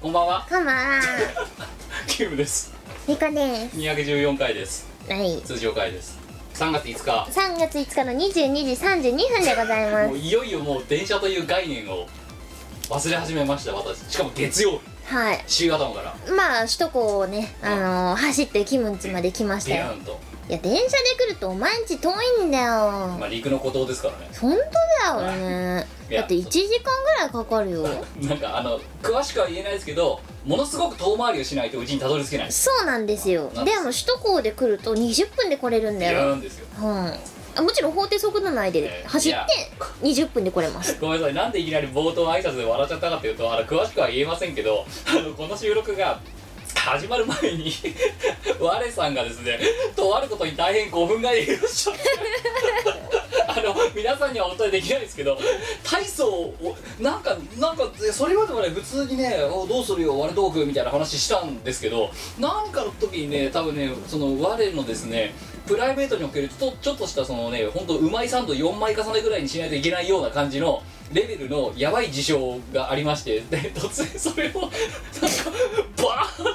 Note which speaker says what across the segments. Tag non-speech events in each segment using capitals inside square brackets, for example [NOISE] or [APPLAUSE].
Speaker 1: こんばんは
Speaker 2: こんばんは。
Speaker 1: キムです
Speaker 2: みこです。
Speaker 1: 214回です
Speaker 2: はい。
Speaker 1: 通常回です3月5日
Speaker 2: 3月5日の22時32分でござい
Speaker 1: も
Speaker 2: ま
Speaker 1: ういよいよもう電車という概念を忘れ始めました私しかも月曜日
Speaker 2: す。はい。
Speaker 1: 週頭から
Speaker 2: まあ首都高をね、あのー走ってキムンチまで来まし
Speaker 1: ビ
Speaker 2: た
Speaker 1: ュ
Speaker 2: よ
Speaker 1: ーンと、
Speaker 2: いや電車で来るとお前んち遠いんだよ
Speaker 1: まあ、陸の孤島ですからね
Speaker 2: 本当だよね
Speaker 1: いや
Speaker 2: だって1時間ぐらいかかるよ
Speaker 1: なんかあの詳しくは言えないですけどものすごく遠回りをしないとうちにたどり着けない
Speaker 2: そうなんですよ
Speaker 1: なん
Speaker 2: で
Speaker 1: です
Speaker 2: も首都高で来ると20分で来れるん
Speaker 1: ビュ
Speaker 2: だよ、
Speaker 1: ーンですよ
Speaker 2: うん、あもちろん法定速度内で
Speaker 1: えー
Speaker 2: 走っ
Speaker 1: いや
Speaker 2: て20分で来れ
Speaker 1: [LAUGHS]
Speaker 2: ます
Speaker 1: ごめんなさいなんでいきなり冒頭挨拶で笑っちゃったかというとあの詳しくは言えませんけどあのこの収録が始まる前に [LAUGHS] 我さんがですねとあることに大変興奮がいらっしゃってあの皆さんにはお伝えできないですけど大層をなんかなんかそれまでもね普通にね「おどうするよ我トーク」みたいな話したんですけどなんかの時にね多分ねその我のですねプライベートにおけるちょちょっとしたそのね本当うまいサンド4枚重ねぐらいにしないといけないような感じのレベルのやばい事象がありましてで突然それをなんかバーン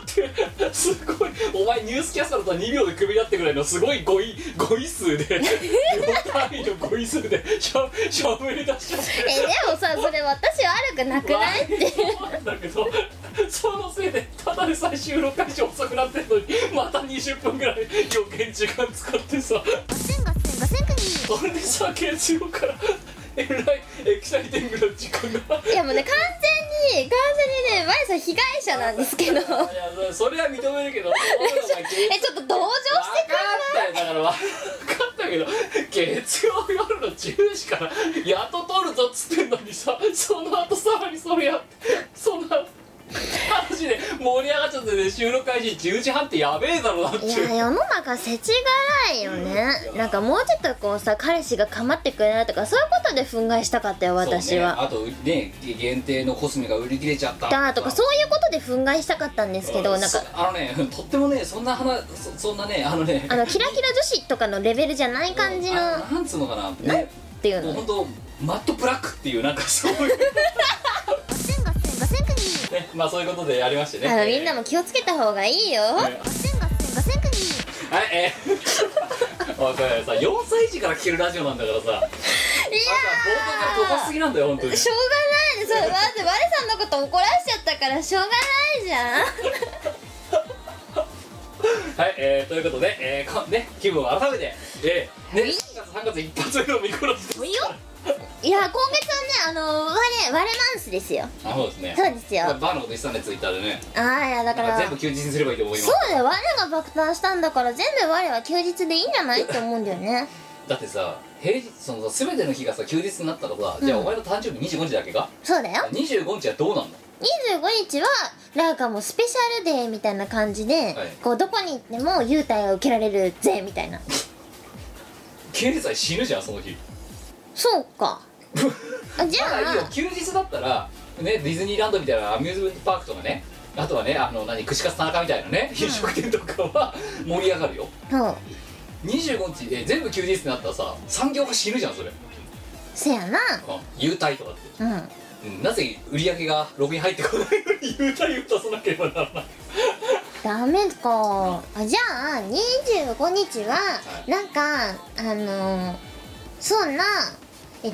Speaker 1: ってすごいお前ニュースキャスターだったら2秒でクビだってぐらいのすごい語彙語彙数で秒単位の語彙数でしゃしゃべり出しちゃって
Speaker 2: えでもさそれ私悪くなくないって
Speaker 1: そうなんだけどそのせいでただでさえ収録開始遅くなってんのにまた20分ぐらい余計に時間使ってさそれでさ月曜からえらいエキサイティングな時間が
Speaker 2: いやもうね完全に完全にねマリさん被害者なんですけど
Speaker 1: いやそれそれは認める
Speaker 2: [LAUGHS]
Speaker 1: けどそういうのが
Speaker 2: えちょっと同情してく
Speaker 1: 分かったよだから分かったけど月曜夜の10時からやっと取るぞっつってんのにさその後さらにそれやってそんな話で盛り上がっちゃってね収録開始10時半ってやべえだろなって
Speaker 2: い
Speaker 1: いう
Speaker 2: や世の中世知辛いよね
Speaker 1: うん
Speaker 2: なんかもうちょっとこうさ彼氏が構ってくれないとかそういうことで憤慨したかったよ私は、
Speaker 1: そうね、あとね限定のコスメが売り切れちゃった
Speaker 2: だとかそういうことで憤慨したかったんですけど
Speaker 1: う
Speaker 2: なんか
Speaker 1: あのねとってもねそんな話そそんなねあのね
Speaker 2: あのキラキラ女子とかのレベルじゃない感じの
Speaker 1: あ
Speaker 2: っ
Speaker 1: なんつうのかな
Speaker 2: な
Speaker 1: ね
Speaker 2: ていう
Speaker 1: もう
Speaker 2: の
Speaker 1: 本当マットブラックっていうなんかそういうねまあそういうことでやりましてね
Speaker 2: あのみんなも気をつけた方がいいよ
Speaker 1: ねはいえ [LAUGHS] ーおいこれさ4歳児から聞けるラジオなんだからさいや冒頭から飛ばすぎなんだよ本当に
Speaker 2: しょうがないですそれまず我さんのこと怒らしちゃったからしょうがないじゃん
Speaker 1: はい、えー、ということで、えー、こね気分を改めてえー、ね3月3月一発目の見殺しです
Speaker 2: いいよいや今月はねあの我我マンスですよ
Speaker 1: あそうですね
Speaker 2: そうですよ
Speaker 1: これバーのこと言ってたねツイッターでね
Speaker 2: ああいやだか
Speaker 1: なんから全部休日にすればいいと思いま
Speaker 2: そ
Speaker 1: す
Speaker 2: うだよ我が爆誕したんだから全部我は休日でいいんじゃないって思うんだよね
Speaker 1: だってさ平日そのさ全ての日がさ休日になったらさ、じゃあお前の誕生日25日だけか
Speaker 2: [LAUGHS] そうだよ
Speaker 1: 25日はどうなんの
Speaker 2: 25日はなんかもうスペシャルデーみたいな感じで、
Speaker 1: はい
Speaker 2: こうどこに行っても優待を受けられるぜみたいな
Speaker 1: 経済死ぬじゃんその日
Speaker 2: そう [LAUGHS] かあじゃ
Speaker 1: ただいいよ
Speaker 2: あ
Speaker 1: 休日だったらねディズニーランドみたいなアミューズメントパークとかねあとはねあの何串カツ田中みたいなね飲食店とかは [LAUGHS] 盛り上がるよ
Speaker 2: そう
Speaker 1: 25日え全部休日になったらさ産業が死ぬじゃんそれ
Speaker 2: せやな
Speaker 1: 優待とかって
Speaker 2: うん
Speaker 1: うんなぜ売り上げがログに入ってこないのに [LAUGHS] 優待を出さなければならない
Speaker 2: ダメかあじゃあ25日は
Speaker 1: はい
Speaker 2: なんか、あのーそんなえっ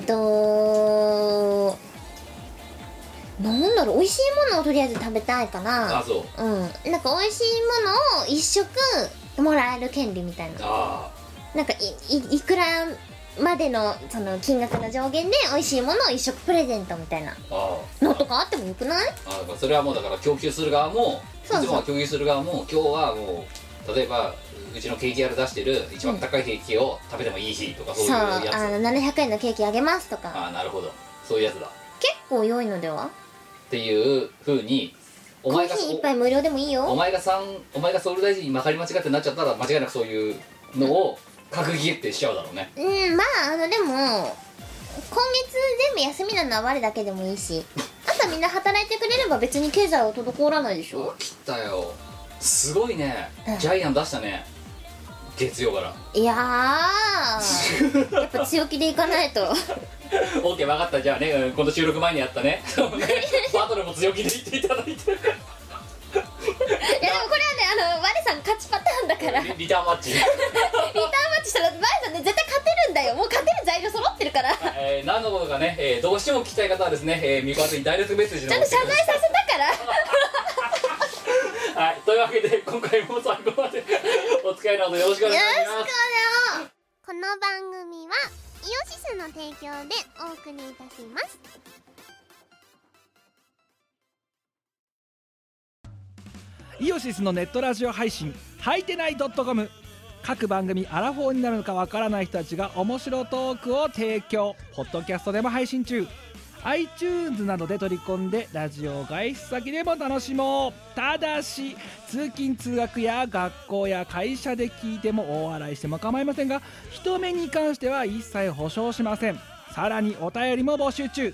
Speaker 2: となんだろう美味しいものをとりあえず食べたいか
Speaker 1: あ
Speaker 2: ら
Speaker 1: そう
Speaker 2: うんなんか美味しいものを一食もらえる権利みたいな
Speaker 1: あ
Speaker 2: なんかいいいくらまでのその金額の上限で美味しいものを一食プレゼントみたいな
Speaker 1: あああ
Speaker 2: のとかあってもよくない
Speaker 1: あだからそれはもうだから供給する側も
Speaker 2: そうそう
Speaker 1: いつもは供給する側も今日はもう例えばうちのケーキ屋で出してる一番高いケーキを食べてもいい日とかそうい
Speaker 2: そう
Speaker 1: う
Speaker 2: あ
Speaker 1: やつ
Speaker 2: の700円のケーキあげますとか
Speaker 1: ああなるほどそういうやつだっ
Speaker 2: 結構良いのでは
Speaker 1: ていうふうにお
Speaker 2: コー
Speaker 1: 前が
Speaker 2: ヒー一杯無料でもいい
Speaker 1: おお
Speaker 2: よ
Speaker 1: 前がさんお前が総理大臣にまかり間違ってなっちゃったら間違いなくそういうのを閣議決定しちゃうだろうね
Speaker 2: うんまああのでも今月全部休みなのは我だけでもい
Speaker 1: [LAUGHS]
Speaker 2: いしあとみんな働いてくれれば別に経済は滞らないでし
Speaker 1: うわ
Speaker 2: ょ
Speaker 1: 切ったよすごいね
Speaker 2: うん
Speaker 1: ジャイアン出したね月曜から [LAUGHS]
Speaker 2: いやーやっぱ強気でいかないと [LAUGHS]
Speaker 1: オーケー分かったじゃあね、うんこの収録前にやったね
Speaker 2: [LAUGHS]
Speaker 1: そうねバトルも強気で言っていただいて
Speaker 2: いやでもこれはねあの我さん勝ちパターンだからリターンマ
Speaker 1: リリターンマッチ、
Speaker 2: ッチしたら我さんね絶対勝てるんだよもう勝てる材料揃ってるからちゃんと
Speaker 1: えー、何のことかね、えーどうしても聞きたい方はですね、えー、ミコワツにダイレクトメッセージの
Speaker 2: 謝罪させたから
Speaker 1: はい、というわけで今回も最後までお付き合いのほどよろしくお願いします
Speaker 2: よこの番組はイオシスの提供でお送りいたします
Speaker 3: イオシスのネットラジオ配信「はいてない .com」各番組アラフォーになるのかわからない人たちが面白トークを提供ポッドキャストでも配信中 iTunes などで取り込んでラジオを外出先でも楽しもうただし通勤通学や学校や会社で聞いても大笑いしても構いませんが人目に関しては一切保証しませんさらにお便りも募集中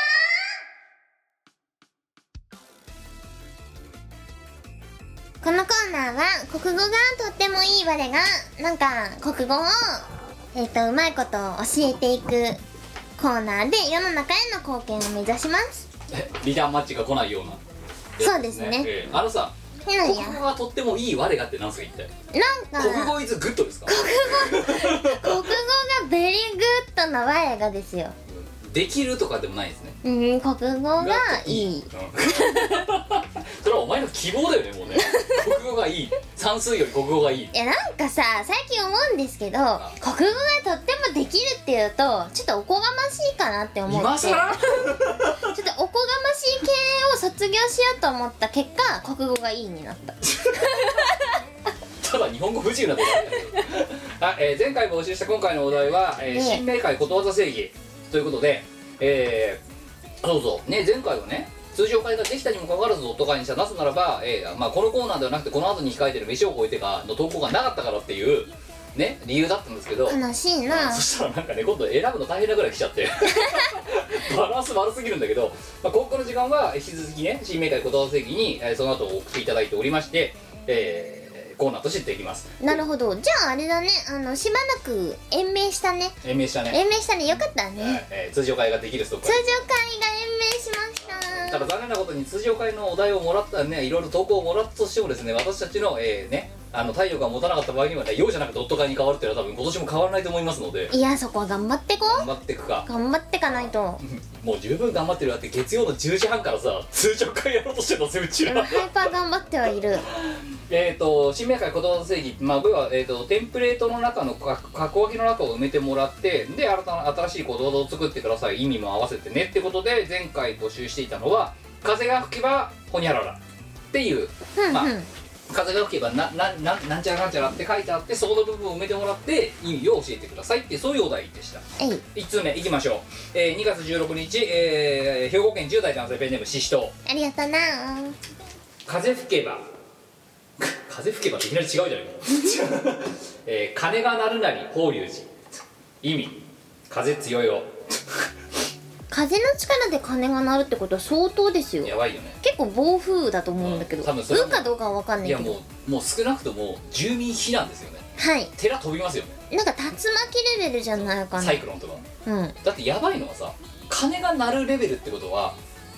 Speaker 2: このコーナーは国語がとってもいい我がなんか国語を、えっとうまいこと教えていくコーナーで世の中への貢献を目指します
Speaker 1: リターンマッチが来ないような
Speaker 2: そうですね
Speaker 1: えーあのさ
Speaker 2: えな
Speaker 1: 国
Speaker 2: にや
Speaker 1: 語がとってもいい我がって何すか一体
Speaker 2: な
Speaker 1: [LAUGHS]
Speaker 2: ん
Speaker 1: 国
Speaker 2: か
Speaker 1: 語イズグッドですか
Speaker 2: 国語がベリーグッドな我がですよ
Speaker 1: できるとかでもないですね
Speaker 2: うん国語がい
Speaker 1: う
Speaker 2: い
Speaker 1: ん [LAUGHS] それはお前の希望だよねもうね国語がいい算数より国語がいい
Speaker 2: いやなんかさ最近思うんですけど国語がとってもできるっていうとちょっとおこがましいかなって思って
Speaker 1: 今更
Speaker 2: ちょっとおこがましい系を卒業しようと思った結果国語がいいになった
Speaker 1: ただ日本語不自由なことないんだ [LAUGHS] けどあ、えー前回募集した今回のお題は、えー
Speaker 2: ええ
Speaker 1: 新明解ことわざ正義ということで、えーそうそうね前回はね通常会ができたにもかかわらずとかにしたなぜならば、えーまあ、このコーナーではなくてこの後に控えてる飯を超えてがの投稿がなかったからっていうね理由だったんですけど
Speaker 2: 悲しいな
Speaker 1: そしたらなんかね今度選ぶの大変なぐらい来ちゃって
Speaker 2: [LAUGHS]
Speaker 1: バランス悪すぎるんだけど、まあ、今後の時間は引き続きね新明解ことわざ正義に、えーその後送っていただいておりまして、えーコーナーとしてできます
Speaker 2: なるほどじゃああれだねあのしばらく延命したね
Speaker 1: 延命したね、
Speaker 2: 延命したねよかった
Speaker 1: は
Speaker 2: ね
Speaker 1: いえー通常会ができるストップ
Speaker 2: 通常会が延命しまし
Speaker 1: た
Speaker 2: た
Speaker 1: だ残念なことに通常会のお題をもらったねいろいろ投稿をもらったとしてもですね私たちの、えーねあの体力が持たなかった場合にはね用じゃなくドット会に変わるっていうのは多分今年も変わらないと思いますので
Speaker 2: いやそこは頑張ってこ
Speaker 1: 頑
Speaker 2: う
Speaker 1: 張っていくか
Speaker 2: 頑張ってかな
Speaker 1: [LAUGHS]
Speaker 2: いと
Speaker 1: もう十分頑張ってるだって月曜の10時半からさ通常会やろうとしてたぜうち
Speaker 2: で
Speaker 1: ら
Speaker 2: もハイパー頑張ってはいる
Speaker 1: えっと新明解ことわざ正義、まあ、要は、えー、とテンプレートの中のか加工機の中を埋めてもらってで新たな新しいことわざを作ってください意味も合わせてねってことで前回募集していたのは「風が吹けばほにゃらら」っていう
Speaker 2: ふん
Speaker 1: まあ
Speaker 2: ふん
Speaker 1: 風が吹けばななななんちゃらなんちゃらって書いてあってそこの部分を埋めてもらって意味を教えてくださいってそういうお題でした
Speaker 2: えい
Speaker 1: 1通目いきましょう、えー2月16日、えー兵庫県10代男性ペンネームししとう
Speaker 2: ありがとな
Speaker 1: 風吹けば [LAUGHS] か風吹けばっていきなり違うじ [LAUGHS] ゃないか、えー鐘が鳴るなり法隆寺意味風強いよ
Speaker 2: 風の力で鐘が鳴るってことは相当ですよ
Speaker 1: やばいよね
Speaker 2: 結構暴風だと思うんだけど、
Speaker 1: うん
Speaker 2: う
Speaker 1: 多分それはもう
Speaker 2: かどうかは分かんないいけ
Speaker 1: や
Speaker 2: ど
Speaker 1: もうもう少なくとも住民避難ですよね
Speaker 2: はい
Speaker 1: 寺飛びますよね
Speaker 2: なんか竜巻レベルじゃないかな
Speaker 1: サイクロンとか
Speaker 2: うん
Speaker 1: だってやばいのはさ金が鳴るレベルってことは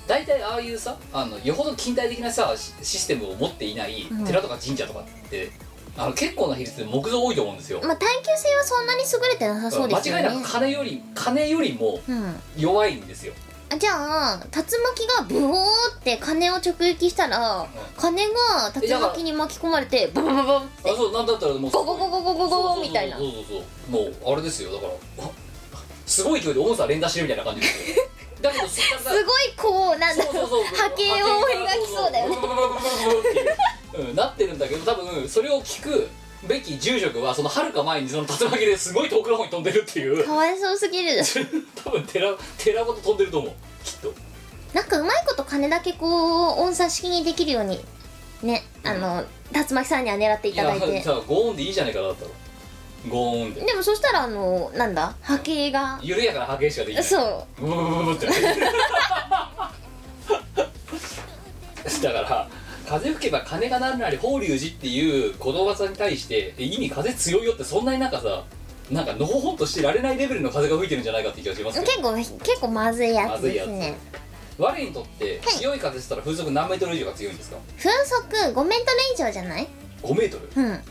Speaker 1: 大体ああいうさあのよほど近代的なさシシステムを持っていない
Speaker 2: うん
Speaker 1: 寺とか神社とかって、あの結構な比率で木造多いと思うんですよ、
Speaker 2: まあ耐久性はそんなに優れてなさそうですよ
Speaker 1: 間違い
Speaker 2: ね
Speaker 1: なく金より金よりも
Speaker 2: うん
Speaker 1: 弱いんですよ
Speaker 2: あじゃあ竜巻がブオーって鐘を直撃したら鐘が
Speaker 1: え
Speaker 2: 竜
Speaker 1: だから
Speaker 2: 巻に巻き込まれてババババンっ
Speaker 1: あ
Speaker 2: て
Speaker 1: そうなんだったらもう
Speaker 2: ゴゴゴゴ
Speaker 1: そ
Speaker 2: ゴゴ
Speaker 1: うそう
Speaker 2: ゴ
Speaker 1: そう
Speaker 2: みたいな
Speaker 1: そうそうそうもうあれですよだからあすごい勢いで重さ連打してるみたいな感じです
Speaker 2: [LAUGHS]
Speaker 1: よだけどそっから
Speaker 2: すごいこうなんだ
Speaker 1: そうそうそう
Speaker 2: 波形を描きそうだよね
Speaker 1: うんなってるんだけど多分それを聞くべき住職はそのはるか前にその竜巻ですごい遠くの方に飛んでるっていう [LAUGHS]
Speaker 2: かわいそうすぎる
Speaker 1: 多分寺寺ごと飛んでると思うきっと
Speaker 2: なんかうまいこと金だけこう音差式にできるようにねあの竜巻さんには狙っていただい
Speaker 1: いや
Speaker 2: て
Speaker 1: さゴーンでいいじゃねえかだったらゴーンで
Speaker 2: でもそしたらあのなんだ波形が
Speaker 1: 緩やかな波形しかできない
Speaker 2: そう
Speaker 1: ブブブブブってなるだから風吹けば鐘が鳴るなり法隆寺っていう言葉さに対してえ意味風強いよってそんなになんかさなんかのほほんとしてられないレベルの風が吹いてるんじゃないかって気がしますけど
Speaker 2: 結構結構まずいやつですね
Speaker 1: 我にとって
Speaker 2: はい
Speaker 1: 強い風って言ったら風速何メートル以上が強いんですか
Speaker 2: 風速5メートル以上じゃない
Speaker 1: 5メートル
Speaker 2: うん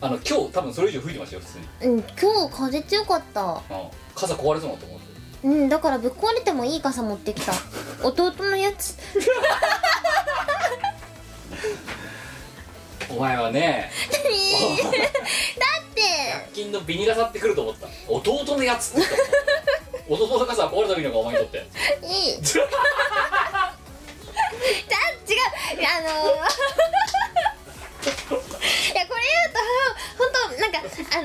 Speaker 1: あの今日多分それ以上吹いてましたよ普通に、
Speaker 2: うん、今日風強かった
Speaker 1: うん、傘壊れそうなと思って
Speaker 2: うんだからぶっ壊れてもいい傘持ってきた弟のや
Speaker 1: [LAUGHS]
Speaker 2: つ
Speaker 1: お前はね
Speaker 2: 何だって
Speaker 1: 100均のビニラさってくると思った弟のやつって言ったもん弟の傘は壊れた時の方がお前にとって
Speaker 2: いい [LAUGHS] だ違うあのーいやこれ言うとほん本当なんかあのハイパー性格悪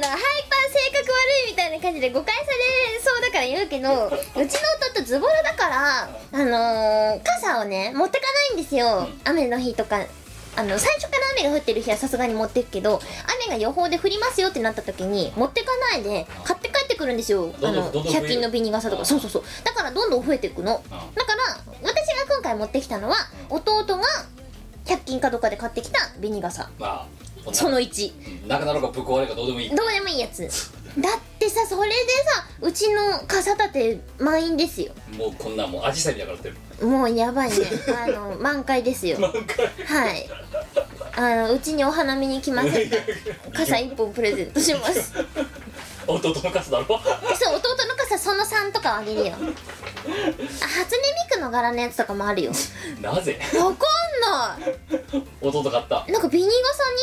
Speaker 2: いみたいな感じで誤解されそうだから言うけどうちの弟ズボラだからあのー傘をね持ってかないんですよ
Speaker 1: うん
Speaker 2: 雨の日とかあの最初から雨が降ってる日はさすがに持ってくけど雨が予報で降りますよってなった時に持ってかないで買って帰ってくるんですよ
Speaker 1: ど
Speaker 2: あ
Speaker 1: んどん
Speaker 2: の
Speaker 1: どんどん増える
Speaker 2: 100均のビニ傘と
Speaker 1: あ
Speaker 2: かそうそうそうだからどんどん増えていくの
Speaker 1: うん
Speaker 2: だから私が今回持ってきたのは弟が100均かどっかで買ってきたビニ傘
Speaker 1: まあ
Speaker 2: そ
Speaker 1: そ
Speaker 2: の
Speaker 1: の
Speaker 2: 1
Speaker 1: なくなろうかぶっ壊れるかどうでもいい
Speaker 2: どうでもい
Speaker 1: [LAUGHS]
Speaker 2: いやつだってさそれでさうちの傘立て満員ですよ
Speaker 1: もうこんなんもうアジサイみたいになってる
Speaker 2: もうやば
Speaker 1: [LAUGHS]
Speaker 2: いねあの満開ですよ
Speaker 1: なんか [LAUGHS]
Speaker 2: はいあのうちにお花見に来ませんか傘1本プレゼントし
Speaker 1: [LAUGHS]
Speaker 2: ます
Speaker 1: 弟の傘だろ [LAUGHS]
Speaker 2: そう弟の傘その3とかあげるよあ初音ミクの柄のやつとかもあるよ
Speaker 1: なぜ
Speaker 2: わかんない
Speaker 1: 弟買った
Speaker 2: なんかビニ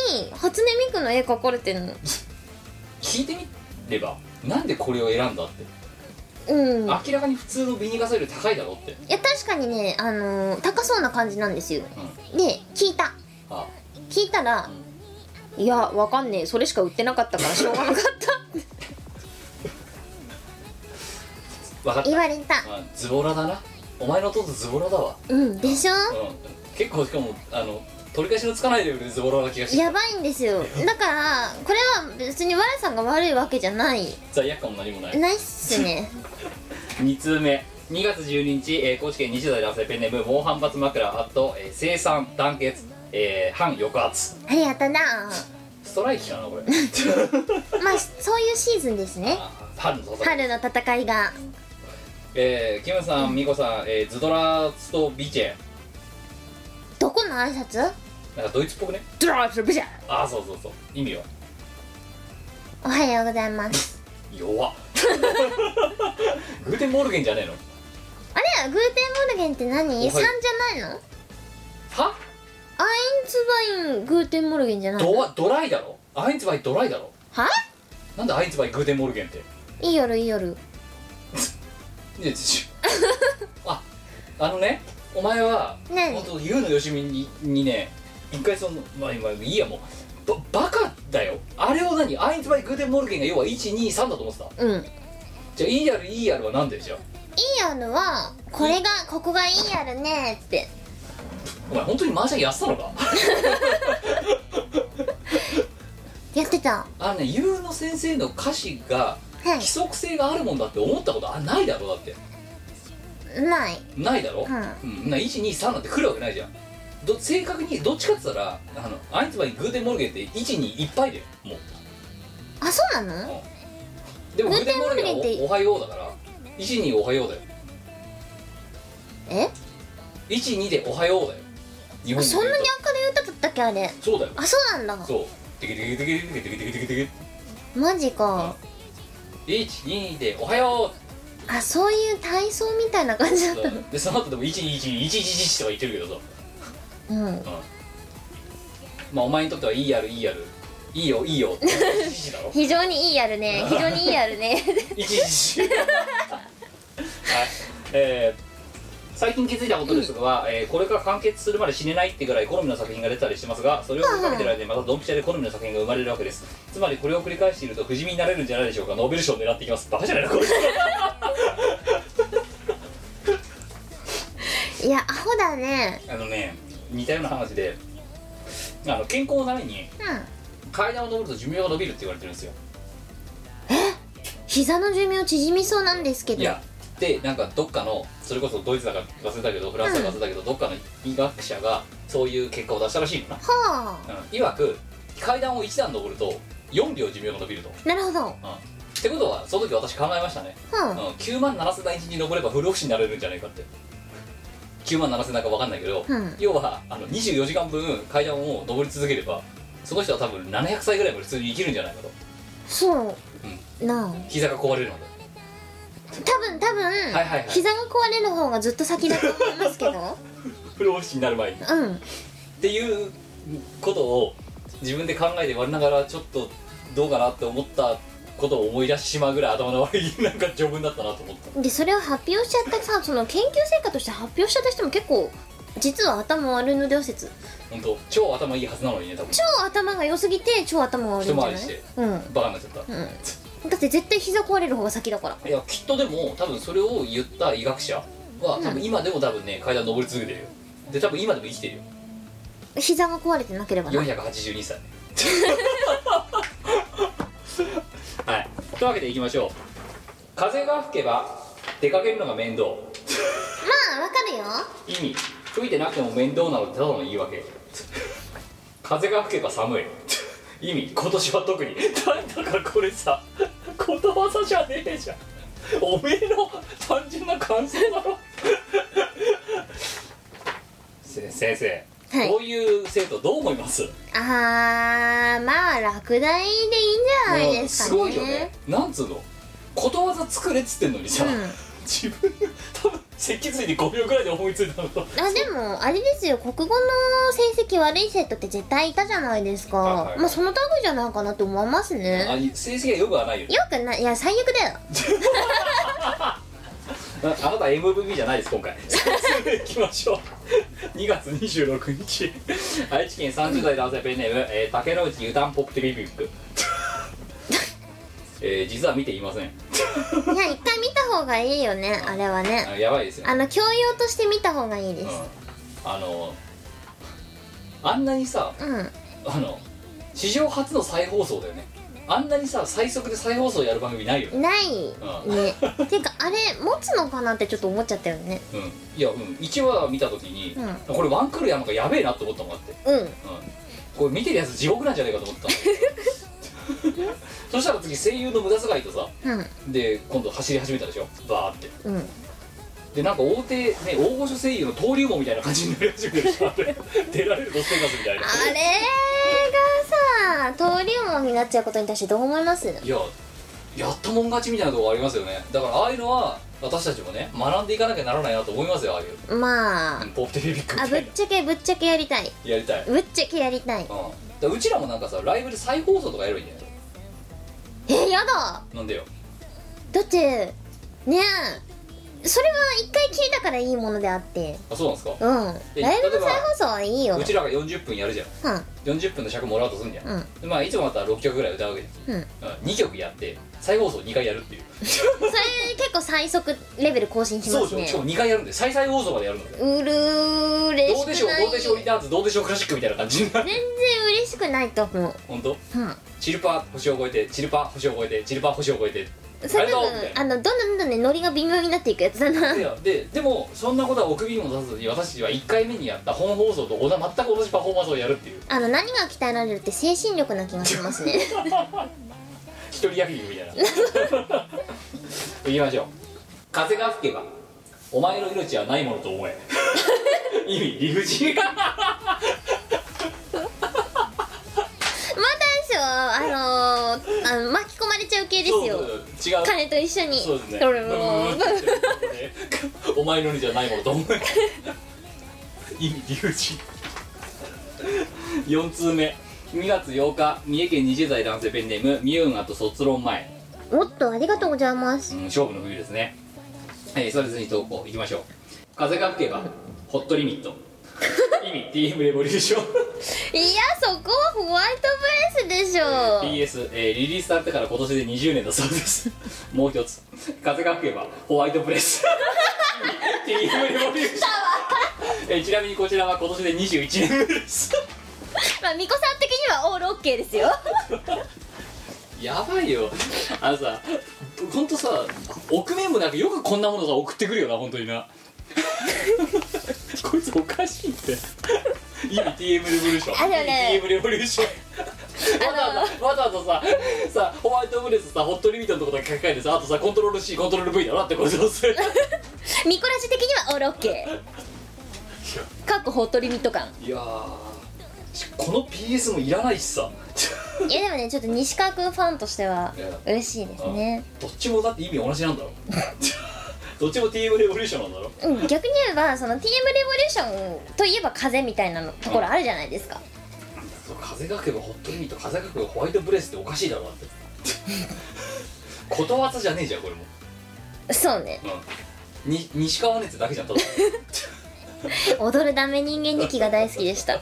Speaker 2: 傘に初音ミクの絵描かれてるの
Speaker 1: 聞いてみればなんでこれを選んだって、
Speaker 2: うんい
Speaker 1: 明らかに普通のビニ傘より高いだろって、うん、
Speaker 2: や確かにねあのー高そうな感じなんですよで聞いた
Speaker 1: あ
Speaker 2: 聞いたら「いやわかんねえそれしか売ってなかったからしょうがなかっ」
Speaker 1: 分 [LAUGHS] かった
Speaker 2: 言われた
Speaker 1: うんズボラだなお前の弟ズボラだわ
Speaker 2: うんでしょ
Speaker 1: うん結構しかもあの取り返しのつかないレベルでズボラな気がして
Speaker 2: やばいんですよだからこれは別に我さんが悪いわけじゃない
Speaker 1: 罪悪感も何もない
Speaker 2: ないっすね
Speaker 1: 2通目2月12日、えー高知県20代男性ペンネーム猛反発枕あと、えー、生産団結、えー、反抑圧
Speaker 2: ありがとな
Speaker 1: ストライキかな
Speaker 2: [LAUGHS]
Speaker 1: これ
Speaker 2: まあそういうシーズンですね
Speaker 1: あ春の戦い
Speaker 2: 春の戦いが
Speaker 1: えー、キムさんミコさん、えー、ズドラストビチェ
Speaker 2: どこの挨拶
Speaker 1: なんかドイツっぽくね
Speaker 2: ドラップじゃ
Speaker 1: ああそうそうそう意味は
Speaker 2: おはようございます
Speaker 1: 弱っグーテンモルゲンじゃねえの
Speaker 2: あれグーテンモルゲンって何
Speaker 1: おはよう
Speaker 2: ?3 じゃないの
Speaker 1: は
Speaker 2: アインツバイングーテンモルゲンじゃないの
Speaker 1: ドドライだろアインツバイドライだろ
Speaker 2: は
Speaker 1: なんでアインツバイグーテンモルゲンって
Speaker 2: いい夜いい夜
Speaker 1: いや
Speaker 2: [LAUGHS]
Speaker 1: ちああのねお前は
Speaker 2: 何
Speaker 1: 本当優のよしみににね一回そのまあ今いいやもうばバカだよあれを何アインツバイグーテンモルゲンが要は123だと思ってた
Speaker 2: うんいい
Speaker 1: じゃあ ER ER は何でじゃあ
Speaker 2: 夜はこれがここがいい夜ねって
Speaker 1: お前本当にマージャンやってたのか
Speaker 2: やってた
Speaker 1: あのね優の先生の歌詞が
Speaker 2: は
Speaker 1: 規則性があるもんだって思ったことあないだろだって
Speaker 2: いない
Speaker 1: ないだろ、
Speaker 2: う
Speaker 1: うんな123なんて来るわけないじゃんど正確にどっちかって言ったらあのアインツバイグーテンモルゲンって1にいっぱいだよもう
Speaker 2: あそうなの
Speaker 1: でも
Speaker 2: グ
Speaker 1: グ
Speaker 2: ー
Speaker 1: ー
Speaker 2: テ
Speaker 1: テン
Speaker 2: ンモ
Speaker 1: モ
Speaker 2: ル
Speaker 1: ルゲ
Speaker 2: ゲン
Speaker 1: ン
Speaker 2: っ
Speaker 1: は
Speaker 2: て
Speaker 1: おおはようだから12おはようだよ
Speaker 2: え
Speaker 1: 12でおはようだよ日本
Speaker 2: あ
Speaker 1: で
Speaker 2: そんなに明るい歌だったっけあれ
Speaker 1: そうだよ
Speaker 2: あそうなんだ
Speaker 1: そうテキテキテキテキテキテキテキテ
Speaker 2: マジか
Speaker 1: キ12でおはよ
Speaker 2: あそういう体操みたいな感じだっ
Speaker 1: うでその後でも12111とか言ってるけどさ
Speaker 2: たうん
Speaker 1: まあお前にとってはいいやるいいやるいいよいいよって11だろ
Speaker 2: 非常にいい夜ね非常にいい夜 [LAUGHS] ね
Speaker 1: 11はいえー最近気づいたことですが、えーこれから完結するまで死ねないってぐらい好みの作品が出たりしてますがそれを追いかけてる間にまたドンピシャで好みの作品が生まれるわけですつまりこれを繰り返していると不死身になれるんじゃないでしょうかノーベル賞を狙っていきますバカじゃないのこれ
Speaker 2: いいやアホだね
Speaker 1: あのね似たような話であの健康のために
Speaker 2: うん
Speaker 1: 階段を登ると寿命が伸びるって言われてるんですよ
Speaker 2: 膝の寿命縮みそうなんですけど
Speaker 1: いやでなんかどっかのそれこそドイツだか忘れたけどフランスだか忘れたけど、どっかの医学者がそういう結果を出したらしいのな、
Speaker 2: は
Speaker 1: うん、曰く階段を1段登ると4秒寿命が伸びると、
Speaker 2: あなるほどは
Speaker 1: うん、ってことはその時私考えましたね、
Speaker 2: あ、
Speaker 1: うん、9万7000段1に登れば不老不死になれるんじゃないかって9万7000段か分かんないけど、
Speaker 2: うん
Speaker 1: 要はあの24時間分階段を登り続ければその人は多分700歳ぐらいまで普通に生きるんじゃないかと
Speaker 2: そう、なあ
Speaker 1: 膝が壊れるので
Speaker 2: 多分多分、
Speaker 1: はいはい
Speaker 2: 膝が壊れる方がずっと先だと思いますけ
Speaker 1: [LAUGHS]
Speaker 2: ど
Speaker 1: 不老不死になる前に
Speaker 2: うん
Speaker 1: っていうことを自分で考えて我ながらちょっとどうかなって思ったことを思い出してしまうぐらい頭の悪いなんか序文だったなと思った
Speaker 2: でそれを発表しちゃったさその研究成果として発表しちゃった人も結構実は頭悪いのでは説
Speaker 1: 本当超頭いいはずなのにね多分
Speaker 2: 超頭が良すぎて超頭悪いんじゃな
Speaker 1: 一回り
Speaker 2: い
Speaker 1: して
Speaker 2: うんう
Speaker 1: バカになっちゃった、
Speaker 2: んだって絶対膝壊れる方が先だから
Speaker 1: いやきっとでも多分それを言った医学者は多分今でも多分ね階段登り続けてるよで多分今でも生きてるよ
Speaker 2: 膝が壊れてなければな
Speaker 1: 482歳はいというわけでいきましょう風が吹けば出かけるのが面倒
Speaker 2: まあわかるよ
Speaker 1: 意味吹いてなくても面倒なのでただの言い訳風が吹けば寒い意味今年は特にだからこれさことわざじゃねえじゃんおめえの単純な感想だろせ先生、
Speaker 2: はい
Speaker 1: こういう生徒どう思います
Speaker 2: あーまあ落第でいいんじゃないですかね
Speaker 1: もうごいよねなんつうのことわざ作れっつってんのにさ、
Speaker 2: うん
Speaker 1: 自分多分脊髄に5秒ぐらいで思いついたのと
Speaker 2: あでもあれですよ国語の成績悪い生徒って絶対いたじゃないですか、
Speaker 1: はいはい
Speaker 2: まあその類じゃないかなって思います
Speaker 1: あ
Speaker 2: ね
Speaker 1: 成績がよくはないよね
Speaker 2: よくないいや最悪だよ
Speaker 1: ああなた MVP じゃないです今回早速行きましょう2月26日愛知県30代男性ペンネーム、えー竹之内湯断ポップテリビック、えー実は見ていません
Speaker 2: いや一回見た方がいいよ
Speaker 1: [LAUGHS]
Speaker 2: ねあれは
Speaker 1: あ
Speaker 2: ね
Speaker 1: のやばいですよ、
Speaker 2: あの教養として見た方がいいで
Speaker 1: うん
Speaker 2: す、
Speaker 1: あのあんなにさ
Speaker 2: うん、
Speaker 1: あの史上初の再放送だよねあんなにさ最速で再放送やる番組ないよね
Speaker 2: ない
Speaker 1: うん
Speaker 2: ね
Speaker 1: [LAUGHS]
Speaker 2: ていうかあれ持つのかなってちょっと思っちゃったよね
Speaker 1: うんいやうん1話見た時に、
Speaker 2: うん
Speaker 1: これワンクールやるのかやべえなって思ったもんあって
Speaker 2: うん
Speaker 1: うんこれ見てるやつ地獄なんじゃないかと思ったのそしたら次声優の無駄遣いとさ
Speaker 2: うん
Speaker 1: で今度走り始めたでしょバーって
Speaker 2: うん
Speaker 1: でなんか大手ね大御所声優の登竜門みたいな感じになり始めるでしょあれ [LAUGHS] 出られるドステカスみたいな
Speaker 2: あれがさ登竜門になっちゃうことに対してどう思います
Speaker 1: いややったもん勝ちみたいなとこありますよねだからああいうのは私たちもね学んでいかなきゃならないなと思いますよああいう
Speaker 2: まあ
Speaker 1: うんポップテレビック
Speaker 2: あ
Speaker 1: み
Speaker 2: ぶ
Speaker 1: た
Speaker 2: っ
Speaker 1: い
Speaker 2: ちゃけぶっちゃけやりたい
Speaker 1: なやりたい、うん、だか
Speaker 2: ぶっちゃけやりたい
Speaker 1: らうちらもなんかさライブで再放送とかやればいいんじゃない
Speaker 2: えーやだ
Speaker 1: なんでよ
Speaker 2: だってねえそれは一回聞いたからいいものであって
Speaker 1: あそうなんですか
Speaker 2: うんライブ
Speaker 1: え例
Speaker 2: の
Speaker 1: えば
Speaker 2: 再放送はいいよ
Speaker 1: うちらが40分やるじゃん
Speaker 2: うん
Speaker 1: 40分の尺もらうとすんじゃん、
Speaker 2: うん
Speaker 1: でまあいつもだったら6曲ぐらい歌うわけです、
Speaker 2: うん
Speaker 1: うん、2曲やって再放送2回やるっていう
Speaker 2: それ結構最速レベル更新し
Speaker 1: そ
Speaker 2: ま
Speaker 1: う
Speaker 2: す
Speaker 1: でしょしか
Speaker 2: ね
Speaker 1: も2回やるんで再再放送までやるので
Speaker 2: うるうれ
Speaker 1: ど
Speaker 2: し
Speaker 1: う
Speaker 2: くな
Speaker 1: で
Speaker 2: い
Speaker 1: しょうどうでしょうリターンズどうでしょうクラシックみたいな感じになる
Speaker 2: 全然嬉しくないと思う
Speaker 1: 本当
Speaker 2: うん
Speaker 1: チルパ星を超えてチルパ星を超えてチルパ星を超えて
Speaker 2: それ多
Speaker 1: ありがとうみたい
Speaker 2: 分
Speaker 1: な
Speaker 2: あのどんどんどんどんねノリが微妙になっていくやつだな
Speaker 1: いやででもそんなことはお首も出さずに私たちは1回目にやった本放送と同じ全く同じパフォーマンスをやるっていう
Speaker 2: あの何が鍛えられるって精神力な気がします
Speaker 1: [LAUGHS]
Speaker 2: ね
Speaker 1: 一人焼肉みた [LAUGHS] いな行きましょう風が吹けばお前の命はないものと思え意味理不尽
Speaker 2: またでしょあのーあの巻き込まれちゃう系ですよ
Speaker 1: そう違う
Speaker 2: 彼と一緒に
Speaker 1: そうですね
Speaker 2: 俺も
Speaker 1: ブブーってお前のにじゃないものと思え意味理不尽4通目2月8日三重県20代男性ペンネームミューンアと卒論前、
Speaker 2: おっとありがとうございま
Speaker 1: う
Speaker 2: す
Speaker 1: ん、勝負の冬ですねえー、それぞれに投稿いきましょう風が吹けばホットリミット意味 TM レボリューション
Speaker 2: いやそこはホワイトブレスでしょ
Speaker 1: PS、えーリリースされてから今年で20年だそうですもう一つ風が吹けばホワイトプレス TM レボリューションえちなみにこちらは今年で21年目です
Speaker 2: まあ巫女さん的にはオールオッケー [LAUGHS] ですよ
Speaker 1: やばいよあのさほんとさ臆面もなくよくこんなものさ送ってくるよな本当に [LAUGHS] なこいつおかしいって意味 TM レボリューション
Speaker 2: あのね
Speaker 1: TM レボリューションわざわざわざわざささホワイトブレスさホットリミットのとこだけ書き換えてさあとさコントロール C コントロール V だろってことをするい
Speaker 2: ミコラジ的にはオールオッケーかっこホットリミット感
Speaker 1: やいやーしこの PS もいらないしさ
Speaker 2: いやでもねちょっと西川君ファンとしてはい
Speaker 1: や
Speaker 2: 嬉しいですね
Speaker 1: どっちもだって意味同じなんだろどっちも TM レボリューションなんだろ
Speaker 2: うん逆に言えばその TM レボリューションといえば風みたいなのところあるじゃないですか
Speaker 1: そう風が吹けばホットリミット風が吹けばホワイトブレスっておかしいだろだって [LAUGHS] ことわざじゃねえじゃんこれも、
Speaker 2: そうね
Speaker 1: うん、に西川熱だけじゃんただ [LAUGHS]
Speaker 2: 踊るダメ人間日記が大好きでした
Speaker 1: はい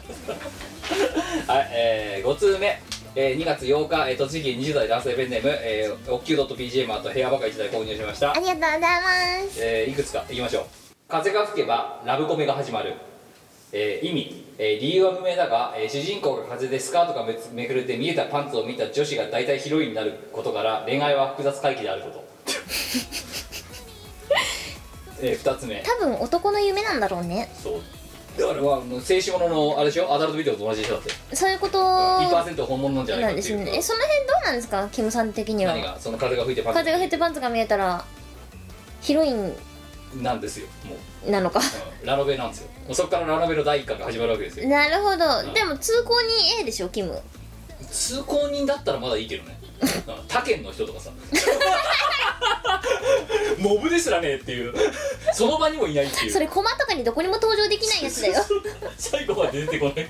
Speaker 1: えー、5通目えー、2月8日、えー、栃木県20代男性ペンネーム、えー、おっきゅう .pgm あと部屋ばか1台購入しました
Speaker 2: ありがとうございます
Speaker 1: えーいくつかいきましょう風が吹けばラブコメが始まる、えー意味、えー理由は無名だが、えー主人公が風でスカートがめつめくれて見えたパンツを見た女子が大体ヒロインになることから恋愛は複雑回帰であること
Speaker 2: [LAUGHS]
Speaker 1: え2つ目
Speaker 2: 多分男の夢なんだろうね
Speaker 1: そうだからまあもう静止もののあれでしょアダルトビデオと同じでしょだって
Speaker 2: そういうこと
Speaker 1: 1%本物なんじゃな
Speaker 2: ないん
Speaker 1: か
Speaker 2: で
Speaker 1: って
Speaker 2: す
Speaker 1: いう
Speaker 2: ねえその辺どうなんですかキムさん的には
Speaker 1: 何がその風が吹いてパンツ
Speaker 2: 風が減ってパンツが見えたらヒロイン
Speaker 1: なんですよもう、
Speaker 2: なのか
Speaker 1: う
Speaker 2: [LAUGHS]
Speaker 1: んラノベなんですよもうそこからラノベの第一巻が始まるわけですよ
Speaker 2: なるほ
Speaker 1: う
Speaker 2: ど
Speaker 1: ん
Speaker 2: でも通行人 A でしょキム
Speaker 1: 通行人だったらまだいいけど
Speaker 2: [LAUGHS]
Speaker 1: ねうん他県の人とかさモブですらねえっていうその場にもいないっていう
Speaker 2: それコマとかにどこにも登場できないやつだよ
Speaker 1: 最後まで出てこない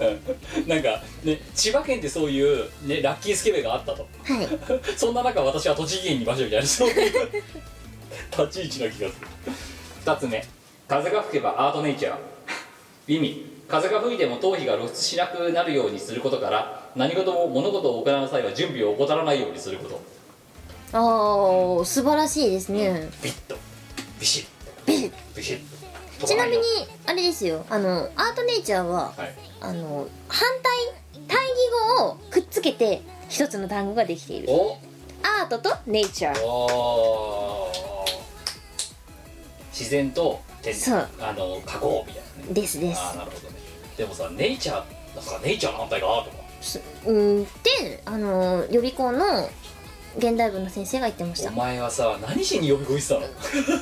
Speaker 1: うんなんかね千葉県ってそういう、ね、ラッキースケベがあったと
Speaker 2: はい
Speaker 1: [LAUGHS] そんな中私は栃木県にいましょうみたいなそういう立ち位置な気がする2つ目風が吹けばアートネイチャー意味風が吹いても頭皮が露出しなくなるようにすることから何事も物事を行う際は準備を怠らないようにすること
Speaker 2: あー素晴らしいですね、
Speaker 1: ビッとビシッ
Speaker 2: ビシッ
Speaker 1: ビシッと
Speaker 2: ちなみにあれですよあのアートネイチャーは、
Speaker 1: はい
Speaker 2: あの反対対義語をくっつけて一つの単語ができている
Speaker 1: お
Speaker 2: アートとネイチャー
Speaker 1: おー自然と天
Speaker 2: そう
Speaker 1: あの加工みたいなね
Speaker 2: ですで
Speaker 1: ああなるほどねでもさネイチャーなんかネイチャーの反対がアートか
Speaker 2: すうんであの予備校の現代文の先生が言ってました
Speaker 1: お前はさ何しに呼び込いてたの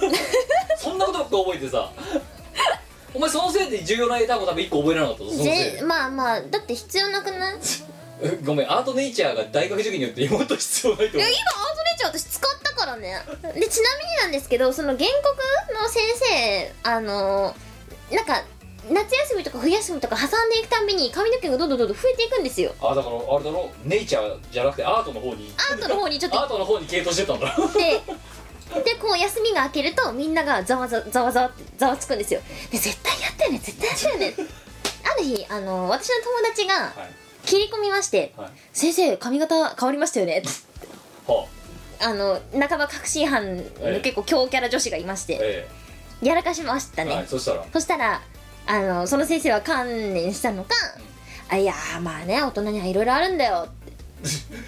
Speaker 2: [LAUGHS]
Speaker 1: そんなことばっか覚えてさお前そのせいで重要な英単語多分1個覚えられなかったぞそのせい
Speaker 2: ぜまあまあだって必要なくないいや今アート
Speaker 1: でごめんアートネイチャーが大学受験によって妹必要ないと思う
Speaker 2: ネイチャー私使ったからねでちなみになんですけどその原告の先生あのなんか夏休みとか冬休みとか挟んでいくたんびに髪の毛がどんどんどんどん増えていくんですよ
Speaker 1: あだからあれだろネイチャーじゃなくてアートの方に
Speaker 2: アートの方にちょっと
Speaker 1: アートの方に傾倒してったんだろ
Speaker 2: ででこう休みが明けるとみんながざわざざわざわってざわつくんですよで絶対やったよね絶対やったよねある日あの私の友達が
Speaker 1: はい
Speaker 2: 切り込みまして
Speaker 1: はい
Speaker 2: 「先生髪型変わりましたよね」って
Speaker 1: はあ
Speaker 2: あの半ば確信犯
Speaker 1: ええ
Speaker 2: の結構強キャラ女子がいまして
Speaker 1: え
Speaker 2: やらかしました
Speaker 1: えはい
Speaker 2: ね
Speaker 1: そしたら
Speaker 2: そしたらあのその先生は観念したのか「あいやーまあね大人にはいろいろあるんだよ」って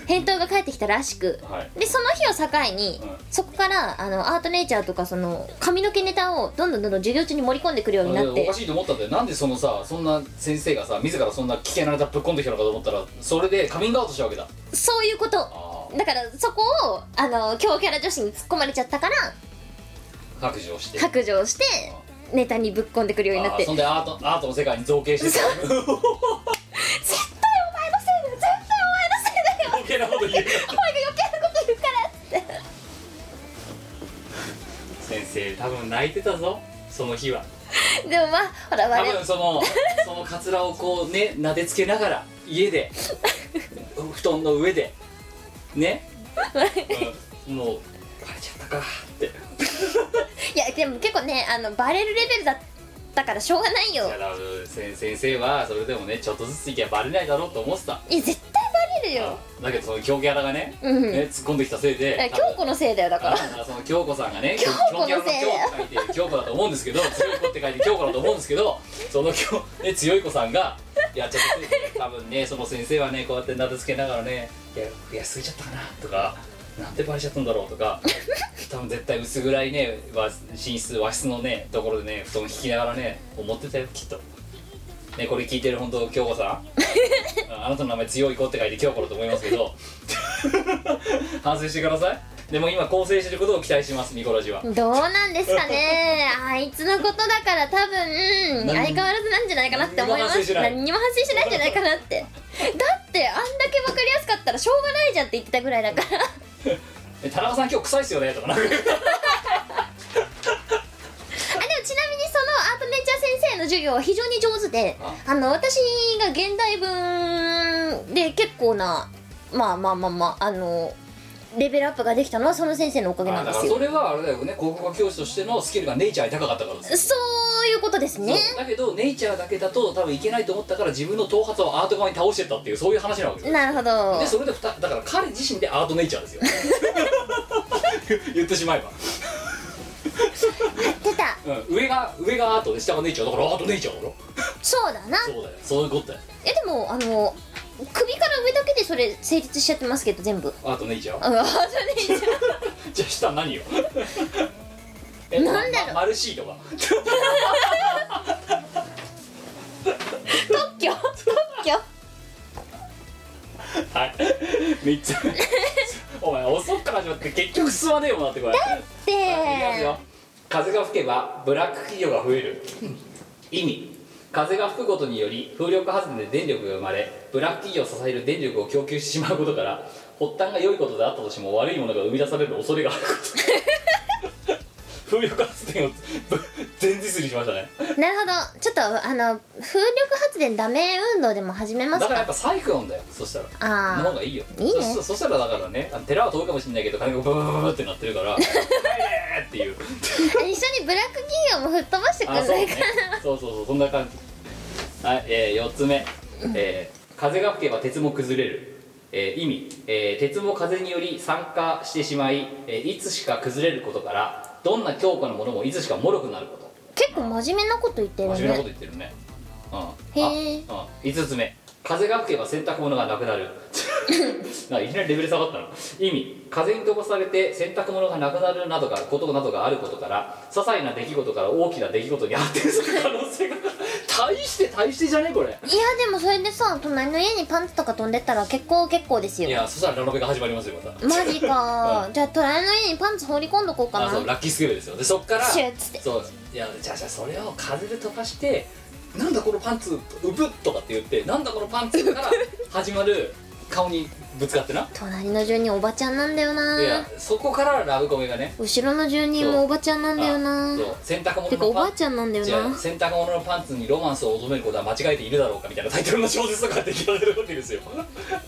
Speaker 2: 返答が返ってきたらしく
Speaker 1: [LAUGHS] はい
Speaker 2: でその日を境に、
Speaker 1: うん
Speaker 2: そこからあのアートネイチャーとかその髪の毛ネタをどんどんどんどん授業中に盛り込んでくるようになっ
Speaker 1: お
Speaker 2: て
Speaker 1: かしいと思ったんだよなんでそのさそんな先生がさ自らそんな危険なネタぶっ込んできたのかと思ったらそれでカミングアウトしたわけだ
Speaker 2: そういうこと
Speaker 1: あ
Speaker 2: だからそこをあの強キャラ女子に突っ込まれちゃったから
Speaker 1: あ白状して
Speaker 2: 白状してネタにぶっ込んでくるようになっ
Speaker 1: あー
Speaker 2: て
Speaker 1: そんでアートアートの世界に造形してた
Speaker 2: 絶対お前のせいだよ絶対お前の
Speaker 1: 余
Speaker 2: せいだよ
Speaker 1: 計なこと言う
Speaker 2: お前が余計なこと言うからって
Speaker 1: 先生多分泣いてたぞその日は
Speaker 2: でもまあほら
Speaker 1: 多
Speaker 2: 我々
Speaker 1: 分そのそのカツラをこうね撫でつけながら家で布団の上でね、うんもうバレちゃったかって
Speaker 2: いやでも結構ねあのバレるレベルだったからしょうがないよ
Speaker 1: いやだから先先生はそれでもねちょっとずついけばバレないだろうと思ってた
Speaker 2: いや絶対バレるいよ
Speaker 1: だけどその強キャラがね,、
Speaker 2: うん
Speaker 1: ね突っ込んできたせいで
Speaker 2: だから京子のせいだよだから
Speaker 1: あのその京子さんがね
Speaker 2: 京子のせいだよ
Speaker 1: 京子って書いて京子だと思うんですけど強い子って書いて京子だと思うんですけどそのきょ、ね、強い子さんがやっちゃったせいで多分ねその先生はねこうやってなでつけながらね「いや増やしすぎちゃったかな」とか「なんでバレちゃったんだろう」とか多分絶対薄暗いね和寝室和室のねところでね布団引きながらね思ってたよきっと。ね、これ聞いてる本当京子さんああなたの名前強い子って書いて京子だと思いますけ
Speaker 2: [LAUGHS]
Speaker 1: ど反省してくださいでも今更生してることを期待しますニコラジは
Speaker 2: どうなんですかねあいつのことだから多分
Speaker 1: 何
Speaker 2: 相変わらずなんじゃないかなって思いま
Speaker 1: 何にも反省
Speaker 2: す
Speaker 1: しない
Speaker 2: 何にも反省しないんじゃないかなってだってあんだけ分かりやすかったらしょうがないじゃんって言ってたぐらいだから
Speaker 1: え田中さん今日臭いっすよねとかなんか
Speaker 2: あでもちなみにそのアートネイチャー先生の授業は非常に上手で
Speaker 1: あ
Speaker 2: あの私が現代文で結構なまあまあまあまああのレベルアップができたのはその先生のおかげな
Speaker 1: あ
Speaker 2: ん
Speaker 1: だ
Speaker 2: で
Speaker 1: から
Speaker 2: す
Speaker 1: それ
Speaker 2: よ
Speaker 1: はあれだよね国語教師としてのスキルがネイチャーに高かったからです
Speaker 2: そういうことですね
Speaker 1: そうだけどネイチャーだけだと多分いけないと思ったから自分の頭髪をアート側に倒してったっていうそういう話なわけですよ
Speaker 2: なるほど
Speaker 1: でそれでふただから彼自身でアートネイチャーですよ言ってしまえば
Speaker 2: 出た
Speaker 1: うん、上が上がアートで下がネイチャーだからアートネイチャーだろ
Speaker 2: そうだな
Speaker 1: そうだよそういうことだよ
Speaker 2: えでもあの首から上だけでそれ成立しちゃってますけど全部
Speaker 1: アートネイチャー
Speaker 2: ああそれ
Speaker 1: [LAUGHS]
Speaker 2: いいじゃん
Speaker 1: じゃあ下
Speaker 2: [LAUGHS]
Speaker 1: 何よ
Speaker 2: なんだろう
Speaker 1: まマルシーとか
Speaker 2: 特許特許
Speaker 1: はい3つ [LAUGHS] お前遅っから始まって結局進まねえよなってこれいきます
Speaker 2: で
Speaker 1: よ風が吹けばブラック企業が増える意味風が吹くことにより風力発電で電力が生まれブラック企業を支える電力を供給してしまうことから発端が良いことであったとしても悪いものが生み出される恐れがあること [LAUGHS] 風力発電をぶ全実にしましたね
Speaker 2: なるほどちょっとあの風力発電ダメ運動でも始めま
Speaker 1: だ
Speaker 2: す
Speaker 1: からやっ
Speaker 2: か
Speaker 1: ぱサイクロンだよそしたら
Speaker 2: あー
Speaker 1: の方がいいよ
Speaker 2: いいね
Speaker 1: そしたそしたらだからねあの寺は遠いかもしれないけど金がブーブーブーブーってなってるから「 [LAUGHS] えーっていう
Speaker 2: 一緒にブラック企業も吹っ飛ばしてくん
Speaker 1: あ
Speaker 2: ない [LAUGHS]
Speaker 1: そうね
Speaker 2: か
Speaker 1: そうそうそうそんな感じはい、えー、4つ目、えー風が吹けば鉄も崩れる」えー意味、えー鉄も風により酸化してしまい、えーいつしか崩れることからどんな強固なものもいつしか脆くなること
Speaker 2: 結構真面目なこと言ってる
Speaker 1: 真面目なこと
Speaker 2: ね
Speaker 1: 言ってるね、うん、あ
Speaker 2: へー
Speaker 1: うん、5つ目風が吹けば洗濯物がなく [LAUGHS] なるなんかいきなりレベル下がったの意味風に飛ばされて洗濯物がなくなるなどがことなどがあることから些細な出来事から大きな出来事に発展する可能性が [LAUGHS] 大して大してじゃねこれ
Speaker 2: いやでもそれでさ隣の家にパンツとか飛んでったら結構結構です
Speaker 1: い
Speaker 2: よ
Speaker 1: やそしたらラノベが始まりますよまた
Speaker 2: マジ
Speaker 1: [LAUGHS]
Speaker 2: かじゃあ隣の家にパンツ放り込んどこうか
Speaker 1: あそう
Speaker 2: な
Speaker 1: ラッキースケベルですよでそっから
Speaker 2: シュッつって
Speaker 1: そういやじゃあじゃあそれを風で飛ばしてなんだこのパンツうぶっとかって言ってなんだこのパンツ
Speaker 2: [LAUGHS]
Speaker 1: から始まる顔にぶつかってな
Speaker 2: 隣の住人おばちゃんなんだよない
Speaker 1: やそこからラブコメがね
Speaker 2: 後ろの住人もおばちゃんなんだよ
Speaker 1: あ
Speaker 2: な
Speaker 1: そう洗濯物
Speaker 2: てかお
Speaker 1: の
Speaker 2: ば
Speaker 1: パ
Speaker 2: あ
Speaker 1: ン
Speaker 2: ちゃんなんだよ
Speaker 1: じゃあ
Speaker 2: な
Speaker 1: 洗濯物のパンツにロマンスを求めることは間違えているだろうかみたいなタイトルの小説とかが出来上がるわけですよ [LAUGHS]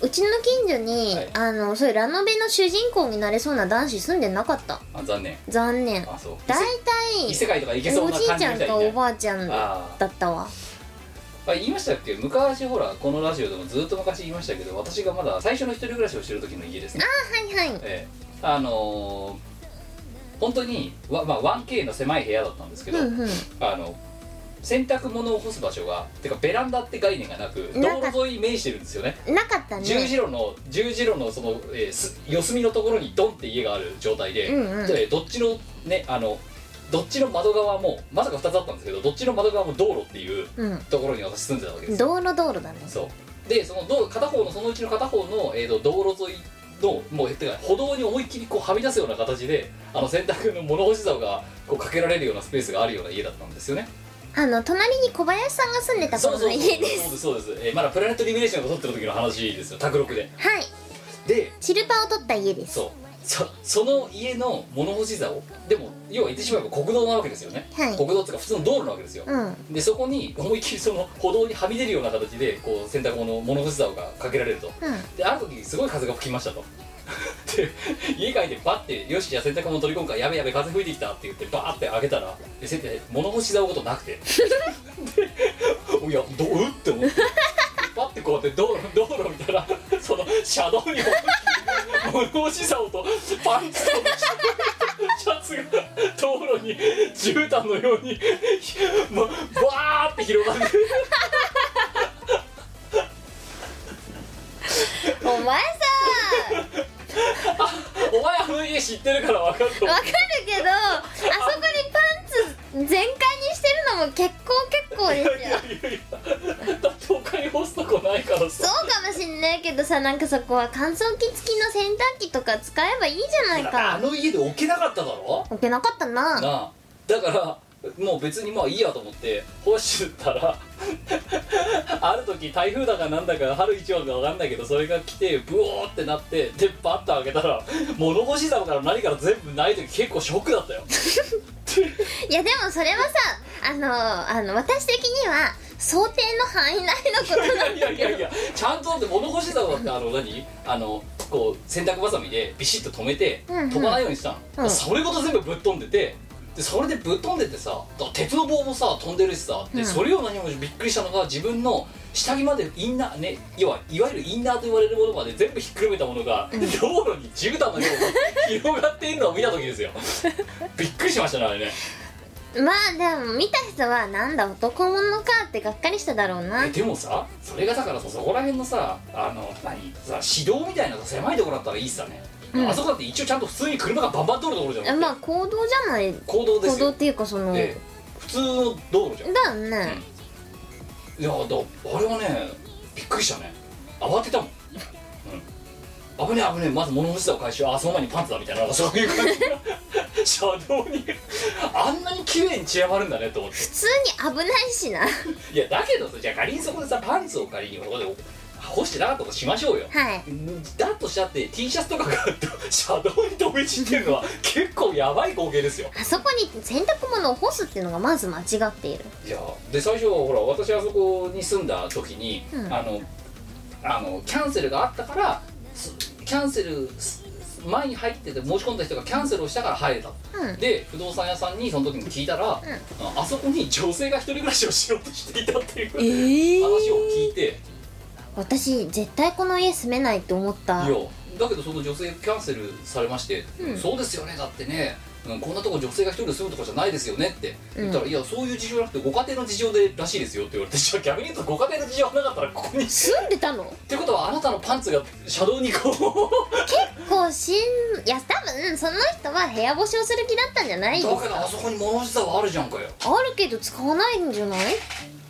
Speaker 2: うちの近所に、
Speaker 1: はい
Speaker 2: あのそういうラノベの主人公になれそうな男子住んでなかった
Speaker 1: あ残念
Speaker 2: 残念
Speaker 1: あそう
Speaker 2: 大
Speaker 1: 異世界
Speaker 2: 体
Speaker 1: とか行けそう
Speaker 2: お
Speaker 1: な
Speaker 2: じい
Speaker 1: 感
Speaker 2: ち
Speaker 1: じみ
Speaker 2: ゃ
Speaker 1: たい
Speaker 2: ん
Speaker 1: な
Speaker 2: かおばあちゃんだ
Speaker 1: あ
Speaker 2: ったわ
Speaker 1: ーあ言いましたっけ昔ほらこのラジオでもずっと昔言いましたけど私がまだ最初の一人暮らしをしてる時の家ですね
Speaker 2: はいはい
Speaker 1: ええあのー本当にわ、まあ、1K の狭い部屋だったんですけど、
Speaker 2: うんうん
Speaker 1: あの洗濯物を干す場所がてかベランダって概念がなく道
Speaker 2: なかった
Speaker 1: 路沿いに面してるんですよね
Speaker 2: なかった
Speaker 1: 十字
Speaker 2: ね
Speaker 1: 路の十字路のその、えーす四隅のところにドンって家がある状態で、
Speaker 2: うんうん
Speaker 1: でどっちのねあのどっちの窓側もまさか2つあったんですけどどっちの窓側も道路っていう
Speaker 2: うん
Speaker 1: ところに私住んでたわけですよ
Speaker 2: 道路道路だね
Speaker 1: そうでその道片方のそのうちの片方の、えー、と道路沿いのもうてか歩道に思いっきりこうはみ出すような形であの洗濯の物干し竿がこうかけられるようなスペースがあるような家だったんですよね
Speaker 2: あの隣に小林さんが住んでた
Speaker 1: そうそ
Speaker 2: 頃の
Speaker 1: うそう
Speaker 2: 家です
Speaker 1: そうですそうです、えーまだプラネットリミネーションが撮ってる時の話ですよ卓録で
Speaker 2: はい
Speaker 1: で
Speaker 2: シルパを取った家です
Speaker 1: そうそその家の物干し竿でも要は言ってしまえば国道なわけですよね、
Speaker 2: はい
Speaker 1: 国道っていうか普通の道路なわけですよ、
Speaker 2: うん
Speaker 1: でそこに思いっきりその歩道にはみ出るような形でこう洗濯物物干し竿がかけられると、
Speaker 2: う
Speaker 1: である時すごい風が吹きましたと [LAUGHS] で家帰ってバッて「よしじゃあ洗濯物取り込むからやべやべ風吹いてきた」って言ってバーって開けたらで洗濯物干し竿ごとなくてでいやどうって思ってバッてこうやって道路道路見たらその車道に物干し竿とパンツとシャツが道路に絨毯のようにまバーって広がってる
Speaker 2: お前さ
Speaker 1: お前あの家知ってるから分かると
Speaker 2: わ
Speaker 1: 思
Speaker 2: かるけどあそこにパンツ全開にしてるのも結構結構
Speaker 1: うい
Speaker 2: ですよ
Speaker 1: やいやいやだって他に干すとこないから
Speaker 2: そ
Speaker 1: さ
Speaker 2: うかもしんないけどさなんかそこは乾燥機付きの洗濯機とか使えばいいじゃな
Speaker 1: [LAUGHS]
Speaker 2: い
Speaker 1: あ
Speaker 2: か
Speaker 1: の家で置けなかっただろ
Speaker 2: 置けなかった
Speaker 1: な
Speaker 2: な
Speaker 1: あだからもう別にまあいいやと思って干したら [LAUGHS] ある時台風だかなんだか春一番か分かんないけどそれが来てブオーってなってでバッと開けたら物干し竿から何から全部ない時結構ショックだったよ
Speaker 2: いやでもそれはさあのあの私的には想定の範囲内のこと
Speaker 1: い
Speaker 2: な
Speaker 1: や
Speaker 2: ん
Speaker 1: いや
Speaker 2: だ
Speaker 1: い
Speaker 2: けど
Speaker 1: やいやちゃんとだって物干し竿だってあの何あのこう洗濯ばさみでビシッと止めて
Speaker 2: うんうん
Speaker 1: 飛ばないようにしたの、
Speaker 2: うん
Speaker 1: それごと全部ぶっ飛んでてでそれでぶっ飛んでてさだから鉄の棒もさ飛んでるしさで、
Speaker 2: うん
Speaker 1: それを何もびっくりしたのが自分の下着までインナーね要はいわゆるインナーと言われるものまで全部ひっくるめたものが、道路に絨毯のように [LAUGHS] 広がっているのを見た時ですよびっくりしましたねあれね
Speaker 2: まあでも見た人はなんだ男物かってがっかりしただろうな
Speaker 1: えでもさそれがだからさそこら辺のさあの何さ指導みたいなさ狭いところだったらいいっすよね、
Speaker 2: うん
Speaker 1: あそこだって一応ちゃんと普通に車がバンバン通るところじゃ
Speaker 2: え
Speaker 1: ん、
Speaker 2: まあ行動じゃない
Speaker 1: 行動で
Speaker 2: 行
Speaker 1: す
Speaker 2: 動っ
Speaker 1: よ、
Speaker 2: ていうかその、
Speaker 1: ええ普通の道路じゃん、
Speaker 2: だよね、
Speaker 1: いやだあれはねびっくりしたね慌てたもん、うん、危ねえ危ねえまず物干し竿回収あその前にパンツだみたいなそういう感じ車道にあんなに綺麗に散らばるんだねと思って
Speaker 2: 普通に危ないしなはい
Speaker 1: やだけどさじゃあ仮にそこでさパンツを仮にここで干してなかったとしましょうよ
Speaker 2: い
Speaker 1: だとしたって T シャツとか [LAUGHS] が車道に飛び散ってるのは結構やばい光景ですよ
Speaker 2: あそこに洗濯物を干すっていうのがまず間違っている
Speaker 1: いやで最初ほら私あそこに住んだ時に、
Speaker 2: うん
Speaker 1: あのあのキャンセルがあったからすキャンセルす前に入ってて申し込んだ人がキャンセルをしたから入れた
Speaker 2: うん
Speaker 1: で不動産屋さんにその時に聞いたら、ああそこに女性が一人暮らしをしようとしていたっていう話
Speaker 2: え
Speaker 1: を聞いて、
Speaker 2: 私絶対この家住めないと思った
Speaker 1: いやだけどその女性キャンセルされまして、
Speaker 2: うん
Speaker 1: そうですよねだってね、うんこんなとこ女性が一人で住むとかじゃないですよねって言ったら、いやそういう事情じゃなくてご家庭の事情でらしいですよって言われてじゃあ逆に言うとご家庭の事情がなかったらここにっ
Speaker 2: 住んでたの
Speaker 1: てことはあなたのパンツが車道にこ [LAUGHS]
Speaker 2: こうしんいや多分その人は部屋干しをする気だったんじゃ
Speaker 1: う
Speaker 2: ないです
Speaker 1: だけどあ
Speaker 2: か
Speaker 1: そこに物干し竿あるじゃんかよ
Speaker 2: あるけど使わないんじゃない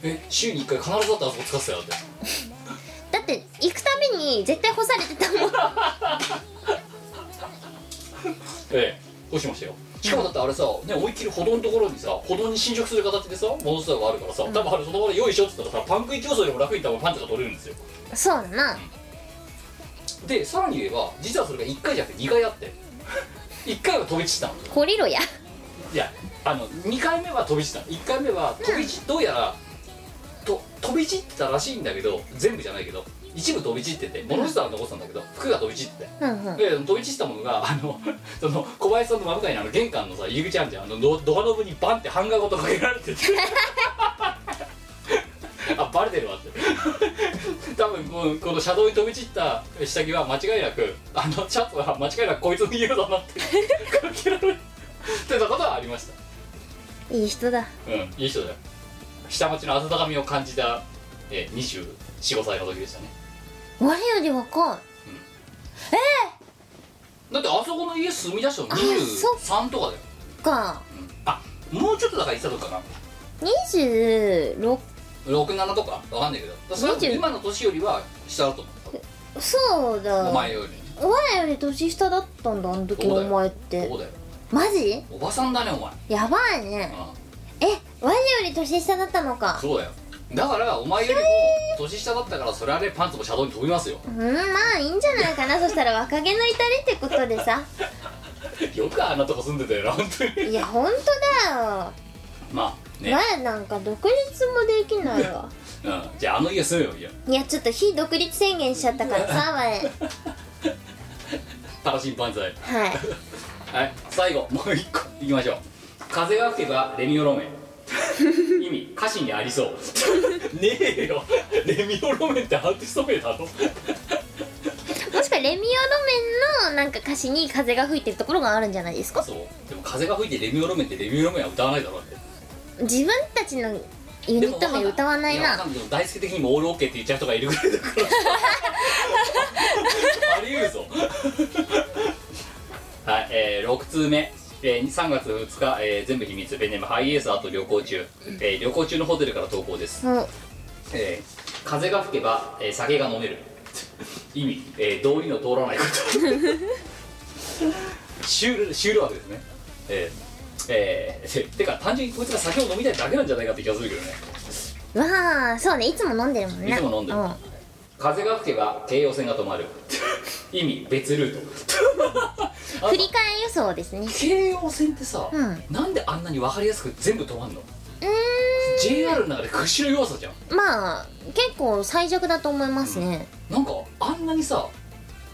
Speaker 1: え週に1回必ずだってあそこ使ってたよって
Speaker 2: だって行くたびに絶対干されてたもん
Speaker 1: ええどうしましたよしかもだってあれさ、ね、思いっきり歩道のところにさ歩道に侵食する形でさ物干し竿があるからさ、多分あれその場で用意しようって言ったらさパン食い競争よりも楽に多分パンツが取れるんですよ
Speaker 2: [LAUGHS] そうだな
Speaker 1: でさらに言えば実はそれが1回じゃなくて2回あって1回は飛び散ったの
Speaker 2: 懲りろや
Speaker 1: いやあの2回目は飛び散ったの1回目は飛び散どうやらと飛び散ってたらしいんだけど全部じゃないけど一部飛び散ってて物質は残ってたんだけど服が飛び散ってて
Speaker 2: うんうん
Speaker 1: で飛び散ったものがあのその小林さんの真向かいにあの玄関のさ入り口あんじゃんあのドドアノブにバンってハンガーごとかけられて [LAUGHS] てあバレてるわって多分このこの車道に飛び散った下着は間違いなくあのシャツは間違いなくこいつの家だなってかけられてたことはありました
Speaker 2: いい人だ
Speaker 1: うんいい人だよ下町の温かみを感じた、えー、245歳の時でしたね
Speaker 2: 我より若い
Speaker 1: だってあそこの家住み出したの
Speaker 2: あそ
Speaker 1: 23とかだよ
Speaker 2: か
Speaker 1: あもうちょっとだから言ってたとかな
Speaker 2: 26
Speaker 1: 67とかわかんないけどだからそれは
Speaker 2: 20
Speaker 1: 今の年よりは下だと思
Speaker 2: そう
Speaker 1: う
Speaker 2: だ
Speaker 1: お前より
Speaker 2: 我より年下だったんだあの時のお前って
Speaker 1: そうだよ
Speaker 2: マジ
Speaker 1: おばさんだねお前、
Speaker 2: やばいね
Speaker 1: う
Speaker 2: え我より年下だったの
Speaker 1: ん、
Speaker 2: か
Speaker 1: そうだよだからお前よりも年下だったからそれはねパンツもシャドウに飛び
Speaker 2: [LAUGHS]
Speaker 1: ますよ
Speaker 2: うんまあいいんじゃな
Speaker 1: [LAUGHS]
Speaker 2: いかなそしたら若気の至りってことでさ
Speaker 1: よくあんなとこ住んでたよな本当に
Speaker 2: いやほんとだよ
Speaker 1: まあね、
Speaker 2: 我なんか独立もできないわ
Speaker 1: うん、じゃああの家住めばいいよ
Speaker 2: いやちょっと非独立宣言しちゃったからさ我
Speaker 1: パラシンパンツだよ
Speaker 2: はい
Speaker 1: はい最後もう一個いきましょう風が吹けばレミオロメ
Speaker 2: [LAUGHS]
Speaker 1: ン意味歌詞にありそう [LAUGHS] ねえよレミオロメンってアーティスト名だろ
Speaker 2: かレミオロメンのなんか歌詞に風が吹いてるところがあるんじゃないですか
Speaker 1: そうでも風が吹いてレミオロメンってレミオロメンは歌わないだろうって
Speaker 2: 自分たちのユニット名歌わない
Speaker 1: やわ
Speaker 2: な
Speaker 1: かんいでも大輔的にもオールオッケーって言っちゃう人がいるぐらいだから [LAUGHS] あり得るぞ [LAUGHS] はい、えー、6通目、えー、3月2日、えー全部秘密ペンネームハイエースあと旅行中、えー旅行中のホテルから投稿です、
Speaker 2: そう
Speaker 1: えー風が吹けば、えー酒が飲める意味、えー道理の通らないこと [LAUGHS] シュールシュール枠ですねえーえーててか単純にこいつが酒を飲みたいだけなんじゃないかって気がするけどね
Speaker 2: わあそうねいつも飲んでるもんね
Speaker 1: いつも飲んでる
Speaker 2: う
Speaker 1: 風が吹けば京葉線が止まる意味別ルートあ
Speaker 2: 振り替え予想ですね
Speaker 1: 京葉線ってさ、
Speaker 2: うん
Speaker 1: なんであんなに分かりやすく全部止まんの
Speaker 2: うー
Speaker 1: JR の中で屈指の弱さじゃん
Speaker 2: んまあ結構最弱だと思いますね、
Speaker 1: なんかあんなにさ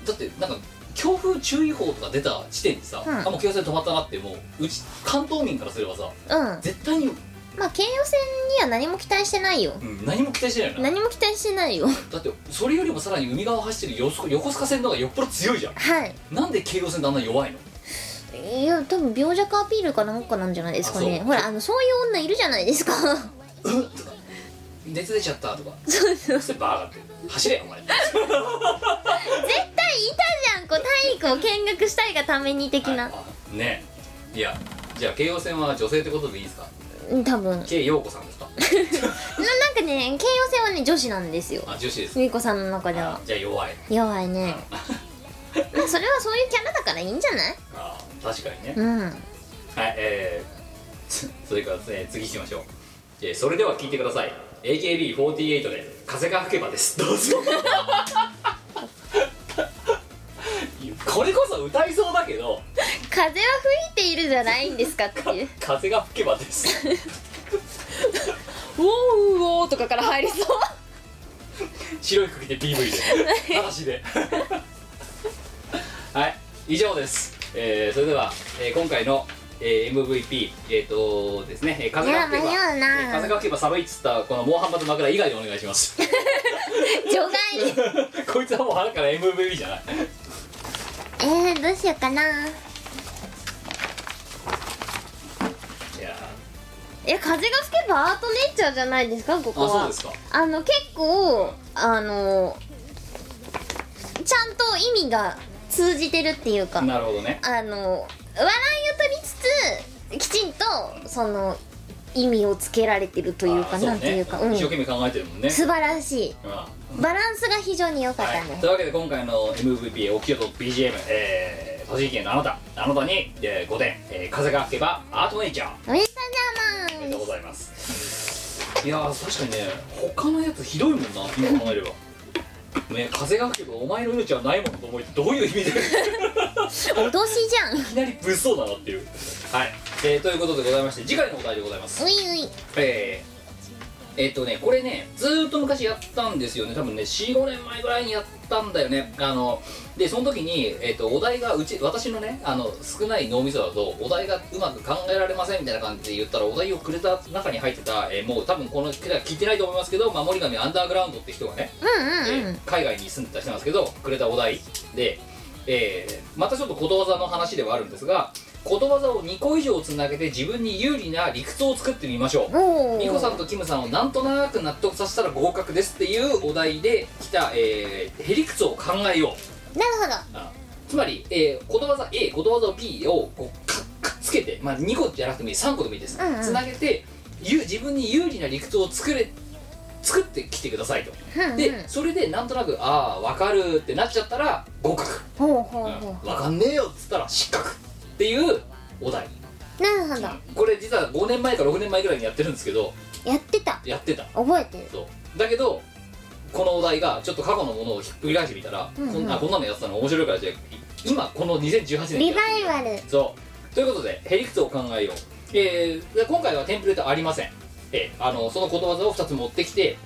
Speaker 1: だってなんか強風注意報とか出た時点でさ、
Speaker 2: うん
Speaker 1: あもう京葉線止まったなってもううち関東民からすればさ
Speaker 2: うん
Speaker 1: 絶対に、
Speaker 2: まあ京葉線には何も期待してないよ
Speaker 1: うん何も期待してないよな
Speaker 2: 何も期待してないよ
Speaker 1: だってそれよりもさらに海側を走ってる横須横須賀線の方がよっぽど強いじゃん
Speaker 2: はい
Speaker 1: なんで京葉線ってあんな弱いの
Speaker 2: いや多分病弱アピールかなんかなんじゃないですか
Speaker 1: あ
Speaker 2: ね
Speaker 1: そう
Speaker 2: ほらあのそういう女いるじゃないですか
Speaker 1: うんとか熱出ちゃったとかそうそれバーガーって走れよお前
Speaker 2: 絶対いたじゃんこう体育を見学したいがために的な、
Speaker 1: はいねえいやじゃあ京王線は女性ってことでいいですか
Speaker 2: うん多分ななん
Speaker 1: 慶陽子さんですか
Speaker 2: かね京葉線はね女子なんですよ
Speaker 1: あ女子です
Speaker 2: ゆいこさんの中では
Speaker 1: あじゃあ弱い
Speaker 2: 弱い [LAUGHS] ねまあそれはそういうキャラだからいいんじゃない
Speaker 1: あ確かにね
Speaker 2: うん
Speaker 1: はいえー [LAUGHS] つそれから、えー次いきましょう、えーそれでは聞いてください AKB48 で「風が吹けば」ですどうぞ [LAUGHS] これこそ歌いそうだけど
Speaker 2: 風は吹いているじゃないんですかっていう
Speaker 1: 「風が吹けば」です
Speaker 2: 「 [LAUGHS] おーうおー」とかから入りそう
Speaker 1: 白い服着て PV で話で [LAUGHS] はい以上です、えーそれでは、えー今回の、えー MVP えっ、とですねえー風が吹けば、
Speaker 2: いや迷うな
Speaker 1: えー風が吹けば寒いっつったこのモンハンバの枕以外でお願いします
Speaker 2: 除外
Speaker 1: [LAUGHS] こいつはもう腹から MVP じゃない
Speaker 2: えー、どうしようかない
Speaker 1: や
Speaker 2: え風が吹けばアートネイチャーじゃないですかこ
Speaker 1: ー
Speaker 2: こ
Speaker 1: あ
Speaker 2: は
Speaker 1: そうですか
Speaker 2: あの結構あのちゃんと意味が通じてるっていうか
Speaker 1: なるほどね
Speaker 2: あの笑いを取りつつきちんとその意味をつけられてるという
Speaker 1: あ
Speaker 2: か
Speaker 1: ーそ
Speaker 2: なんていうかう、ん、
Speaker 1: 一生
Speaker 2: 素
Speaker 1: 懸命考えてるもんね
Speaker 2: 晴らし
Speaker 1: うん
Speaker 2: いバランスが非常に良かった
Speaker 1: はい、
Speaker 2: ね、
Speaker 1: というわけで今回の MVP お清と BGM、えー、栃木県のあなたあなたに、えー、5点、えー風が吹けばアートネイチャー
Speaker 2: おめでと
Speaker 1: あ
Speaker 2: う
Speaker 1: りがと
Speaker 2: ござい
Speaker 1: う
Speaker 2: ま
Speaker 1: ございますいやー確かにね他のやつひどいもんな今考えれば [LAUGHS] ね風が吹けばお前の命はないもんと思いどういう意味で [LAUGHS] い
Speaker 2: す脅しじゃん
Speaker 1: きなり物騒だなっていうはい、えーということでございまして次回のお題でございます
Speaker 2: ういうい
Speaker 1: えーえっとねこれねずーっと昔やったんですよね多分ね45年前ぐらいにやったんだよねあのでその時に、えっとお題がうち私のねあの少ない脳みそだとお題がうまく考えられませんみたいな感じで言ったらお題をくれた中に入ってた、えーもう多分この方は聞いてないと思いますけど守り神アンダーグラウンドって人がね、
Speaker 2: うんうんう
Speaker 1: え
Speaker 2: ん
Speaker 1: ー海外に住んでた人なんですけどくれたお題で、えーまたちょっとことわざの話ではあるんですがことわざを2個以上つなげて自分に有利な理屈を作ってみましょう
Speaker 2: お
Speaker 1: ミコさん
Speaker 2: ー
Speaker 1: とキムさんをなんとなく納得させたら合格ですっていうお題で来た、えー、へりくつを考えよう
Speaker 2: なるほど
Speaker 1: つまり、えー、ことわざ A ことわざ B をこうかくっつけて、まあ、2個じゃなくてもいい3個でもいいです
Speaker 2: うんうん
Speaker 1: つなげてゆ自分に有利な理屈を作れ作ってきてくださいと
Speaker 2: うんうん
Speaker 1: でそれでなんとなくああ分かるってなっちゃったら合格、
Speaker 2: ほうほう
Speaker 1: う
Speaker 2: ほ
Speaker 1: 分かんねえよっつったら失格っていうお題
Speaker 2: うなるほど
Speaker 1: これ実は5年前か6年前ぐらいにやってるんですけど
Speaker 2: やってた
Speaker 1: やってた
Speaker 2: 覚えてる
Speaker 1: そうだけどこのお題がちょっと過去のものをひっくり返してみたら、
Speaker 2: うんうん
Speaker 1: こんなこんなのやってたの面白いからじゃあ今この2018年に
Speaker 2: リ
Speaker 1: やっ
Speaker 2: バ
Speaker 1: てみ
Speaker 2: イ
Speaker 1: よう
Speaker 2: バル
Speaker 1: そうということでヘリクツを考えよう、えーで今回はテンプレートありません、えーあのそのことわざを2つ持ってきて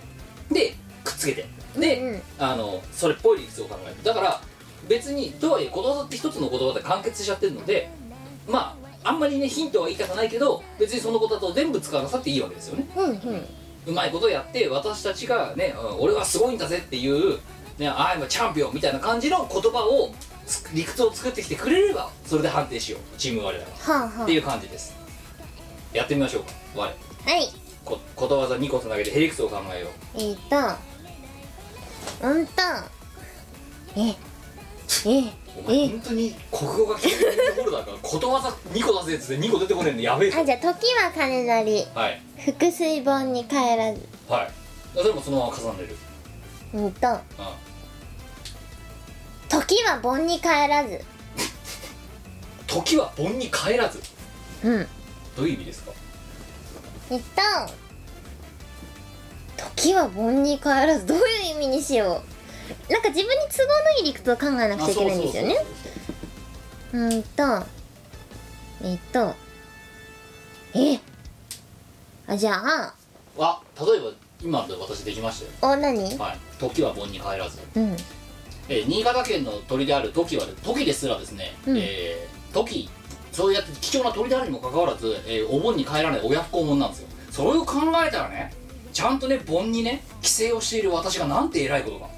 Speaker 1: でくっつけてで、
Speaker 2: うんうん
Speaker 1: あのそれっぽい理屈を考えるだから別にとはいえことわざって一つの言葉で完結しちゃってるのでまああんまりねヒントは言いたくないけど別にそのことだと全部使わなさっていいわけですよね
Speaker 2: うんうん
Speaker 1: うまいことやって私たちがね、うん俺はすごいんだぜっていうね、アイムチャンピオンみたいな感じの言葉をつ理屈を作ってきてくれればそれで判定しようチーム我らが
Speaker 2: はあはあ
Speaker 1: っていう感じですやってみましょうか我
Speaker 2: はい
Speaker 1: こことわざ2個つなげてヘリクスを考えよう
Speaker 2: えーとうんとええ
Speaker 1: お前
Speaker 2: え
Speaker 1: 本当に国語が嫌いなところだから [LAUGHS] ことわざ2個出せっつって2個出てこねえのやべえぞ
Speaker 2: あじゃあ時は金なり
Speaker 1: はい
Speaker 2: 腹水盆に帰らず
Speaker 1: はいそれもそのまま重ねる
Speaker 2: うんと
Speaker 1: うん
Speaker 2: 時は盆に帰らず
Speaker 1: 時は盆に帰らず
Speaker 2: うん
Speaker 1: どういう意味ですか
Speaker 2: えっと時は盆に帰らずどういう意味にしようなんか自分に都合のいい理屈を考えなくちゃいけないんですよね
Speaker 1: あそうそうそうそう
Speaker 2: うんとえっとえあじゃあ
Speaker 1: あ例えば今ので私できましたよ
Speaker 2: お何
Speaker 1: はい時は盆に帰らず
Speaker 2: うん
Speaker 1: えー新潟県の鳥であるトキはトキですらですね、
Speaker 2: うん
Speaker 1: えートキそうやって貴重な鳥であるにもかかわらず、えーお盆に帰らない親不孝者なんですよそれを考えたらねちゃんとね盆にね帰省をしている私がなんて偉いことか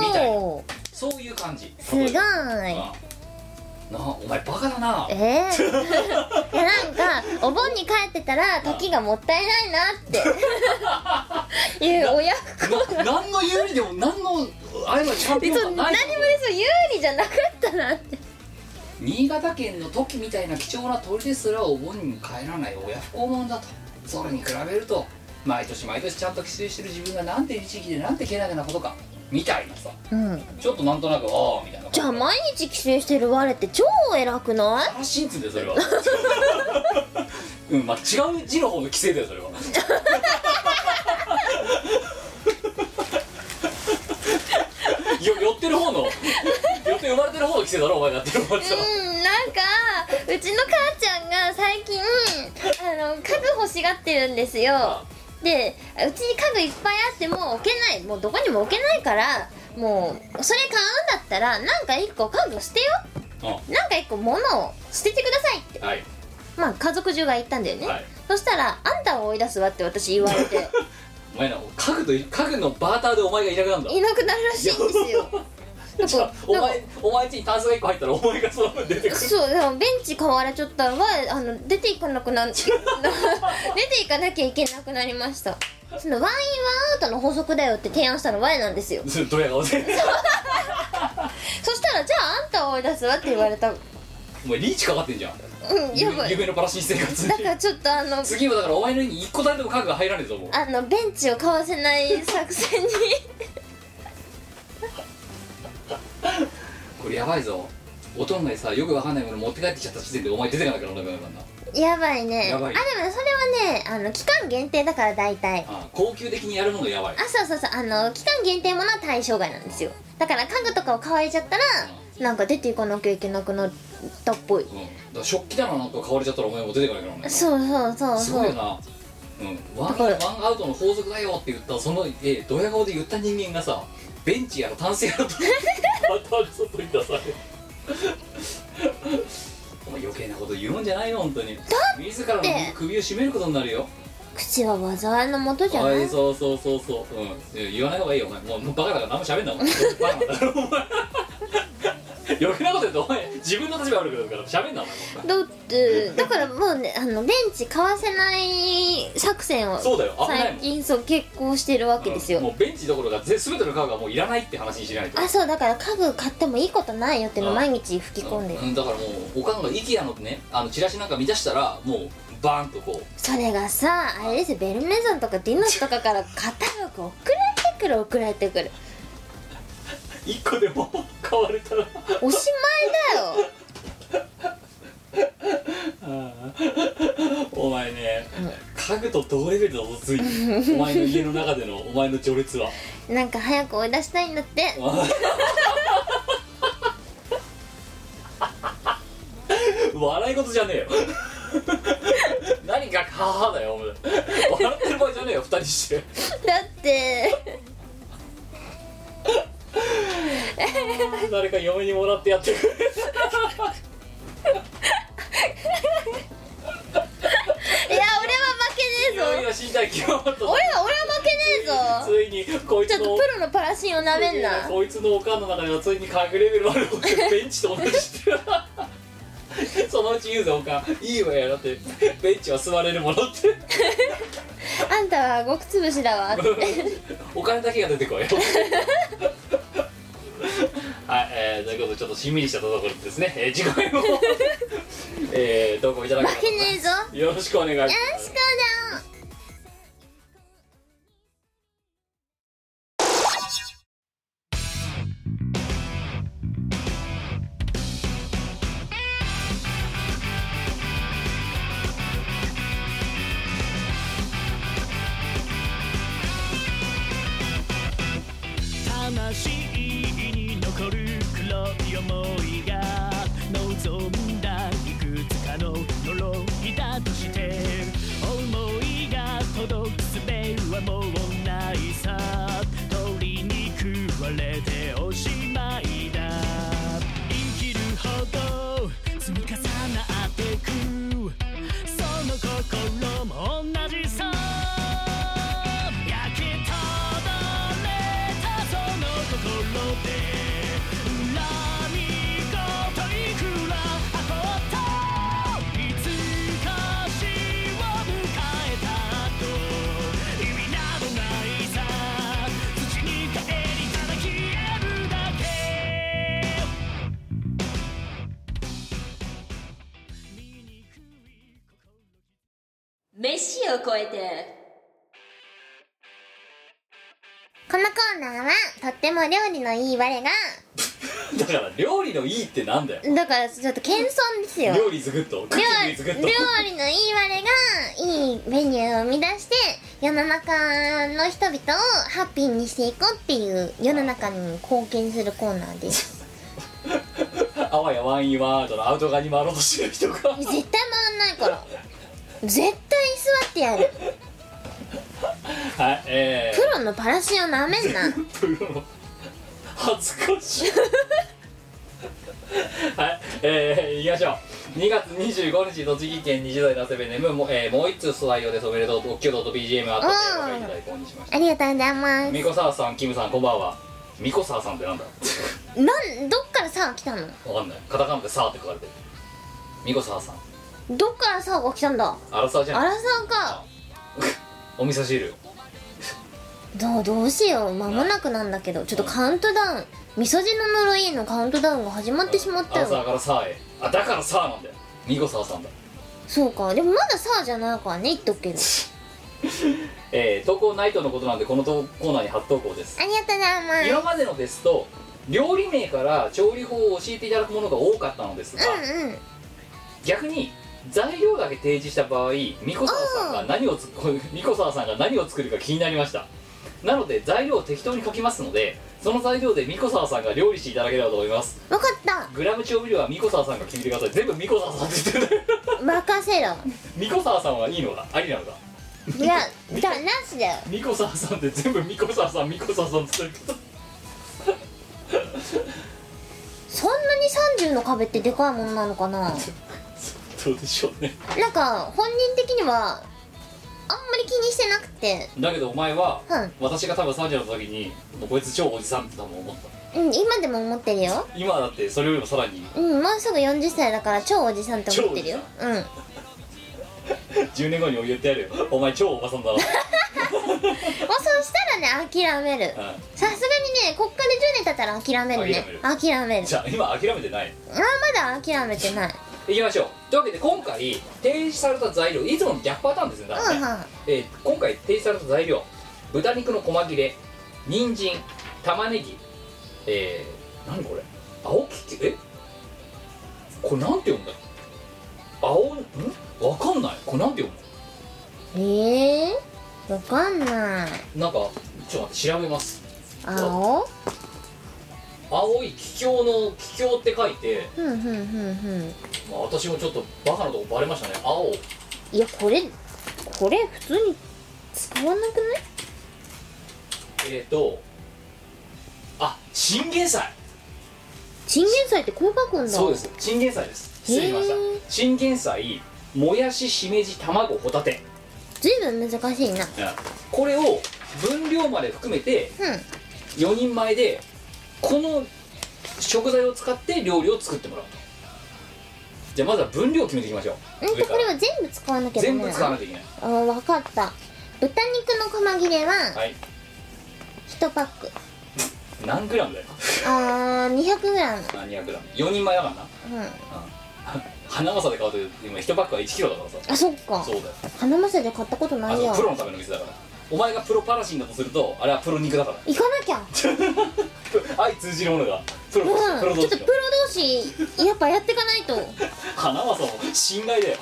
Speaker 1: みたい
Speaker 2: おお
Speaker 1: そういう感じ
Speaker 2: すごい
Speaker 1: 例えばうんなあお前バカだな
Speaker 2: え [LAUGHS] ー、いやなんかお盆に帰ってたら時がもったいないなっていう親不孝
Speaker 1: な何の有利でも何のあれはチャンピオン
Speaker 2: そう
Speaker 1: 感な
Speaker 2: 何
Speaker 1: い
Speaker 2: もそう有利じゃなかったなって
Speaker 1: 新潟県のトキみたいな貴重な鳥ですらお盆に帰らない親不孝者だとそれに比べると毎年毎年ちゃんと帰省してる自分がなんて律儀でなんてけなげなことかみたいなさ
Speaker 2: うん
Speaker 1: ちょっとなんとなくああみたいな
Speaker 2: じゃあ毎日帰省してる我って超偉くない
Speaker 1: らしいっつうんだよそれはうんまあ違う字の方の規制だよそれはよ寄ってる方の寄って生まれてる方の規制だろお前がやってる方は
Speaker 2: うんなんかうちの母ちゃんが最近あの家具欲しがってるんですよでうちに家具いっぱいあってもう置けないもうどこにも置けないからもうそれ買うんだったらなんか一個家具捨てよ
Speaker 1: う
Speaker 2: なんか一個物を捨ててくださいって
Speaker 1: んはい
Speaker 2: まあ家族中が言ったんだよね、
Speaker 1: はい
Speaker 2: そしたら「あんたを追い出すわ」って私言われて
Speaker 1: お前な家具と家具のバーターでお前がいなくなるんだ
Speaker 2: [LAUGHS] いなくなるらしいんですよ
Speaker 1: じゃあお
Speaker 2: なんか
Speaker 1: 前お前家にタンスが1個入ったらお前がその分出てくる
Speaker 2: そうでもベンチ買われちゃったらわあの出ていかなくな [LAUGHS] 出ていかなきゃいけなくなりましたそのワインワンアウトの法則だよって提案したのワイなんですよ
Speaker 1: ずっとドヤ顔で
Speaker 2: そしたらじゃああんたを追い出すわって言われたうん
Speaker 1: お前リーチかかってんじゃん
Speaker 2: やばい
Speaker 1: 夢のパラシン生活に
Speaker 2: だからちょっとあの
Speaker 1: 次はだからお前の家に1個だけでも家具が入らねえぞもう
Speaker 2: あのベンチを買わせない作戦に
Speaker 1: これやばいぞおとんがさよくわかんないもの持って帰ってきちゃった時点でお前出てかなきゃならなくなるな
Speaker 2: [LAUGHS] やばいね
Speaker 1: やばい
Speaker 2: あでもねそれはねあの期間限定だから大体
Speaker 1: ああ高級的にやるものやばい
Speaker 2: あそうそうそうあの期間限定ものは対象外なんですよだから家具とかを買われちゃったらなんか出ていかなきゃいけなくなったっぽい
Speaker 1: うんだから食器棚なんか買われちゃったらお前も出てかなきゃならない
Speaker 2: そうそうそう
Speaker 1: す
Speaker 2: そ
Speaker 1: ご
Speaker 2: う
Speaker 1: いよなうん、ワン
Speaker 2: だ
Speaker 1: ワ
Speaker 2: か
Speaker 1: ンアウトの法則だよって言ったその、えー、ドヤ顔で言った人間がさベンチやらタンスやらとまた外に出される [LAUGHS] お前余計なこと言うんじゃないよ本当に自らの首を絞めることになるよ
Speaker 2: 口は災いのもとじゃ
Speaker 1: は
Speaker 2: ない
Speaker 1: いそうそうそうそう、うんいや、言わない方がいいよお前もうもうバカだから何も喋んなお前バカなんだろお前 [LAUGHS] 余計なこと言うとお前自分の立場悪くなるから喋んなお前
Speaker 2: だってだからもうねあのベンチ買わせない作戦を
Speaker 1: そうだよ危ないもん
Speaker 2: 最近そう結構してるわけですよ、
Speaker 1: うんもうベンチどころかぜ全ての家具はもういらないって話にしないと
Speaker 2: あそうだから家具買ってもいいことないよっての
Speaker 1: うん
Speaker 2: 毎日吹き込んでる、
Speaker 1: うん、だからもうおかんが IKEA のねあのチラシなんか見出したらもうバーンとこ
Speaker 2: それがさあれですよベルメゾンとかディノスとかからカタログ送られてくる送られてくる
Speaker 1: う1個でも買われたら
Speaker 2: おしまいだよ
Speaker 1: お前ね、家具と同レベルだぞつい
Speaker 2: [LAUGHS]
Speaker 1: にお前の家の中でのお前の序列は [LAUGHS]
Speaker 2: なんか早く追い出したいんだって
Speaker 1: 笑い事じゃね
Speaker 2: [LAUGHS]
Speaker 1: えよ何が母だよお前笑ってる場合じゃねえよ二人して
Speaker 2: だ [LAUGHS] って
Speaker 1: 誰か嫁にもらってやってくれ
Speaker 2: いや俺は負けねえぞ
Speaker 1: な身体機能
Speaker 2: 俺は
Speaker 1: と
Speaker 2: 俺は負けね
Speaker 1: ついにこい
Speaker 2: えぞち
Speaker 1: つ
Speaker 2: ょっと
Speaker 1: の
Speaker 2: プロのパラシンをなめんな
Speaker 1: こいつのおかんの中ではついに核レベルまで落ちてベンチと同じってそのうち言うぞおかんいいわよだってベンチは座れるものって
Speaker 2: あんたはごくつぶしだ [LAUGHS] わ
Speaker 1: お金だけが出てこいよはい、えー、ということでちょっとしんみりしたところでですね、えー、次回もえー、投稿いただけれ
Speaker 2: 負けねえぞよ
Speaker 1: ばよろしくお願いしま
Speaker 2: ろし
Speaker 1: す
Speaker 2: くだ
Speaker 4: 魂に残る黒い思いが望んだいくつかの呪いだとして思いが届く術はもうないさ鳥に食われておしまいだ生きるほど積み重なってくその心も同じさ焼きとどめたその心で恨み事いくらあったいつか死を迎えたと意味などないさ土に帰りただ消えるだけ
Speaker 5: 飯を超えて
Speaker 2: このコーナーはとっても料理のいい我が
Speaker 1: だから料理のいいってなんだよ
Speaker 2: だからちょっと謙遜ですよ
Speaker 1: 料理作っとクッキ
Speaker 2: 料
Speaker 1: ング
Speaker 2: 理
Speaker 1: 作っ
Speaker 2: 料
Speaker 1: と
Speaker 2: 理のいい我がいいメニューを生み出して世の中の人々をハッピーにしていこうっていう世の中に貢献するコーナーです
Speaker 1: あわやワインワールドのアウト側に回ろうとしてる人
Speaker 2: [LAUGHS]
Speaker 1: が
Speaker 2: 絶対回んないから絶対座ってやる
Speaker 1: はいえ
Speaker 2: プロのパラシンをなめんな
Speaker 1: ー、プロの恥ずかしいはいえー、いきましょう2月25日栃木県20代男性ベネームも,、えー、もう一通素材用で染めると特許度と BGM あったのでお買いいただいにしました
Speaker 2: ありがとうございます
Speaker 1: ミコサワさんキムさんこんばんはミコサワさんってなんだ
Speaker 2: なんどっからさあ来たの
Speaker 1: [LAUGHS] わかんないカタカナで「サー」って書かれてるミコサワさん
Speaker 2: どっからさあが来たんだ
Speaker 1: アラサーじゃ
Speaker 2: あ
Speaker 1: ん
Speaker 2: らさあか
Speaker 1: お味噌汁
Speaker 2: どうどうしよう間もなくなんだけどちょっとカウントダウン味噌汁の呪いのカウントダウンが始まってしまった
Speaker 1: アラサー
Speaker 2: よ
Speaker 1: から「サー」へあだから「サー」なんだよミコサワさんだ
Speaker 2: そうかでもまださあじゃないからね言っとくけど
Speaker 1: えー、投稿ナイトのことなんでこの投コーナーに初投稿です
Speaker 2: ありがとうございま
Speaker 1: 今までのですと料理名から調理法を教えていただくものが多かったのですが
Speaker 2: すうんうん
Speaker 1: 逆に材料だけ提示した場合ミコサワさんが何をつミコサワさんが何を作るか気になりましたなので材料を適当に書きますのでその材料でミコサワさんが料理していただければと思います
Speaker 2: 分かった
Speaker 1: グラム調味料はミコサワさんが決めてください全部ミコサワさんって言ってる [LAUGHS]
Speaker 2: 任せろ
Speaker 1: ミコサワさんはいいの [LAUGHS] かありなのか
Speaker 2: いやだなしだよ
Speaker 1: ミコサワさんって全部ミコサワさんミコサワさんって言ってる
Speaker 2: そんなに30の壁ってでかいもんなのかな
Speaker 1: どうでしょうね
Speaker 2: なんか本人的にはあんまり気にしてなくて
Speaker 1: だけどお前は、
Speaker 2: うん
Speaker 1: 私が多分30の時にもうこいつ超おじさんって多分思った
Speaker 2: うん今でも思ってるよ
Speaker 1: 今だってそれよりもさらに
Speaker 2: うんもうすぐ40歳だから超おじさんって思ってるようん
Speaker 1: 10年後に言ってやるよお前超おばさんだな
Speaker 2: もうそうしたらね諦める
Speaker 1: うん
Speaker 2: さすがにねこっから10年経ったら諦めるね諦める
Speaker 1: じゃあ今諦めてない
Speaker 2: あまだ諦めてない
Speaker 1: いきましょうというわけで今回提示された材料いつもの逆パターンですねだから
Speaker 2: う
Speaker 1: ね
Speaker 2: んうん
Speaker 1: えー今回提示された材料豚肉の細切れ人参玉ねぎえー、何これ青ききえこれなんて読むんだ青んわかんないこれなんて読む
Speaker 2: えー、わかんない
Speaker 1: のなんかちょっと待って調べます
Speaker 2: 青
Speaker 1: 青い桔梗の桔梗って書いて、
Speaker 2: ふんふんふんふん
Speaker 1: まあ、私もちょっとバカなとこバレましたね青
Speaker 2: いやこれこれ普通に使わなくない
Speaker 1: えっ、とあチンゲン菜
Speaker 2: チンゲン菜ってこう書くんだ
Speaker 1: そうですチンゲン菜です失礼しました
Speaker 2: へー
Speaker 1: チンゲン菜もやししめじ卵ホタテ
Speaker 2: ずいぶん難しいな
Speaker 1: これを分量まで含めて
Speaker 2: う
Speaker 1: 4人前でこの食材を使って料理を作ってもらうじゃあまずは分量を決めていきましょ
Speaker 2: ん
Speaker 1: うん
Speaker 2: と
Speaker 1: 上か
Speaker 2: これ
Speaker 1: ら
Speaker 2: は全部使わなきゃダ
Speaker 1: 全
Speaker 2: メ
Speaker 1: 部
Speaker 2: な
Speaker 1: 使わ
Speaker 2: の
Speaker 1: なきゃいけない
Speaker 2: あ分かった豚肉の細切れは
Speaker 1: はい
Speaker 2: 1パック
Speaker 1: 何グラムだよ
Speaker 2: あー 200g
Speaker 1: 何グラム4人前だからな [LAUGHS]
Speaker 2: うん
Speaker 1: 花笠で買うと今1パックは1キロだからさ
Speaker 2: あそっか
Speaker 1: そうだよ
Speaker 2: 花まさで買ったことな
Speaker 1: あ
Speaker 2: い
Speaker 1: の
Speaker 2: よ
Speaker 1: プロのための店だからお前がプロパラシンだとするとあれはプロ肉だから [LAUGHS]
Speaker 2: 行かなきゃ
Speaker 1: プ相通じるものがプロ,、プロ
Speaker 2: うん
Speaker 1: 同
Speaker 2: ち
Speaker 1: 士
Speaker 2: ょっと
Speaker 1: の
Speaker 2: プロ同士やっぱやっていかないと
Speaker 1: 花笠も信頼だよ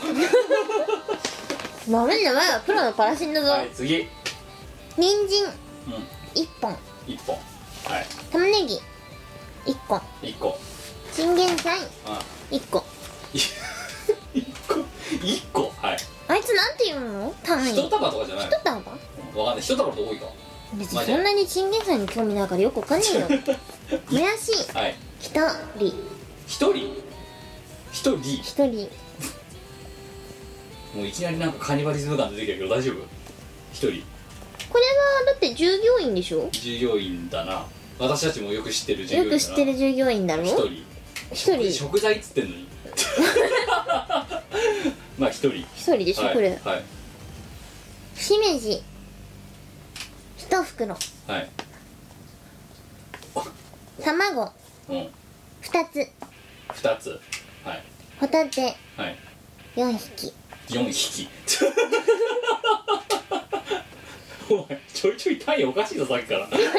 Speaker 2: ダメだわプロのパラシンだぞ
Speaker 1: はい次うん
Speaker 2: 人参1本
Speaker 1: 1本はい
Speaker 2: 玉ねぎ1個
Speaker 1: 1個
Speaker 2: チンゲン菜
Speaker 1: う
Speaker 2: 1個
Speaker 1: ん1個1個はい
Speaker 2: あいつなんて言うの単位
Speaker 1: 一
Speaker 2: 一
Speaker 1: 束とかじゃない
Speaker 2: 束
Speaker 1: のわかんない一束のと多いか
Speaker 2: 別にそんなにチンゲン菜に興味ないからよくわかんねえよ
Speaker 1: [LAUGHS]
Speaker 2: もやし
Speaker 1: はい
Speaker 2: 一人
Speaker 1: 一人一人
Speaker 2: 一人
Speaker 1: もういきなりなんかカニバリズム感出てきたけど大丈夫一人
Speaker 2: これはだって従業員でしょ
Speaker 1: 従業員だな私たちもよく知ってる従業員
Speaker 2: よ
Speaker 1: だな
Speaker 2: く知ってる従業員だろ
Speaker 1: 一人
Speaker 2: 一人一
Speaker 1: 食材っつってん
Speaker 2: [LAUGHS]
Speaker 1: のにまあ一人
Speaker 2: 人でしょ、
Speaker 1: はい
Speaker 2: これ
Speaker 1: はい
Speaker 2: しめじ一袋
Speaker 1: はい
Speaker 2: 卵
Speaker 1: うん
Speaker 2: 二つ
Speaker 1: 二つはい
Speaker 2: ホタテ
Speaker 1: はい
Speaker 2: 四匹
Speaker 1: 四 [LAUGHS] 匹お前ちょいちょい単位おかしいぞさっきから
Speaker 2: あれそ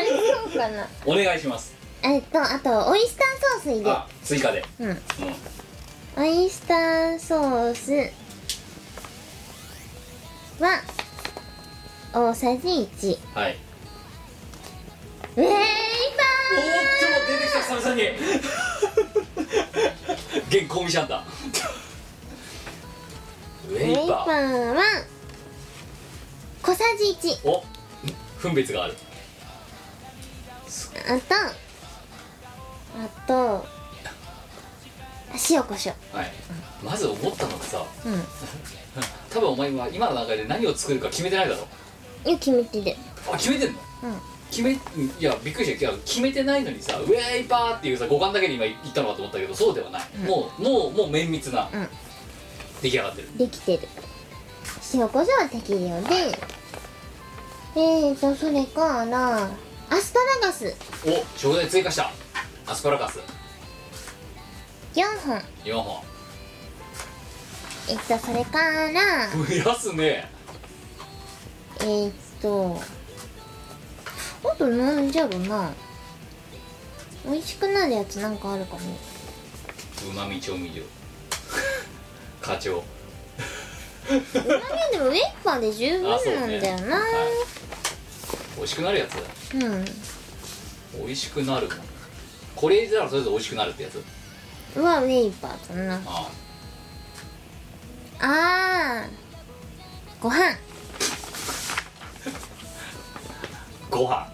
Speaker 2: うかな
Speaker 1: お願いします
Speaker 2: えっとあとオイスターソース入れる
Speaker 1: あ追加で
Speaker 2: うん
Speaker 1: うん
Speaker 2: オイスターソースは大さじ1
Speaker 1: はい
Speaker 2: ウェイパ
Speaker 1: おーっと出てきた久々に原稿見ちゃったウ
Speaker 2: ーウェ
Speaker 1: ェ
Speaker 2: イ
Speaker 1: イ
Speaker 2: パ
Speaker 1: パー
Speaker 2: ーは小さじ
Speaker 1: お分別がある
Speaker 2: 1あとあと塩コショウ
Speaker 1: はいまず思ったのがさ
Speaker 2: うん
Speaker 1: 多分お前は今の段階で何を作るか決めてないだろ
Speaker 2: いや決めてる
Speaker 1: あ決めてんの
Speaker 2: うん
Speaker 1: 決めいやびっくりしたいや決めてないのにさウェイパーっていうさ五感だけで今言ったのかと思ったけどそうではない、もうもうもう綿密な、
Speaker 2: うん
Speaker 1: 出来上がってる
Speaker 2: できてる塩コショウは適量でえーとそれからアスパラガス
Speaker 1: お食材追加したアスパラガス
Speaker 2: 4本
Speaker 1: 4本
Speaker 2: えっとそれから
Speaker 1: 増やすね
Speaker 2: えー、っとあとなんじゃろな美味しくなるやつなんかあるかも
Speaker 1: うまみ調味料 [LAUGHS] 課長
Speaker 2: うまみはでもウェイパーで十分なんだよな
Speaker 1: はい美味しくなるやつ
Speaker 2: う,、
Speaker 1: 美味しくなるもんこれ入れたらとりあえず美味しくなるってやつ
Speaker 2: んはウェイパーだな
Speaker 1: あ
Speaker 2: あーご飯
Speaker 1: あご飯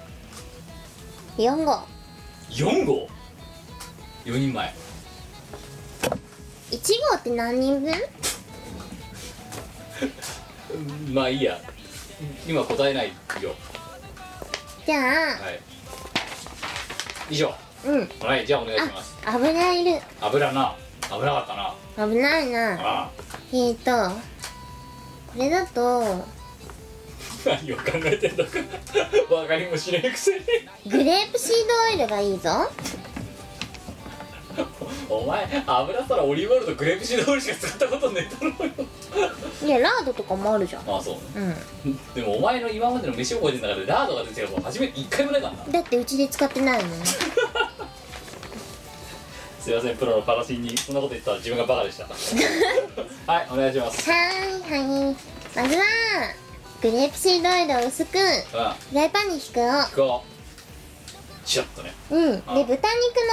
Speaker 2: 4合
Speaker 1: 4合4人前
Speaker 2: 1合って何人分
Speaker 1: うんまあいいや今答えないよ
Speaker 2: じゃあ
Speaker 1: はい以上
Speaker 2: うん
Speaker 1: はいじゃあお願いします
Speaker 2: あ油いる
Speaker 1: 油な油かったな
Speaker 2: 危ないな
Speaker 1: あ
Speaker 2: えー、とこれだと
Speaker 1: [LAUGHS] あ何を考えてんだか [LAUGHS] わかりもしねえくせに
Speaker 2: グレープシードオイルがいいぞ
Speaker 1: お前油ったらオリーブオイルとグレープシードオイルしか使ったことねえだろうよ
Speaker 2: いやラードとかもあるじゃん
Speaker 1: ああそう
Speaker 2: うん
Speaker 1: [LAUGHS] でもお前の今までの飯を覚えてる中でラードが出てるの初めて一回もないからな
Speaker 2: だってうちで使ってないもん
Speaker 1: すいませんプロのパラシンにそんなこと言ったら自分がバカでした [LAUGHS] はいお願いします
Speaker 2: はいはいまずはグレープシードオイルを薄く
Speaker 1: う
Speaker 2: フ
Speaker 1: ん
Speaker 2: ライパンに引くよ
Speaker 1: こうシュッとね
Speaker 2: うんで豚肉の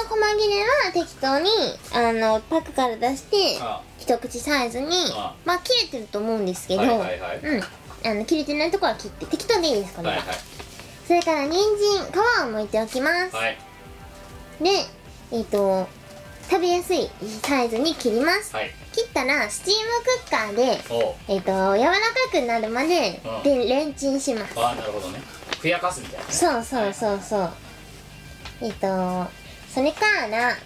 Speaker 2: 細切れは適当にあのパックから出して
Speaker 1: あ
Speaker 2: 一口サイズに
Speaker 1: あ
Speaker 2: まあ切れてると思うんですけど、
Speaker 1: はいはいはい
Speaker 2: うんあの切れてないところは切って適当でいいですこれ
Speaker 1: は
Speaker 2: は、
Speaker 1: い
Speaker 2: それから人参皮を剥いておきます、
Speaker 1: はいはい
Speaker 2: でえっ、と食べやすいサイズに切ります、
Speaker 1: はい
Speaker 2: 切ったらスチームクッカーで
Speaker 1: おう
Speaker 2: えっ、と柔らかくなるまで
Speaker 1: うん
Speaker 2: でレンチンします
Speaker 1: ああなるほどねふやかすみたいなね
Speaker 2: そうそうそうそうえっ、とそれから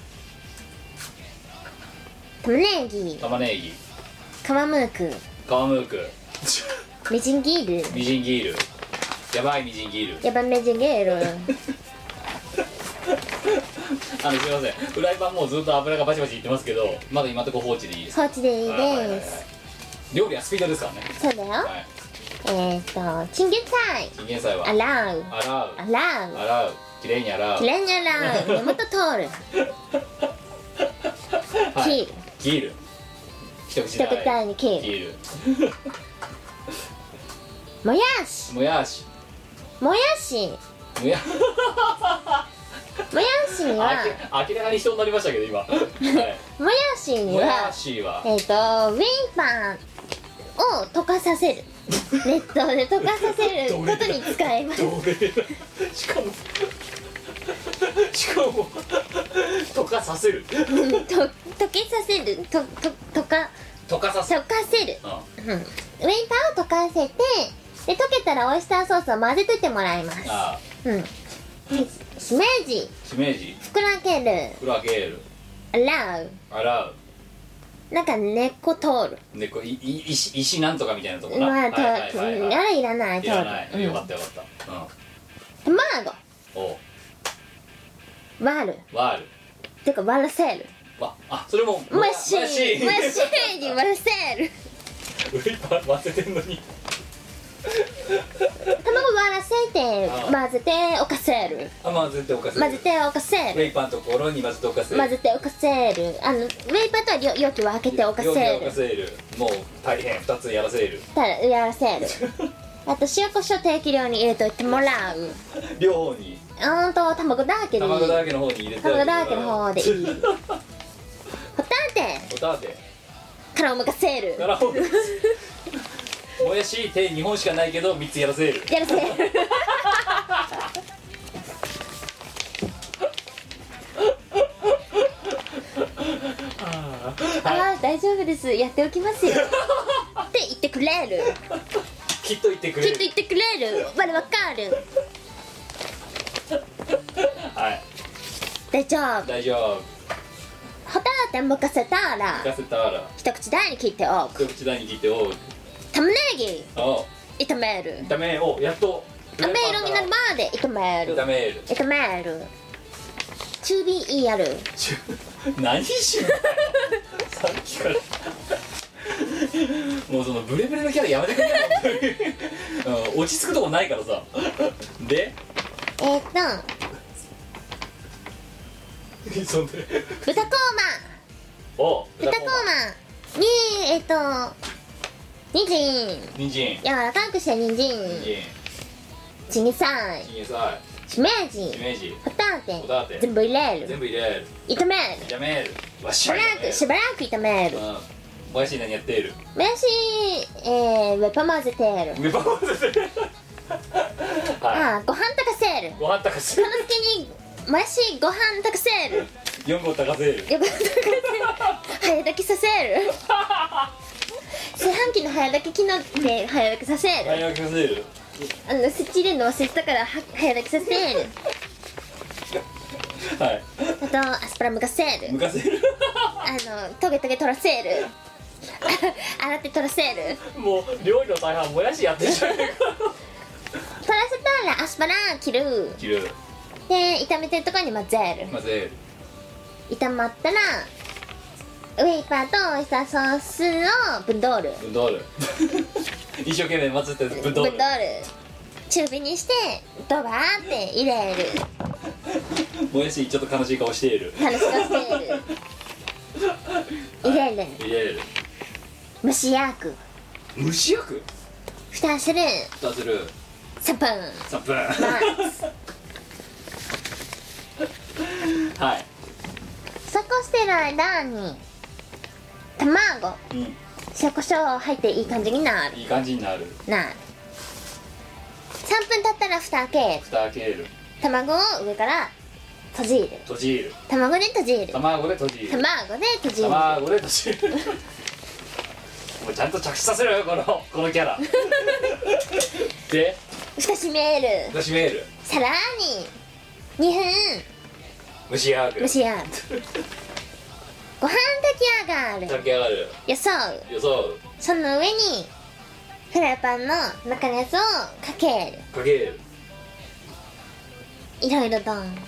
Speaker 2: 玉ねぎ
Speaker 1: 玉ねぎ
Speaker 2: 皮むく
Speaker 1: 皮むく
Speaker 2: みじん切る
Speaker 1: みじん切るやばいみじん切る
Speaker 2: やばめじん切る
Speaker 1: あのすいませんフライパンもうずっと油がバチバチいってますけどまだ今んとこ放置でいいです
Speaker 2: 放置でいい
Speaker 1: はいはいはいは
Speaker 2: で
Speaker 1: い
Speaker 2: す
Speaker 1: 料理はスピードですからね
Speaker 2: そうだよ
Speaker 1: はい
Speaker 2: えっ、とチンゲン菜
Speaker 1: チンゲン菜は
Speaker 2: 洗う
Speaker 1: 洗う
Speaker 2: 洗う
Speaker 1: 洗うきれいに洗う
Speaker 2: きれいに洗う根元通る
Speaker 1: はい切
Speaker 2: 切る
Speaker 1: る一口
Speaker 2: 一
Speaker 1: 大
Speaker 2: 口大に切る
Speaker 1: 切る
Speaker 2: もやし
Speaker 1: もやし
Speaker 2: もやし
Speaker 1: もや
Speaker 2: もやしには
Speaker 1: あき明らかに人になりましたけど今、はい、
Speaker 2: もやしに
Speaker 1: もや
Speaker 2: は
Speaker 1: しは
Speaker 2: えっ、とウィンパンを溶かさせる熱湯で溶かさせることに使います
Speaker 1: 奴隷だしかもしかも溶かさせる
Speaker 2: うんと溶けさせるとと溶か
Speaker 1: 溶かさせる
Speaker 2: 溶かせる、
Speaker 1: あ
Speaker 2: うん、ウィンパンを溶かせてで溶けたらオイスターソースを混ぜといてもらいます
Speaker 1: あ
Speaker 2: うんしめじ
Speaker 1: しめじ
Speaker 2: ふくらける
Speaker 1: フラゲール
Speaker 2: 洗う
Speaker 1: 洗う
Speaker 2: なんか根っこ通る
Speaker 1: 猫いい石石なんとかみたいなとこな、
Speaker 2: まあ、と、
Speaker 1: はいはいはい
Speaker 2: うんあ
Speaker 1: は
Speaker 2: れいらない、
Speaker 1: い、
Speaker 2: と
Speaker 1: いらない、
Speaker 2: うん
Speaker 1: よかったよかった、うん、
Speaker 2: 卵、
Speaker 1: お
Speaker 2: 割る、
Speaker 1: ワール
Speaker 2: てか割らせる。
Speaker 1: わあそれも
Speaker 2: マシーン、マシーンに割らせる。
Speaker 1: ウイパー割せてんのに
Speaker 2: 卵割らせて、
Speaker 1: あ
Speaker 2: 混ぜて、おかせる。
Speaker 1: あ混ぜておかせる
Speaker 2: 混ぜて、おかせ
Speaker 1: ウ
Speaker 2: る。
Speaker 1: イパーのところに混ぜておかせる
Speaker 2: 混ぜて、おかせる。あの、ウェイパーとは容容器を開けて、おかせ
Speaker 1: 容器をおか
Speaker 2: る。
Speaker 1: せるもう大変二つやらせる
Speaker 2: たら、やらせる。あと、塩コショウ適量に入れといてもらう。
Speaker 1: 両方に
Speaker 2: あんと、卵だらけでいい。
Speaker 1: 卵だらけの方に入れて
Speaker 2: 卵だらけの方でいい。ホタテ、
Speaker 1: おたて
Speaker 2: からおむかせる。
Speaker 1: ならほどもやし手2本しかないけど3つやらせる
Speaker 2: や
Speaker 1: [LAUGHS]
Speaker 2: らせる。ああ大丈夫ですやっておきますよって言ってくれる
Speaker 1: きっと言ってく
Speaker 2: き
Speaker 1: れ
Speaker 2: っ
Speaker 1: る
Speaker 2: と言ってくれる我わかる
Speaker 1: はい
Speaker 2: 大丈夫
Speaker 1: 大丈夫
Speaker 2: ホタテ任せた
Speaker 1: 聞
Speaker 2: ら
Speaker 1: かせたら
Speaker 2: 一口大に切っておく
Speaker 1: 一口大に切っておう
Speaker 2: 玉ねぎ
Speaker 1: お
Speaker 2: 炒める
Speaker 1: 炒めをやっと
Speaker 2: 飴色になるまで炒める
Speaker 1: 炒める [LAUGHS]
Speaker 2: 炒める中火やる
Speaker 1: ちゅ何しようさっきからもうそのブレブレのキャラやめてくれよ本当にうん落ち着くとこないからさで
Speaker 2: えっ、ー、と
Speaker 1: そんで
Speaker 2: 豚コーマ
Speaker 1: お
Speaker 2: 豚コーマにえっと人参
Speaker 1: 人参
Speaker 2: 柔らかくした人
Speaker 1: 人
Speaker 2: 参
Speaker 1: 参
Speaker 2: チゲサイ
Speaker 1: チンゲンサ
Speaker 2: しめじ
Speaker 1: イイメージ
Speaker 2: ホタテ
Speaker 1: ホタテ
Speaker 2: 全部入れ
Speaker 1: 全
Speaker 2: る
Speaker 1: 部入れる
Speaker 2: 炒める
Speaker 1: 炒めるわっ
Speaker 2: し
Speaker 1: し
Speaker 2: ば
Speaker 1: ゃい
Speaker 2: らくし
Speaker 1: 炒
Speaker 2: ばらく炒め
Speaker 1: める
Speaker 2: る
Speaker 1: うんもやし何やっている
Speaker 2: もやしえー、ウェパ混ぜてる
Speaker 1: 上パパはい
Speaker 2: あーご飯炊かせる
Speaker 1: ご飯炊かせ
Speaker 2: この隙にもやしご飯炊かせる
Speaker 1: 4合炊かせる
Speaker 2: よか炊かせる早炊きさせる炊飯器の早炊き機能で早炊きさせる
Speaker 1: 早炊きさせる
Speaker 2: あのスッチ入れるの忘れてたからは早炊きさせる
Speaker 1: はい
Speaker 2: あとアスパラむかせる
Speaker 1: むかせる
Speaker 2: あのトゲトゲ取らせる洗って取らせる
Speaker 1: もう料理の大半もやしやってるじゃねえか
Speaker 2: 取らせたらアスパラ切る
Speaker 1: 切る
Speaker 2: で炒めてるところに混ぜ
Speaker 1: 混ぜる
Speaker 2: る炒まったらウェイパーとオイスターソースをぶんどる
Speaker 1: ぶんどる一生懸命混ぜてぶ
Speaker 2: ぶ
Speaker 1: ん
Speaker 2: んど
Speaker 1: ど
Speaker 2: る
Speaker 1: る
Speaker 2: 中火にしてドバーって入れる
Speaker 1: もやしちょっと悲しい顔している
Speaker 2: 楽しくしてる入れる
Speaker 1: 入れる
Speaker 2: 蒸し焼く
Speaker 1: 蒸し焼く
Speaker 2: 蓋する
Speaker 1: 蓋する
Speaker 2: 3分
Speaker 1: 3分
Speaker 2: 待
Speaker 1: [LAUGHS]
Speaker 2: つ
Speaker 1: はい
Speaker 2: そこしてる間に卵
Speaker 1: うん
Speaker 2: 塩コショウ入っていい感じになる
Speaker 1: いい感じになる
Speaker 2: なる3分経ったら蓋開ける
Speaker 1: 蓋開ける
Speaker 2: 卵を上から閉じる
Speaker 1: 閉じる
Speaker 2: 卵で閉じる
Speaker 1: 卵で閉じる
Speaker 2: 卵で閉じる
Speaker 1: 卵で閉じるもうちゃんと着地させろよこのこのキ [LAUGHS] ャラで
Speaker 2: 蓋閉める
Speaker 1: 私メール
Speaker 2: さらに2分
Speaker 1: 蒸し上がる
Speaker 2: 蒸し上がるご飯炊き上がる
Speaker 1: 炊き上がる
Speaker 2: よそう
Speaker 1: 予想
Speaker 2: その上にフライパンの中のやつをかける
Speaker 1: かける
Speaker 2: いろいろドン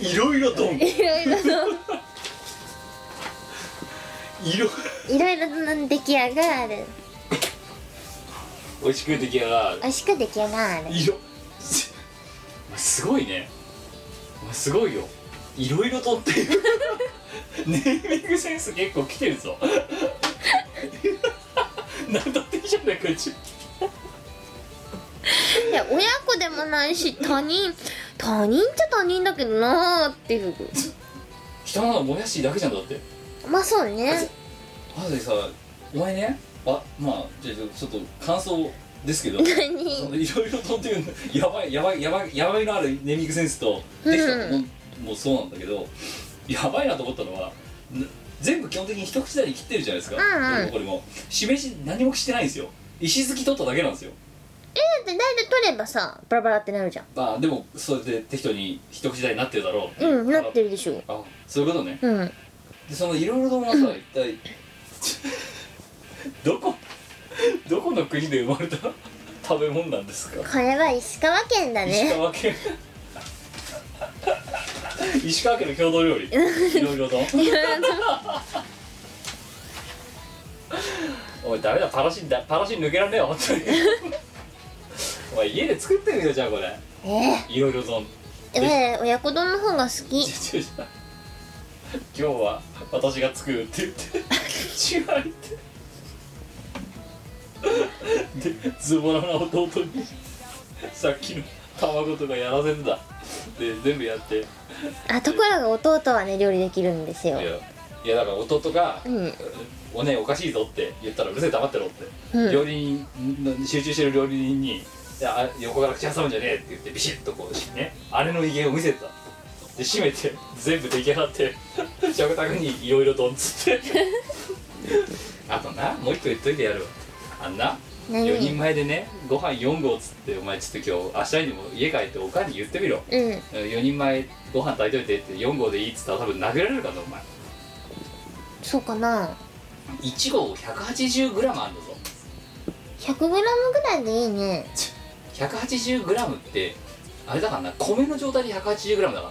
Speaker 1: いろいろドンい
Speaker 2: いろいろドン
Speaker 1: ろ
Speaker 2: いろいろドン出来上がる
Speaker 1: 美味しく出来上がる
Speaker 2: 美味しく出来上がる
Speaker 1: いろお前すごいねお前すごいよいろいろとっていう [LAUGHS] ネーミングセンス結構きてるぞ [LAUGHS] なんだっていいじゃないかうち
Speaker 2: いや親子でもないし他人他人っちゃ他人だけどなーっていう
Speaker 1: 人のもやしだけじゃんだって
Speaker 2: まあそうね
Speaker 1: まずさお前ねあまあじゃあちょっと感想ですけどそ
Speaker 2: [LAUGHS] 何
Speaker 1: のいろいろとっていうやばいやばいやばいやばいのあるネーミングセンスとできたのも,、もうそうなんだけどやばいなと思ったのはな全部基本的に一口大に切ってるじゃないですか、
Speaker 2: うんうん
Speaker 1: これもしめじ何もしてないんですよ石突き取っただけなんですよ
Speaker 2: だって大体取ればさバラバラってなるじゃん
Speaker 1: まあでもそれで適当に一口大になってるだろう
Speaker 2: うんなってるでしょ
Speaker 1: あそういうことね
Speaker 2: うん
Speaker 1: でそのいろいろともさ一体どこどこの国で生まれた食べ物なんですか
Speaker 2: これは石川県だ
Speaker 1: 石
Speaker 2: ね
Speaker 1: 川県 [LAUGHS] 石川県の郷土料理いろいろ
Speaker 2: [LAUGHS]
Speaker 1: とおいダメだパラシンだパラシン抜けらんねえよ本当
Speaker 2: [LAUGHS]
Speaker 1: にお前家で作ってみようじゃあこれ
Speaker 2: ええ
Speaker 1: いろいろ丼
Speaker 2: ええ親子丼の方が好き
Speaker 1: 違う違う違う今日は私が作る [LAUGHS] って言って違うってでズボラな弟にさっきの卵とかやらせるんだで全部やってい
Speaker 2: あところが弟はね料理できるんですよ
Speaker 1: やいやだから弟が
Speaker 2: うん
Speaker 1: 「おねえおかしいぞ」って言ったら「うるせえ黙ってろ」って、
Speaker 2: うん
Speaker 1: 料理人集中してる料理人にいやあ「横から口挟むんじゃねえ」って言ってビシッとこうねあれの威厳を見せてたで閉めて全部出来上がって [LAUGHS] 食卓にいろいろとんつって [LAUGHS] あとなもう一個言っといてやるわあんな
Speaker 2: 何
Speaker 1: 4人前でねご飯4合つってお前ちょっと今日明日にも家帰っておかんに言ってみろ
Speaker 2: うん
Speaker 1: 4人前ご飯炊いといてって4合でいいっつったら多分殴られるからなお前
Speaker 2: そうかな
Speaker 1: 1合 180g あるんだぞ
Speaker 2: 100g ぐらいでいいね
Speaker 1: 180g ってあれだからな米の状態で 180g だからな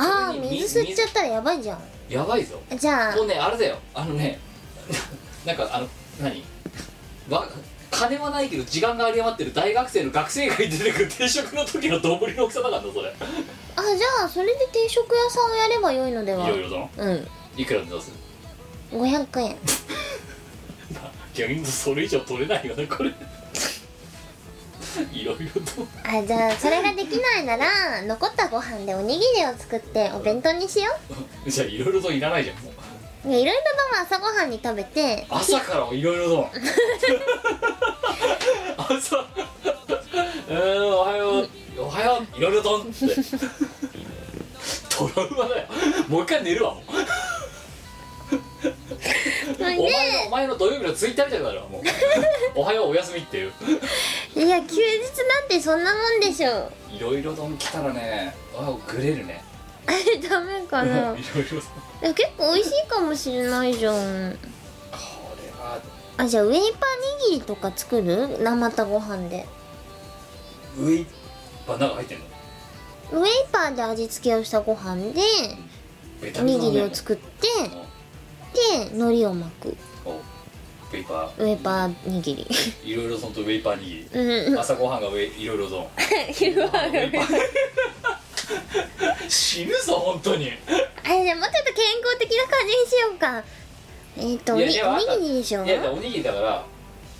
Speaker 2: ああ
Speaker 1: それに
Speaker 2: 水吸っちゃったらやばいじゃん
Speaker 1: やばいぞ
Speaker 2: じゃあ
Speaker 1: もうねあれだよあのね [LAUGHS] なんかあの何 [LAUGHS] わ金はないけど時間が有り余ってる大学生の学生街に出てくる [LAUGHS] 定食の時の丼の大きさだからなそれ
Speaker 2: あじゃあそれで定食屋さんをやればよいのではい
Speaker 1: ろいろと
Speaker 2: うん
Speaker 1: いくらで出す
Speaker 2: 500円
Speaker 1: 逆にそれ以上取れないよねこれ [LAUGHS] いろいろと
Speaker 2: あじゃあそれができない
Speaker 1: [LAUGHS]
Speaker 2: なら残ったご飯でおにぎりを作ってお弁当にしよ
Speaker 1: じゃあいろいろといらないじゃんもう
Speaker 2: うねいろいろ晩は朝ごはんに食べて
Speaker 1: 朝からいろいろと朝うーんおはようおはよういろいろとんってトラウマだよもう一回寝るわもう
Speaker 2: それ
Speaker 1: お前のお前の土曜日のツイッターみたいになるわもうおはようおやすみっていう
Speaker 2: でいや休日なんてそんなもんでしょう
Speaker 1: いろいろとん来たらねあグレるね
Speaker 2: あれ [LAUGHS] ダメか
Speaker 1: い
Speaker 2: な
Speaker 1: ろいろと
Speaker 2: でも結構美味しいかもしれないじゃん
Speaker 1: これは
Speaker 2: あじゃあウェイパー握りとか作る生田ご飯で
Speaker 1: ウイパーなんか入ってんの
Speaker 2: ウェイパーで味付けをしたご飯で
Speaker 1: ベ
Speaker 2: お
Speaker 1: タベタ
Speaker 2: にぎ
Speaker 1: だ
Speaker 2: り
Speaker 1: ね
Speaker 2: を作ってで海苔を巻く
Speaker 1: おウェイパ
Speaker 2: ウェイパー握り
Speaker 1: ーいろいろとんとウェイパー握り
Speaker 2: うん [LAUGHS]
Speaker 1: 朝ごはんがウェイいろいろとん
Speaker 2: 昼ご飯がウェイパー
Speaker 1: 死ぬぞ本当に
Speaker 2: あれじゃあもうちょっと健康的な感じにしようかえっ、とお
Speaker 1: い
Speaker 2: に
Speaker 1: やでもあんた
Speaker 2: おにぎりでしょ
Speaker 1: いやおにぎりだから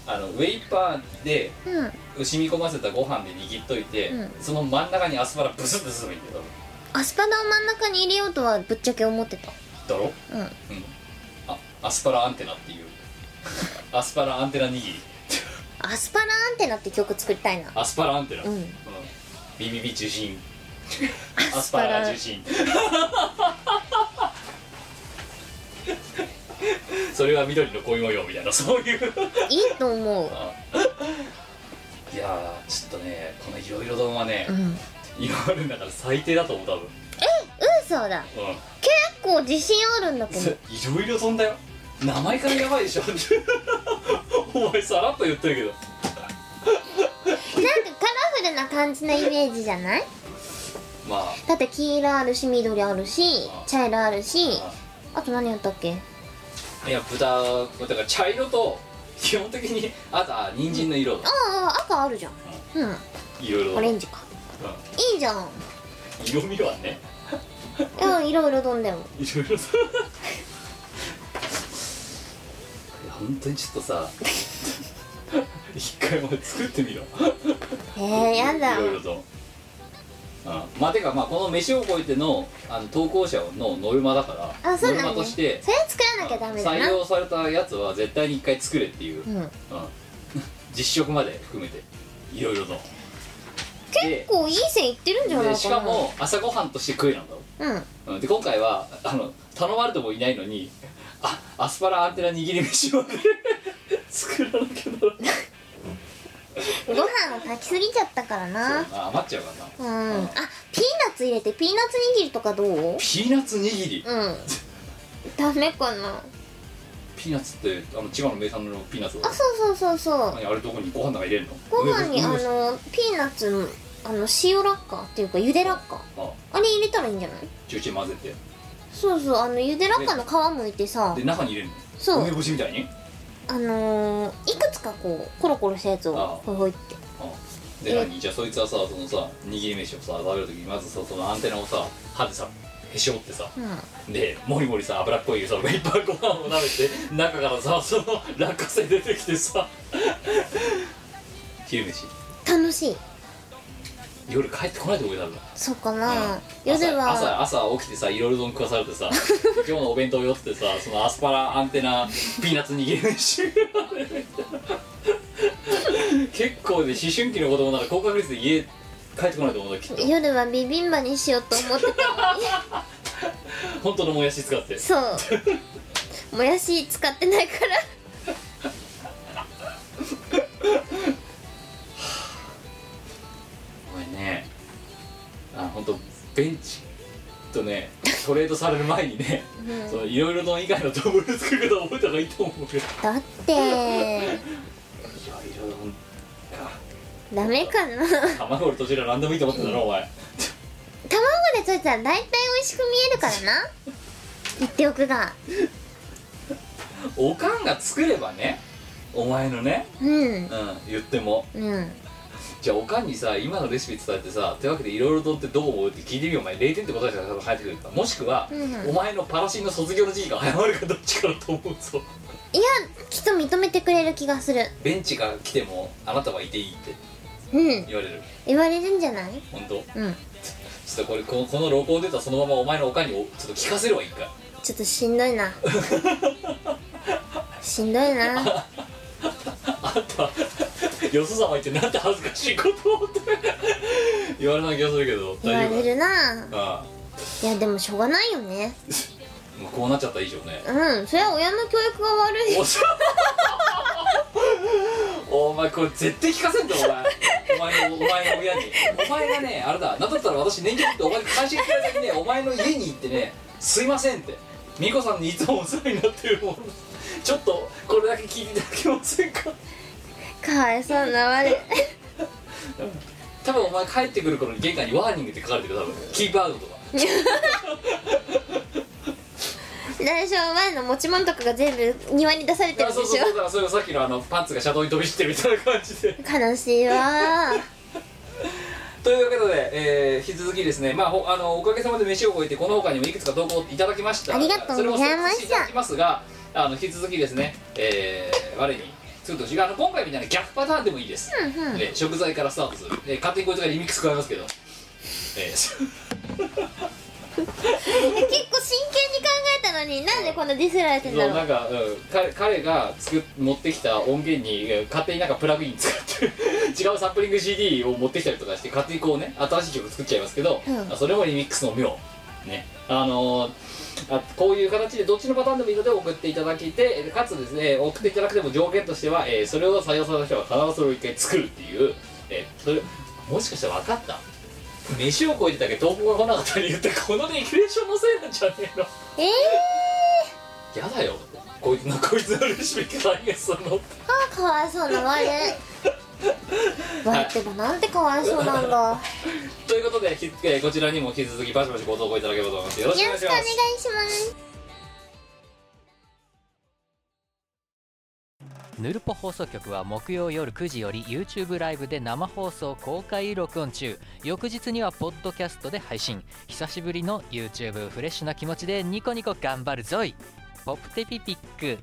Speaker 1: あのウェイパーで
Speaker 2: うん
Speaker 1: 染み込ませたご飯で握っといて、
Speaker 2: う
Speaker 1: その真ん中にアスパラブスってすればいいんだよ
Speaker 2: アスパラを真ん中に入れようとはぶっちゃけ思ってた
Speaker 1: だろ
Speaker 2: うん
Speaker 1: うんあアスパラアンテナっていう [LAUGHS] アスパラアンテナ握り
Speaker 2: アスパラアンテナって曲作りたいな
Speaker 1: アスパラアンテナ、
Speaker 2: うん
Speaker 1: うんビビビ受信ア
Speaker 2: ア
Speaker 1: ス
Speaker 2: ス
Speaker 1: パ
Speaker 2: パ
Speaker 1: ラ
Speaker 2: ラ
Speaker 1: 受信それは緑の恋模様みたいなそういう
Speaker 2: いいと思う
Speaker 1: いやーちょっとねこのいろいろ丼はね
Speaker 2: うん
Speaker 1: 今あるんだから最低だと思う多分
Speaker 2: 嘘だ
Speaker 1: うん
Speaker 2: 結構自信あるんだけど
Speaker 1: いろいろ飛んだよ名前からやばいでしょ [LAUGHS] お前さらっと言ってるけど
Speaker 2: なんかカラフルな感じのイメージじゃない
Speaker 1: まあ
Speaker 2: だって黄色あるし緑あるし
Speaker 1: あ
Speaker 2: 茶色あるし
Speaker 1: あ
Speaker 2: あと何やったっけ
Speaker 1: いや豚だから茶色と基本的にあとは人参の色
Speaker 2: ああ赤あるじゃんう
Speaker 1: いろいろ
Speaker 2: んオレンジか
Speaker 1: う
Speaker 2: いいじゃん
Speaker 1: ん色味はね
Speaker 2: うんいろいろ飛んでも
Speaker 1: いろいろさ [LAUGHS] いや本当にちょっとさ [LAUGHS] 一回お前作ってみろ
Speaker 2: えー、やだ
Speaker 1: いろいろとあまあてかまあこの飯を超えてのあの投稿者のノルマだから
Speaker 2: あそう
Speaker 1: ノ
Speaker 2: な
Speaker 1: ルマ
Speaker 2: んね
Speaker 1: と
Speaker 2: そ
Speaker 1: し
Speaker 2: れ
Speaker 1: て
Speaker 2: 作らなきゃダメだ
Speaker 1: 採
Speaker 2: な
Speaker 1: 用されたやつは絶対に一回作れっていう、
Speaker 2: う
Speaker 1: うん [LAUGHS]
Speaker 2: ん
Speaker 1: 実食まで含めていろいろと
Speaker 2: 結構いい線いってるんじゃな
Speaker 1: で
Speaker 2: いかな
Speaker 1: しかも朝ごはんとして食えなんだろ
Speaker 2: うん
Speaker 1: うんで今回はあの頼まれてもいないのにあアスパラアンテナ握り飯まで [LAUGHS] 作らなきゃならない
Speaker 2: ご飯を炊きすぎちゃったからな
Speaker 1: あ余っちゃうからな
Speaker 2: うんあピーナッツ入れてピーナッツ握りとかどう
Speaker 1: ピーナッツ握り
Speaker 2: うんダメかな
Speaker 1: ピーナッツってあの千葉の名産のピーナッツだ
Speaker 2: あそうそうそうそう
Speaker 1: 何あれどこにご飯の中入れるの
Speaker 2: ご飯に
Speaker 1: 梅
Speaker 2: あ
Speaker 1: 干し
Speaker 2: のピーナッツのあの塩ラッカーっていうかゆでラッカー
Speaker 1: あ
Speaker 2: あれ入れたらいいんじゃない
Speaker 1: ちょいちょい混ぜて
Speaker 2: そうそうあのゆでラッカーの皮むいてさ
Speaker 1: で中に入れるの
Speaker 2: そう
Speaker 1: 梅干しみたいに
Speaker 2: あのー、いくつかこうコロコロしたやつ
Speaker 1: あ
Speaker 2: をほいほいって
Speaker 1: うんで
Speaker 2: え
Speaker 1: 何じゃあそいつはさそのさ握り飯をさ食べるときにまずさそのアンテナをさ歯でさへし折ってさ
Speaker 2: うん
Speaker 1: でもりもりさ脂っこいそのいっぱいご飯を食べて中からさその落花生出てきてさ昼飯
Speaker 2: 楽しい
Speaker 1: 夜帰ってこないと思うよ多分
Speaker 2: そうかな、
Speaker 1: うん
Speaker 2: 夜は
Speaker 1: 朝朝朝起きてさいろいろ丼食わされて
Speaker 2: [LAUGHS]
Speaker 1: さ今日のお弁当よってさそのアスパラアンテナピーナッツ握り飯結構ね思春期の子供なら高確率で家帰ってこないと思うんだきっと
Speaker 2: 夜はビビンバにしようと思って [LAUGHS] たのに
Speaker 1: 本当のもやし使って
Speaker 2: そうもやし使ってないから
Speaker 1: お前ねあ本当ベンチとねトレードされる前にね、そのいろいろの以外のドブル作ること覚えた方がいいと思うけどい
Speaker 2: だって
Speaker 1: やいろいろか
Speaker 2: ダメかな卵で
Speaker 1: 卵の途中で何でもいいと思ってたのお前
Speaker 2: 溶いたら大体美味しく見えるからな言っておくが
Speaker 1: おかんが作ればねお前のね
Speaker 2: う
Speaker 1: う
Speaker 2: ん
Speaker 1: ん言っても
Speaker 2: うん
Speaker 1: じゃあおかんにさ今のレシピ伝えてさ手わけでいろいろとってどう思うって聞いてみようお前0点って答えしたら多分入ってくるからもしくは、
Speaker 2: うん
Speaker 1: お前のパラシンの卒業の時期が早まるかどっちかだと思うぞ
Speaker 2: いやきっと認めてくれる気がする
Speaker 1: ベンチが来てもあなたはいていいって
Speaker 2: うん
Speaker 1: 言われる
Speaker 2: 言われるんじゃない
Speaker 1: 本当
Speaker 2: うん
Speaker 1: ちょっとこれこのこの録音出たそのままお前のおかんにおちょっと聞かせればいいか [LAUGHS]
Speaker 2: ちょっとしんどいなしんどいな
Speaker 1: あんたよそ様言ってなんて恥ずかしいことをって言われない気がするけど
Speaker 2: 言わ
Speaker 1: 大丈
Speaker 2: れ
Speaker 1: 夫
Speaker 2: るな
Speaker 1: あ
Speaker 2: いやでもしょうがないよね
Speaker 1: あもうこうなっちゃった以上ね
Speaker 2: うんそれは親の教育が悪い
Speaker 1: おそお前これ絶対聞かせんぞお前お前のお前の親にお前がねあれだなんだったら私年金ってお前に会社行った時にねお前の家に行ってねすいませんって美子さんにいつもお世話になってるもんちょっとこれだけ聞いていただけませんか
Speaker 2: かわいそうな我
Speaker 1: 多分お前帰ってくる頃に玄関にワーニングって書かれてるよ多分キープアウトとか
Speaker 2: 来週は前の持ち物とかが全部庭に出されてる
Speaker 1: あ
Speaker 2: んで
Speaker 1: そうそう
Speaker 2: し
Speaker 1: そうだからそれがさっきのあのパンツがシャドウに飛び散ってるみたいな感じで
Speaker 2: ょ悲しいわ
Speaker 1: というわけで、えー引き続きですね、まあ、ほあのおかげさまで飯を超えてこの他にもいくつか投稿いただきました
Speaker 2: ありがとうございました
Speaker 1: それも送付いただきますがあの引き続きですね、えー我に作ってほしいあの今回みたいな逆パターンでもいいです、
Speaker 2: うんうん
Speaker 1: で食材からスタートする、えー勝手にこいつがリミックス加えますけど、えー
Speaker 2: 結構真剣に考えたのになんでこんなディスられてんだ
Speaker 1: そう
Speaker 2: ろ
Speaker 1: な
Speaker 2: うん
Speaker 1: か、うん、彼彼が作っ持ってきた音源にえー勝手になんかプラグイン使ってる [LAUGHS] 違うサンプリング CD を持ってきたりとかして勝手にこうね新しい曲作っちゃいますけど、
Speaker 2: うん
Speaker 1: それもリミックスの妙ねあのーあこういう形でどっちのパターンでもいいので送っていただきてえーかつですね送っていただくでも条件としては、えーそれを採用された人は必ずそれを一回作るっていう、えーそれもしかしたら分かった飯を超えてたけど投稿が来なかった理由ってこのレギュレーションのせいなんじゃねえの
Speaker 2: ええ
Speaker 1: やだよこいつの [LAUGHS] こいつのレシピ解決するの
Speaker 2: ー、あーかわいそうな我
Speaker 1: [LAUGHS]
Speaker 2: 我ってばなんてかわいそうなんだ
Speaker 1: ということで、ひえーこちらにも引き続きバシバシご投稿いただければと思いますよろしくお
Speaker 2: よ
Speaker 1: 願
Speaker 2: ろ
Speaker 1: い
Speaker 2: し
Speaker 1: し
Speaker 2: くお
Speaker 1: ま
Speaker 2: 願い
Speaker 1: す
Speaker 2: します
Speaker 6: ヌルポ放送局は木曜夜9時より YouTube ライブで生放送公開録音中翌日にはポッドキャストで配信久しぶりの YouTube フレッシュな気持ちでニコニコ頑張るぞいポップテピピック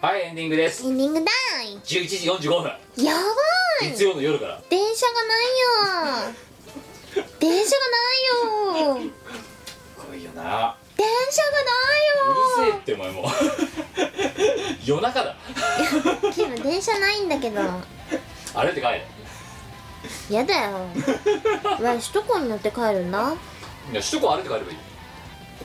Speaker 1: はい、エンディングです
Speaker 2: エンディングだ
Speaker 1: 11時45分
Speaker 2: いやばい
Speaker 1: 月曜の夜から
Speaker 2: 電車がないよ
Speaker 1: [LAUGHS]
Speaker 2: 電車がないよ電
Speaker 1: 来いよな
Speaker 2: 車
Speaker 1: うる
Speaker 2: がない
Speaker 1: せ
Speaker 2: よ
Speaker 1: えってお前もう [LAUGHS] 夜中だ
Speaker 2: キム電車ないんだけど
Speaker 1: あれって帰れ
Speaker 2: や
Speaker 1: [LAUGHS]
Speaker 2: だよわ首都高に乗って帰るんだ
Speaker 1: いや首都高歩いて帰ればいい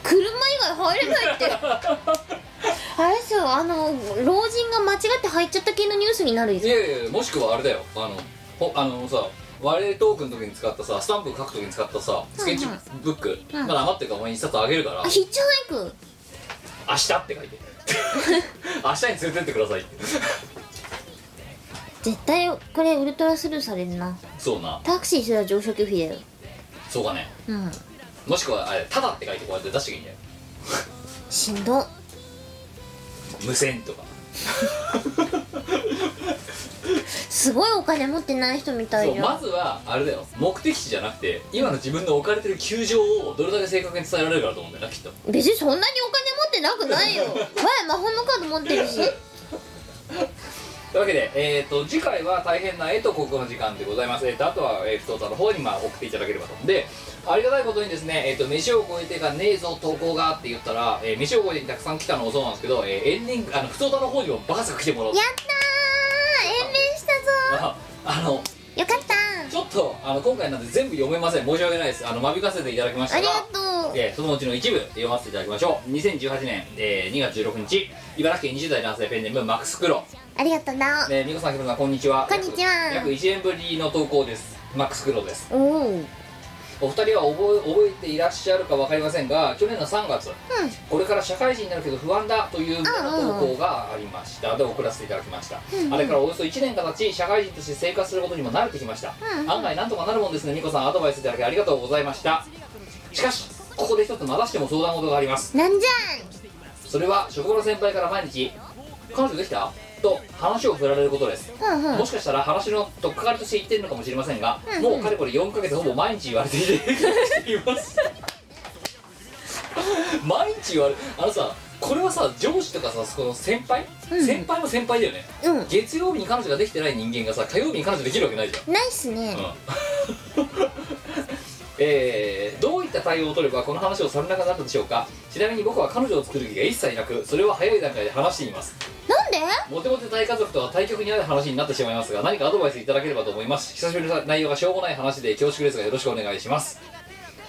Speaker 2: 車以外入れないって
Speaker 1: [LAUGHS]
Speaker 2: あれですよあの老人が間違って入っちゃった系のニュースになる
Speaker 1: いやいやいやもしくはあれだよあのほあのさ我々トークの時に使ったさスタンプ書く時に使ったさスケッチブック、
Speaker 2: うん
Speaker 1: まだ余ってるからお前に一冊あげるから
Speaker 2: あヒッチハイク
Speaker 1: 明日って
Speaker 2: [LAUGHS]
Speaker 1: 書いて明日に連れてってくださいって
Speaker 2: 絶対これウルトラスルーされるな
Speaker 1: そうな
Speaker 2: タクシーすら乗車拒否だよ
Speaker 1: そうかね
Speaker 2: うん
Speaker 1: もしくはあれ「ただ」って書いてこうやって出してきゃいいんだよ
Speaker 2: しんど
Speaker 1: 無線とか
Speaker 2: すごいお金持ってない人みた
Speaker 1: そ
Speaker 2: いうよ
Speaker 1: まずはあれだよ目的地じゃなくて今の自分の置かれてる球場をどれだけ正確に伝えられるかだと思うんだよなきっと
Speaker 2: 別にそんなにお金持ってなくな
Speaker 1: [LAUGHS]
Speaker 2: いよわい魔法のカード持ってるし
Speaker 1: というわけで、えー、と次回は大変な絵と国語の時間でございます、えー、とあとは、えー、不登座の方にまあ送っていただければとでありがたいことにですね「えー、と飯を超えてがねえぞ投稿が」って言ったら、えー飯を超えてにたくさん来たのもそうなんですけど、えーエンディングあの不登座の方にもバカスカ来てもらおう
Speaker 2: やったー延命したぞ
Speaker 1: あ [LAUGHS] あの
Speaker 2: ーよかった
Speaker 1: ちょっとあの今回なんで全部読めません申し訳ないですあの間引かせていただきまし
Speaker 2: ー
Speaker 1: た
Speaker 2: あり
Speaker 1: が
Speaker 2: がとう
Speaker 1: えーそのうちの一部読ませていただきましょう2018年、えー2月16日茨城県20代男性ペンネームマックスクロ、
Speaker 2: ありがとうな
Speaker 1: えー、ニコさんキムさんこんにちは
Speaker 2: こんにちは
Speaker 1: 約1年ぶりの投稿ですマックスクロです
Speaker 2: おお
Speaker 1: お二人は覚え覚えていらっしゃるか分かりませんが去年の3月、これから社会人になるけど不安だという投稿がありました、で送らせていただきました、あれからおよそ1年が経ち社会人として生活することにも慣れてきました、案外なんとかなるもんですねニコさんアドバイスいただきありがとうございましたしかしここで一つまたしても相談事があります
Speaker 2: なんじ
Speaker 1: それは職場の先輩から毎日「彼女できた?」と話を振られることです、
Speaker 2: ゃんうんうん
Speaker 1: もしかしたら話の取っかかりとして言ってるのかもしれませんが、もうかれこれ4ヶ月ほぼ毎日言われて [LAUGHS] いています毎日言われあのさこれはさ上司とかさその先輩、
Speaker 2: ん
Speaker 1: 先輩も先輩だよね
Speaker 2: うん
Speaker 1: 月曜日に彼女ができてない人間がさ火曜日に彼女できるわけないじゃん
Speaker 2: ないっすね
Speaker 1: [LAUGHS] えーどういった対応を取ればこの話をされなくなったでしょうかちなみに僕は彼女を作る気が一切なくそれは早い段階で話しています
Speaker 2: なんで
Speaker 1: モテモテ大家族とは対極にある話になってしまいますが何かアドバイスいただければと思います久しぶりの内容がしょうもない話で恐縮ですがよろしくお願いします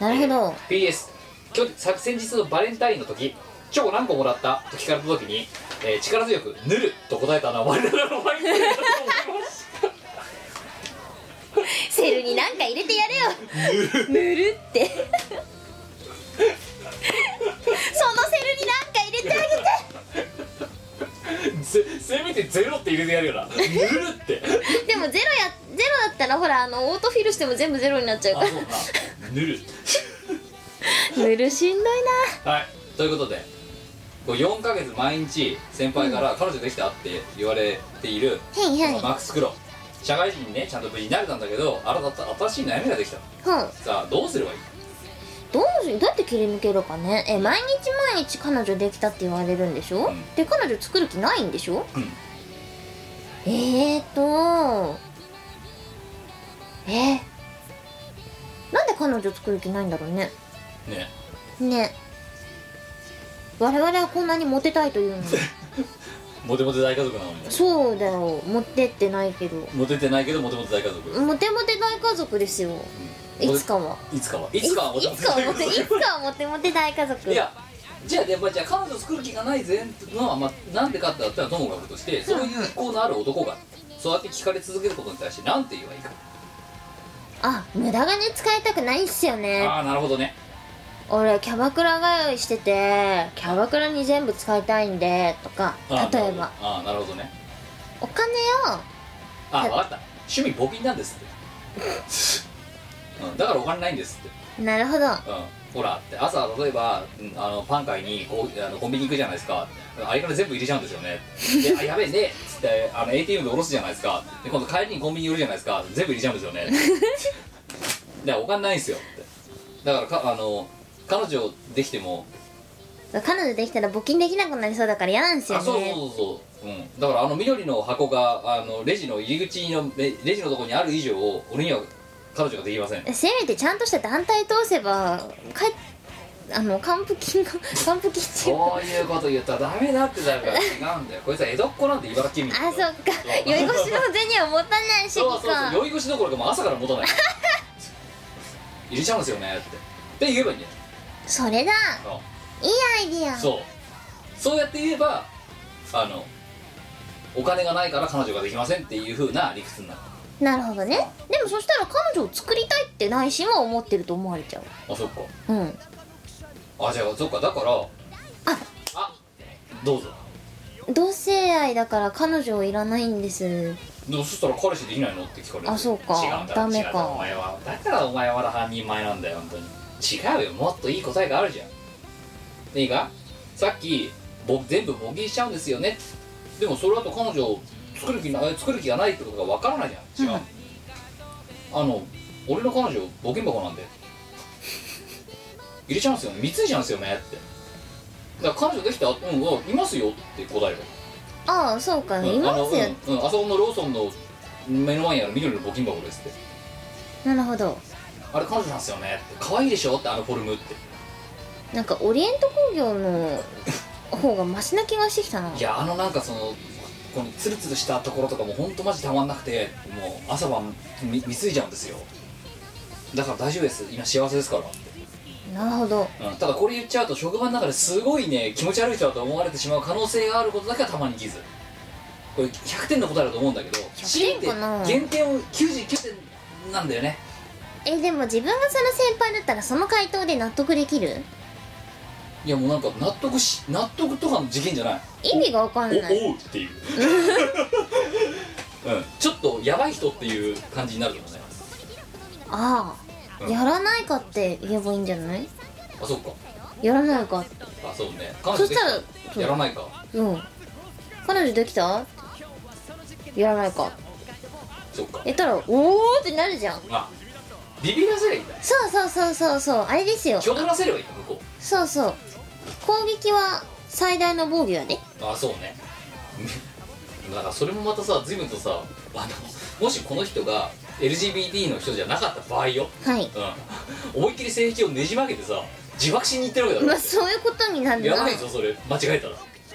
Speaker 2: なるほど
Speaker 1: PS 今日昨先日のバレンタインの時チョコ何個もらったと聞かれた時に、えー力強く「ぬる」と答えたのは我らのバレンタインだと思います
Speaker 2: セルになんか入れてやれよぬるってそのセルになんか入れてあげ
Speaker 1: [LAUGHS]
Speaker 2: て
Speaker 1: せせめてゼロって入れてやるよな「ぬる」って
Speaker 2: でもゼロやゼロだったらほらあのオートフィルしても全部ゼロになっちゃうか
Speaker 1: あそうかぬる
Speaker 2: らぬるしんどい
Speaker 1: はいということでこう4ヶ月毎日先輩から「彼女できた?」って言われている
Speaker 2: なはいはい
Speaker 1: マックス・クロ社会人にねちゃんと無事になれたんだけど新た新しい悩みができた
Speaker 2: うん
Speaker 1: さあどうすればいい
Speaker 2: どうしどうやって切り抜けるかねえ毎日毎日彼女できたって言われるんでしょ、
Speaker 1: うん
Speaker 2: で彼女作る気ないんでしょ、
Speaker 1: うん
Speaker 2: えーとえーなんで彼女作る気ないんだろうね
Speaker 1: ね
Speaker 2: ね我々はこんなにモテたいというのに
Speaker 1: モテモテ大家族なのに
Speaker 2: そうだよ持ってってないけど
Speaker 1: モテてないけどモテモテ大家族、
Speaker 2: モテモテ大家族ですよいつかはい
Speaker 1: つかはいつかはモ
Speaker 2: い
Speaker 1: テ
Speaker 2: つかはモテいつかはモテモテ大家族
Speaker 1: いやじゃあやっぱじゃあ彼女作る気がない前提のは、まあ、なんでかって言ったらともかくとしてそういう意向のある男がそうやって聞かれ続けることに対してなんて言えばいいか
Speaker 2: あ無駄金使いたくないっすよね
Speaker 1: ああーなるほどね
Speaker 2: 俺キャバクラ通いしててキャバクラに全部使いたいんでとか
Speaker 1: あー
Speaker 2: 例えば
Speaker 1: ああなるほどね
Speaker 2: お金を
Speaker 1: あ
Speaker 2: は
Speaker 1: 分
Speaker 2: い
Speaker 1: かった趣味募金なんですって、うん、だからお金ないんですって
Speaker 2: なるほど
Speaker 1: うん、ほらって朝例えば、うんあのパン買いにこうあのコンビニ行くじゃないですかあれから全部入れちゃうんですよねであやべえねっつってあの ATM で下ろすじゃないですかで今度帰りにコンビニ寄るじゃないですか全部入れちゃうんですよ
Speaker 2: [LAUGHS]
Speaker 1: ねだからお金ないんですよってだからかあの彼女できても
Speaker 2: 彼女できたら募金できなくなりそうだから嫌なんですよ
Speaker 1: あそうそう
Speaker 2: ね
Speaker 1: そうそう、うん、だからあの緑の箱があのレジの入り口のレレジのところにある以上俺には彼女ができません
Speaker 2: せめてちゃんとした団体通せばかあの [LAUGHS] 還付金が還付金っていう
Speaker 1: そういうこと言ったらダメだってだから違 [LAUGHS] うんだよこいつは江戸っ子なんで茨城県民
Speaker 2: あそっか酔い越しの銭はもったいない主
Speaker 1: そう
Speaker 2: 義
Speaker 1: そう
Speaker 2: か
Speaker 1: そう酔い腰どころかもう朝から持たない入れちゃうんですよねってって言えばいいんだよ
Speaker 2: それだ
Speaker 1: あ
Speaker 2: いいアイディア
Speaker 1: そうそうやって言えばあのお金がないから彼女ができませんっていうふうな理屈になる
Speaker 2: なるほどねでもそしたら彼女を作りたいって内心は思ってると思われちゃ
Speaker 1: あそっか
Speaker 2: ううん
Speaker 1: あじゃあそっかだから
Speaker 2: あ
Speaker 1: あどうぞ
Speaker 2: 同性愛だから彼女いらないんです
Speaker 1: でもそしたら彼氏できないのって聞かれる
Speaker 2: あそうか
Speaker 1: 違うんだ
Speaker 2: ダメか
Speaker 1: 違うんだお前はだからお前はまだ半人前なんだよ本当に違うよもっといい答えがあるじゃんいいかさっき僕全部ボギーしちゃうんですよねでもそれだと彼女を作る気な作る気がないってことがわからないじゃん違う、あの俺の彼女ボケん箱なんで入れちゃうんですよね貢いじゃうんですよねってだから彼女できたうんうんいますよって答える
Speaker 2: ああそうかいますよ、
Speaker 1: うんあのうんうんあそこのローソンの目の前にある緑の募金箱ですって
Speaker 2: なるほど
Speaker 1: あれ彼女なんですよねって可愛いでしょってあのフォルムって
Speaker 2: なんかオリエント工業の方がマシな気がしてきたない
Speaker 1: やあのなんかそのこのツルツルしたところとかもほんとマジたまんなくてもう朝晩み貢いじゃうんですよだから大丈夫です今幸せですから
Speaker 2: なるほど
Speaker 1: うんただこれ言っちゃうと職場の中ですごいね気持ち悪い人だと思われてしまう可能性があることだけはたまに傷これ100点の答えだと思うんだけど
Speaker 2: 100点かな
Speaker 1: 強いて減点を99点なんだよね
Speaker 2: えでも自分がその先輩だったらその回答で納得できる
Speaker 1: いやもうなんか納得し納得とかの事件じゃない
Speaker 2: 意味がわかんない
Speaker 1: おおうっていう [LAUGHS] うんちょっとやばい人っていう感じになると思うね
Speaker 2: あ
Speaker 1: う
Speaker 2: あ
Speaker 1: ん
Speaker 2: やらないかって言えばいいんじゃない
Speaker 1: あそっか
Speaker 2: やらないか
Speaker 1: あそうね彼
Speaker 2: そ
Speaker 1: 女
Speaker 2: し
Speaker 1: で
Speaker 2: たら
Speaker 1: きたやらないか
Speaker 2: うん彼女できたやらないか
Speaker 1: そっか
Speaker 2: やったらおおってなるじゃん
Speaker 1: あビビらせればいいんだ
Speaker 2: そうそうそうそうそうあれですよ
Speaker 1: 気を取らせればいいんだ向こ
Speaker 2: そうそう攻撃は最大の防御やで
Speaker 1: うあそうね [LAUGHS] だからそれもまたさ随分とさあのもしこの人が LGBT の人じゃなかった場合よ、
Speaker 2: はい
Speaker 1: うん、思いっきり性癖をねじ曲げてさ自爆しに行ってるわけだ
Speaker 2: まあ
Speaker 1: ろ
Speaker 2: そういうことになる
Speaker 1: や
Speaker 2: な
Speaker 1: ばいぞそれ間違えた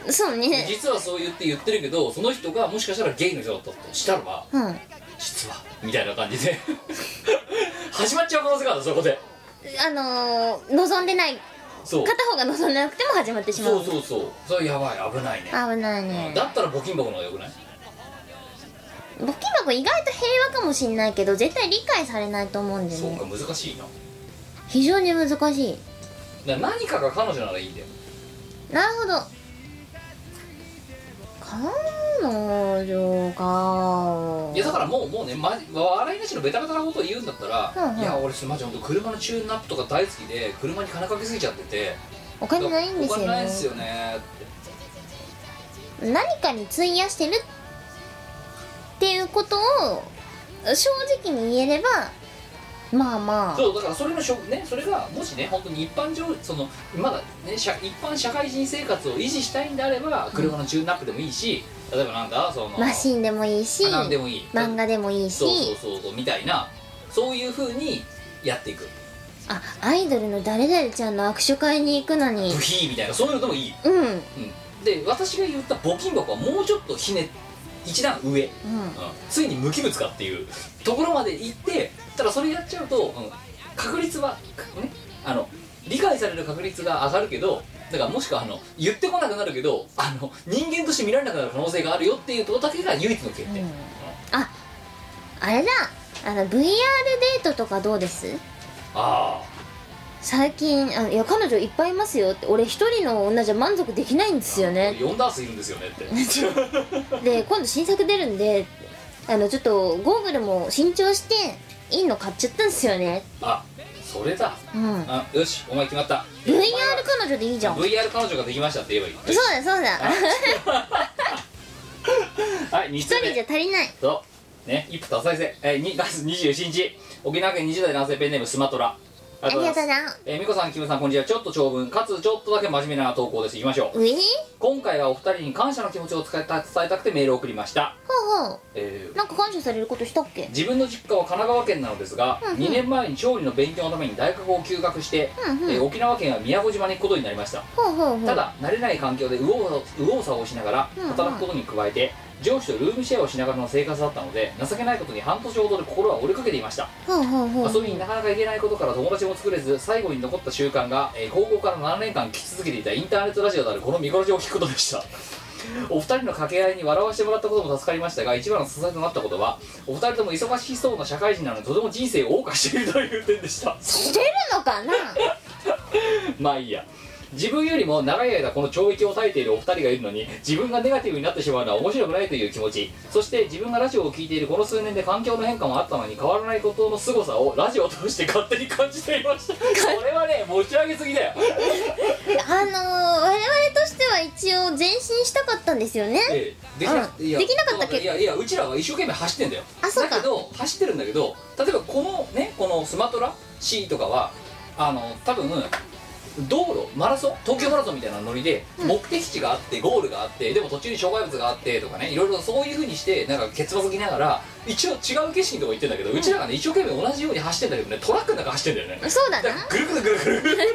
Speaker 1: ら
Speaker 2: そうね
Speaker 1: 実はそう言って言ってるけどその人がもしかしたらゲイの人だったとしたらば
Speaker 2: うんあ
Speaker 1: 実はみたいな感じで [LAUGHS] 始まっちゃう可能性があるそこで
Speaker 2: のー、望んでない
Speaker 1: そう
Speaker 2: 片方が望んでなくても始まってしま
Speaker 1: そう
Speaker 2: う
Speaker 1: そうそうそれやばい危ないね
Speaker 2: 危ないね
Speaker 1: だったら募金箱の方がよくない
Speaker 2: 募金箱意外と平和かもしんないけど絶対理解されないと思うんだよ
Speaker 1: そう
Speaker 2: ね
Speaker 1: か難しいな
Speaker 2: 非常に難しい
Speaker 1: だから何かが彼女ならいいんだよ
Speaker 2: なるほど彼女が
Speaker 1: いやだからもうもうね、ま、笑いなしのベタベタなことを言うんだったら、
Speaker 2: うんうん
Speaker 1: いや俺マジ本当車のチューンナップとか大好きで車に金かけすぎちゃってて
Speaker 2: お金ないんですよ
Speaker 1: お金
Speaker 2: ね
Speaker 1: ないんですよねって
Speaker 2: 何かに費やしてるっていうことを正直に言えればまあまあ
Speaker 1: そうだからそれのしょねそれがもしね本当に一般上そのまだね社一般社会人生活を維持したいんであれば車のチューンナップでもいいし、例えばなんだその
Speaker 2: マシンでもいいし
Speaker 1: あなんでもいい
Speaker 2: 漫画でもいいし
Speaker 1: そうそうそうそうみたいなそういうふうにやっていく
Speaker 2: あアイドルの誰々ちゃんの握手会に行くのに
Speaker 1: ブヒーみたいなそういうのでもいい、
Speaker 2: うんうん
Speaker 1: うん、で私が言った募金箱はもうちょっとひね一段上、うん、ついに無機物かっていうところまで行ってただそれやっちゃうと、うん確率はかねあの理解される確率が上がるけどだからもしくはあの言ってこなくなるけどあの人間として見られなくなる可能性があるよっていうとこだけが唯一の欠点、
Speaker 2: ああれだあの VR デートとかどうです
Speaker 1: ああ
Speaker 2: 最近あいや彼女いっぱいいますよって俺一人の女じゃ満足できないんですよね
Speaker 1: 4ダースいるんですよね
Speaker 2: [LAUGHS]
Speaker 1: って
Speaker 2: で今度新作出るんであのちょっとゴーグルも新調していいの買っちゃったんですよね
Speaker 1: あそれだ
Speaker 2: うん
Speaker 1: あよしお前決まった
Speaker 2: VR 彼女でいいじゃんそう
Speaker 1: VR 彼女ができましたって言えばいいの
Speaker 2: だそうだ
Speaker 1: はい2
Speaker 2: [LAUGHS] 一
Speaker 1: つ
Speaker 2: 人じ
Speaker 1: 目
Speaker 2: ゃ足りない
Speaker 1: そうね一夫多妻制、えー、2月27日沖縄県20代男性ペンネームスマトラあ
Speaker 2: ありがとう
Speaker 1: ます
Speaker 2: な
Speaker 1: えー、美子さん、キムさん、こんにちは。ちょっと長文、かつちょっとだけ真面目な投稿です。いきましょう。
Speaker 2: うえ
Speaker 1: 今回はお二人に感謝の気持ちを伝えた伝えたくてメールを送りました。
Speaker 2: ほうほ
Speaker 1: えー
Speaker 2: うなんか感謝されることしたっけ
Speaker 1: 自分の実家は神奈川県なのですが、
Speaker 2: うんうん
Speaker 1: 2年前に調理の勉強のために大学を休学して、
Speaker 2: うんうん
Speaker 1: えー沖縄県は宮古島に行くことになりました。
Speaker 2: ほうほうほう
Speaker 1: ただ慣れない環境で右往右往左往しながら
Speaker 2: うんうん
Speaker 1: 働くことに加えて上司とルームシェアをしながらの生活だったので情けないことに半年ほどで心は折れかけていました
Speaker 2: ほうほうほう
Speaker 1: 遊びになかなか行けないことから友達も作れず最後に残った習慣が、えー高校から7年間聞き続けていたインターネットラジオであるこの見殺しを聞くことで
Speaker 2: [LAUGHS]
Speaker 1: したお二人の掛け合いに笑わせてもらったことも助かりましたが一番の支えとなったことはお二人とも忙しそうな社会人なのにとても人生を謳歌しているという点で
Speaker 2: [LAUGHS]
Speaker 1: した
Speaker 2: してるのかな
Speaker 1: [LAUGHS] まあいいや自分よりも長い間この懲役を耐えているお二人がいるのに自分がネガティブになってしまうのは面白くないという気持ちそして自分がラジオを聴いているこの数年で環境の変化もあったのに変わらないことの凄さをラジオを通して勝手に感じていましたこれはね持ち上げすぎだよ、
Speaker 2: あのー、我々としては一応前進したかったんですよね
Speaker 1: ええできなく
Speaker 2: うん
Speaker 1: いや
Speaker 2: できなかったけ
Speaker 1: いやいやうちらは一生懸命走ってんだよ
Speaker 2: あそうか
Speaker 1: だけど走ってるんだけど例えばこのねこのスマトラ C とかはあの多分道路マラソン東京マラソンみたいなノリで
Speaker 2: うん
Speaker 1: 目的地があってゴールがあってでも途中に障害物があってとかねいろいろそういうふうにしてなんかケツバつきながら一応違う景色のとこ行ってんだけどうちらがね一生懸命同じように走ってんだけどねトラックの中走ってんだよね
Speaker 2: そうだ
Speaker 1: だか
Speaker 2: な
Speaker 1: らぐるぐるぐるぐるぐる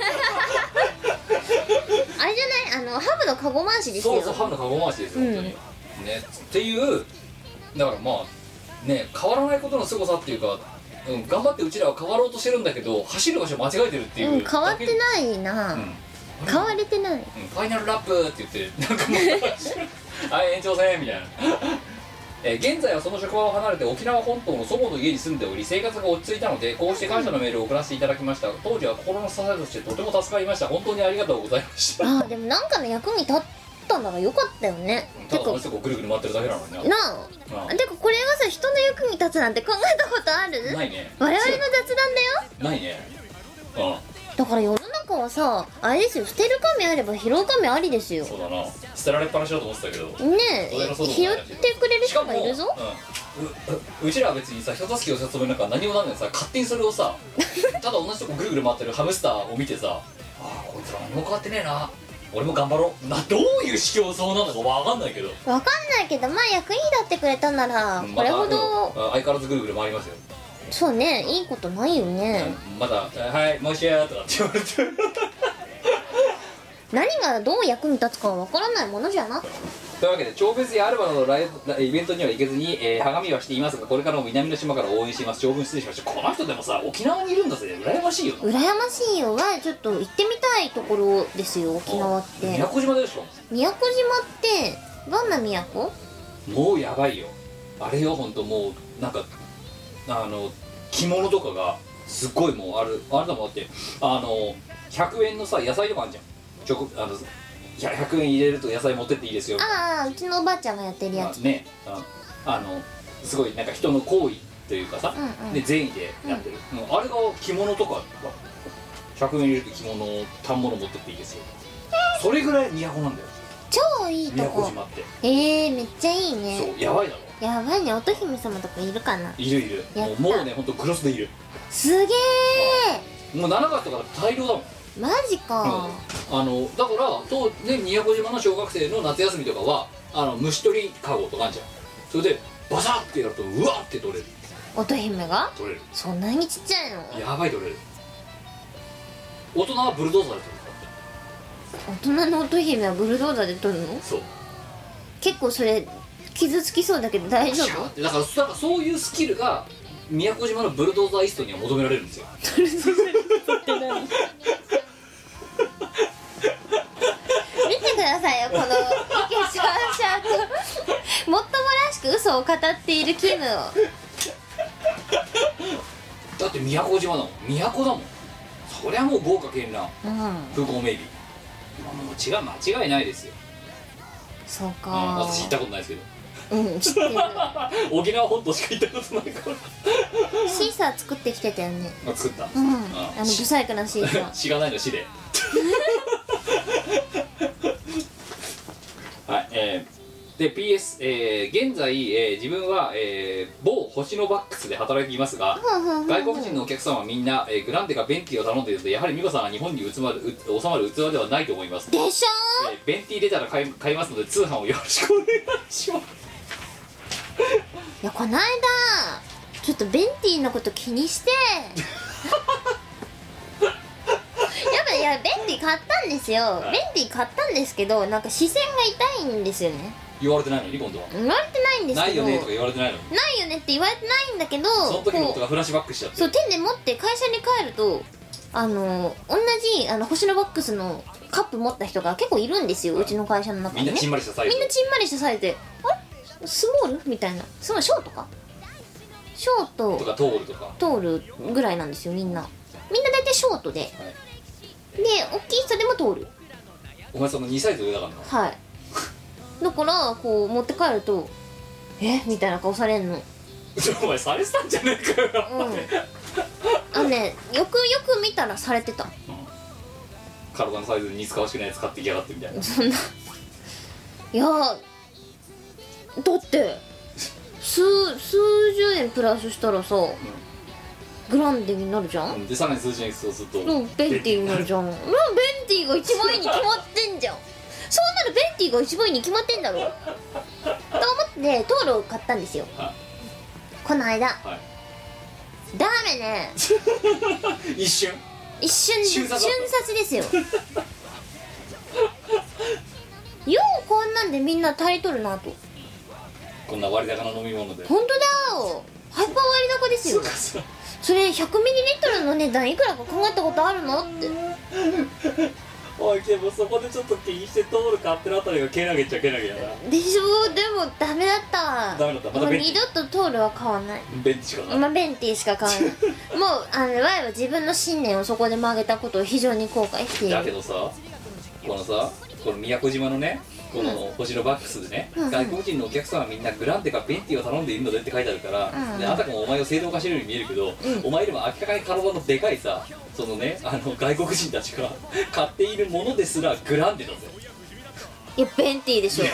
Speaker 2: あれじゃないあのハブのカゴ回しですよ
Speaker 1: そうそうハムのカゴ回しですよ本当に、ねっていうだからまあね変わらないことの凄さっていうか、うん、頑張ってうちらは変わろうとしてるんだけど走る場所間違えてるっていう、
Speaker 2: うん、変わって
Speaker 1: い、
Speaker 2: ないな、
Speaker 1: うん
Speaker 2: 変われてない
Speaker 1: うんファイナルラップって言ってなんか [LAUGHS] もうはい延長戦みたいなえー現在はその職場を離れて沖縄本島の祖母の家に住んでおり生活が落ち着いたのでこうして感謝のメールを送らせていただきました当時は心の支えとしてとても助かりました本当にありがとうございま
Speaker 2: [LAUGHS]
Speaker 1: した
Speaker 2: ああでもなんかの役に立ったんだからよかったよね
Speaker 1: ただ
Speaker 2: てか
Speaker 1: この人こうぐるぐる回ってるだけなのにな
Speaker 2: な
Speaker 1: ま
Speaker 2: あてかこれがさ人の役に立つなんて考えたことある
Speaker 1: あないね
Speaker 2: 我々の雑談だよ
Speaker 1: ないねあ
Speaker 2: だから世の中はさあれですよ捨てる神あれば拾う神ありですよ
Speaker 1: そうだな捨てられっぱなしだと思ってたけど
Speaker 2: ね
Speaker 1: 俺の
Speaker 2: え
Speaker 1: そう
Speaker 2: 拾ってくれる
Speaker 1: しか
Speaker 2: 人
Speaker 1: も
Speaker 2: がいるぞ
Speaker 1: うんうううちらは別にさ人助けをしたつもりなんか何もなんないさ勝手にそれを
Speaker 2: [LAUGHS]
Speaker 1: さただ同じとこぐるぐる回ってるハムスターを見てさあーこいつら何も変わってねえな俺も頑張ろうなどういう思想そうなのかわかんないけど
Speaker 2: わかんないけどまあ役に立ってくれたなら
Speaker 1: うん
Speaker 2: こ
Speaker 1: ま
Speaker 2: れ
Speaker 1: た
Speaker 2: ほ
Speaker 1: うん
Speaker 2: ど
Speaker 1: 相変わらずぐるぐる回りますよ、
Speaker 2: そうねいいことないよね
Speaker 1: うんまた「はいもう一や」とかって言われて
Speaker 2: 何がどう役に立つかはわからないものじゃな
Speaker 1: というわけで超別やアルバなどライブイベントには行けずに、えー、はがみはしていますがこれからも南の島から応援しています長文失礼しましたこの人でもさ沖縄にいるんだぜ羨ましいよな
Speaker 2: 羨ましいよはちょっと行ってみたいところですよ沖縄って
Speaker 1: 宮古島でしょ
Speaker 2: 宮古島ってどんな都
Speaker 1: もうやばいよあれよ本当もうなんかあの着物とかがすっごいもうあるあれだもんだってあの100円のさ野菜とかあるじゃんちょこあのいや100円入れると野菜持ってっていいですよ
Speaker 2: ああうちのおばあちゃんがやってるや
Speaker 1: ま
Speaker 2: つ
Speaker 1: あねああのすごいなんか人の行為というかさ、
Speaker 2: うんうん
Speaker 1: で善意でやってる、うんあれが着物とか100円入れて着物反物持ってっていいですよそれぐらい都なんだよ
Speaker 2: 超いいと
Speaker 1: 宮古
Speaker 2: こ
Speaker 1: 島って、
Speaker 2: えー、めっちゃいい
Speaker 1: そ
Speaker 2: ね
Speaker 1: うやばいだろ
Speaker 2: やばいね乙姫様とかいるかない
Speaker 1: るいる
Speaker 2: や
Speaker 1: も
Speaker 2: っ
Speaker 1: う
Speaker 2: た
Speaker 1: もうねほんとグロスでいる
Speaker 2: すげえ
Speaker 1: もう7月とか大量だもん
Speaker 2: マジか
Speaker 1: あのだから当ね宮古島の小学生の夏休みとかはあの虫取りカゴとかあんじゃんそれでバサッてやるとうわって取れる
Speaker 2: 乙姫が
Speaker 1: 取れる
Speaker 2: そんなにちっちゃいの
Speaker 1: やばい取れる大人はブルドーザーで取るからね
Speaker 2: 大人の乙姫はブルドーザーで取るの
Speaker 1: そう
Speaker 2: 結構それ傷つきそうだけど大丈
Speaker 1: シャー
Speaker 2: 夫
Speaker 1: ってだからそだからそういうスキルが宮古島のブルドーザーイストには求められるんですよ
Speaker 2: 見てくださいよこのイケシャーシャーともっともらしく嘘を語っているキムを
Speaker 1: だって宮古島だもん都だもんそりゃもう豪華絢爛
Speaker 2: うん
Speaker 1: 風光明媚まあもう違う間違いないですよ、
Speaker 2: そう
Speaker 1: うん
Speaker 2: か
Speaker 1: 私行ったことないですけど
Speaker 2: うん知ってる
Speaker 1: 沖縄本島しか行ったことないから
Speaker 2: シーサー作ってきてたよね
Speaker 1: あ作った、
Speaker 2: うんあ
Speaker 1: あ
Speaker 2: のブサイクなシーサー
Speaker 1: 知らないの死ではいえーで PS、えー現在、えー自分は、えー某星のバックスで働いていますが
Speaker 2: ふんふんふん
Speaker 1: 外国人のお客様はみんな、えーグランデかベンティを頼んでいるのでやはり美子さんは日本にうつまるう収まる器ではないと思います
Speaker 2: でしょ
Speaker 1: えーベンティ出たら買い買いますので通販をよろしくお願いします
Speaker 2: いやこの間ちょっとベンティのこと気に
Speaker 1: [LAUGHS]
Speaker 2: してやっぱいやベンティ買ったんですよ
Speaker 1: はい
Speaker 2: ベンティ買ったんですけどなんか視線が痛いんですよね
Speaker 1: 言われてないのに今度は
Speaker 2: 言われてないんです
Speaker 1: な
Speaker 2: け
Speaker 1: い
Speaker 2: ど
Speaker 1: よねとか言われてないのに
Speaker 2: ないよねって言われてないんだけど
Speaker 1: その時のこと
Speaker 2: こ
Speaker 1: がフラッシュバックしちゃっ
Speaker 2: う
Speaker 1: て
Speaker 2: そう手で持って会社に帰るとあの同じあの星のバックスのカップ持った人が結構いるんですようちの会社の中
Speaker 1: みん
Speaker 2: に
Speaker 1: な
Speaker 2: ね
Speaker 1: ちんまりしたサイズ
Speaker 2: みんなちんまりしたサイズで「あれスモール?」みたいなスモールショートかショート
Speaker 1: とか通るとか
Speaker 2: 通るぐらいなんですよみんなみんな大体ショートで、で大きい人でも通る
Speaker 1: お前その2サイズ上だからな
Speaker 2: はいだからこう持って帰ると「えみたいな顔されんの
Speaker 1: お前されてたんじゃねえかよ、
Speaker 2: あのねよくよく見たらされてた
Speaker 1: 体のサイズに似つかわしくないやつ買ってきやがってみたいな、
Speaker 2: そんないやーだって数数十円プラスしたらさ、グランデになるじゃん、
Speaker 1: でさらに数字にそうすると、
Speaker 2: うん、ベンティーになるじゃんうんベンティーが一番いいに決まってんじゃんそうなるベンティーが一番いいに決まってんだろと思ってトールを買ったんですよ
Speaker 1: は
Speaker 2: この間
Speaker 1: はい
Speaker 2: ダメね
Speaker 1: 一瞬
Speaker 2: 一瞬
Speaker 1: 瞬
Speaker 2: 瞬
Speaker 1: 殺
Speaker 2: 殺ですよようこんなんでみんなタイトルなと
Speaker 1: こんな割高な飲み物で
Speaker 2: 本当だよハイパー割高ですよ
Speaker 1: さ
Speaker 2: それ100ミリリットルの値段いくらか考えたことあるのって
Speaker 1: おいでもそこでちょっと気にして通るかってるあたりがけなげっちゃけなげやな
Speaker 2: でしょでもダメだったわ
Speaker 1: ダメだったまた
Speaker 2: もう
Speaker 1: ベンチ
Speaker 2: 二度とトールは買わない
Speaker 1: ベンチしかない、
Speaker 2: 今ベンティーしか買 [LAUGHS] わないもうあのワイは自分の信念をそこで曲げたことを非常に後悔してい
Speaker 1: だけ
Speaker 2: る
Speaker 1: どさこのさこの宮古島のねこの星のバックスでね、
Speaker 2: うん
Speaker 1: 外国人のお客さんはみんなグランデかベンティを頼んでいるのでって書いてあるから、
Speaker 2: うん
Speaker 1: であたかもお前を正当化してるように見えるけど、お前よりも明らかに体のでかいさそのねあの外国人たちが [LAUGHS] 買っているものですらグランデだぜ
Speaker 2: いやベンティーでしょ
Speaker 1: だ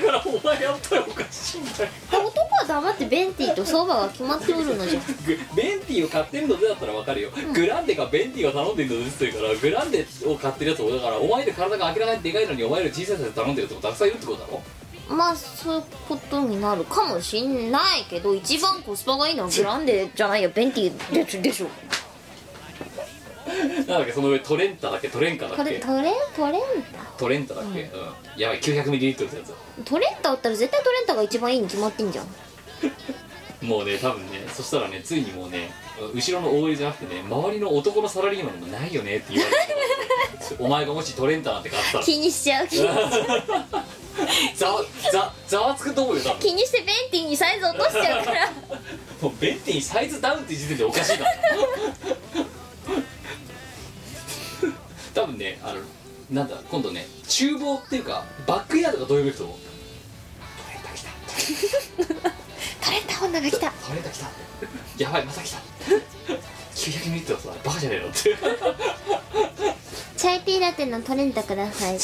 Speaker 1: からお前やったらおかしいんだよ
Speaker 2: 男は黙ってベンティーと相場が決まっておるのじゃ
Speaker 1: グベンティを買ってるのでだったらわかるよ、グランデかベンティを頼んでるのですって言うからグランデを買ってるやつをだからお前より体が明らかにでかいのにお前より小さいやつで頼んでるってことたくさんいるってことだろ
Speaker 2: まあそういうことになるかもしんないけど一番コスパがいいのはグランデじゃないよベンティーででしょ
Speaker 1: なんだっけその上トレンタだっけトレンカだ
Speaker 2: こ
Speaker 1: っけ
Speaker 2: れトレントレンタ
Speaker 1: トレンタだっけ、うんやばい 900ml ってやつ
Speaker 2: トレンタだったら絶対トレンタが一番いいに決まってんじゃん
Speaker 1: もうね多分ねそしたらねついにもうね後ろの OL じゃなくてね周りの男のサラリーマンもないよねって言われ [LAUGHS] てお前がもしトレンタなんて買ったら [LAUGHS]
Speaker 2: [LAUGHS] 気にしちゃう気 [LAUGHS] に
Speaker 1: ざわざざわつくと思うよ多分
Speaker 2: 気にしてベンティーにサイズ落としちゃうから
Speaker 1: もうベンティにサイズダウンって時点でおかしいから [LAUGHS] 多分ねあのなんだ今度ね厨房っていうかバックヤードがどよめくと思うトレーター来た
Speaker 2: トレンタ女が来た
Speaker 1: トレーター来たやばいまた来た900ミリだとバカじゃねえのって [LAUGHS]
Speaker 2: チャイティーラテのトレンタください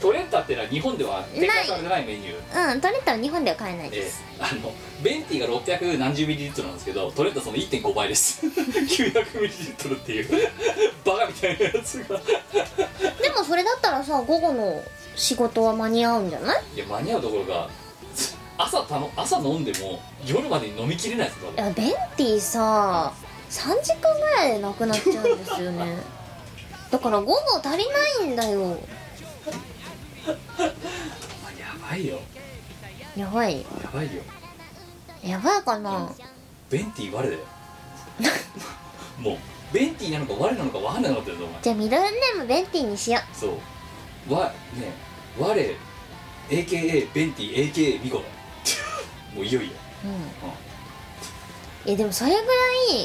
Speaker 1: トレンターってのは日本では展開されてないメニュー
Speaker 2: うんトレンタは日本では買えない
Speaker 1: え
Speaker 2: です
Speaker 1: えあのベンティが600何十ミリリットルなんですけどトレンタその1.5倍です [LAUGHS] 900ミリリットルっていうバカみたいなやつが
Speaker 2: でもそれだったらさ午後の仕事は間に合うんじゃない
Speaker 1: いや間に合うところが朝たの朝飲んでも夜までに飲みきれないですよ
Speaker 2: いやベンティさ3時間ぐらいでなくなっちゃうんですよ [LAUGHS] ねだから午後足りないんだよ
Speaker 1: やばいよ
Speaker 2: やばい
Speaker 1: やばいよ
Speaker 2: やばいかな
Speaker 1: ベンティ我だよもうベンティなのか我なのか分かんなくなってるぞお前
Speaker 2: じゃあミドルネームベンティにしよう
Speaker 1: そうわね我 AKA ベンティ AKA ミコだもういよいよ
Speaker 2: うんいやでもそれぐら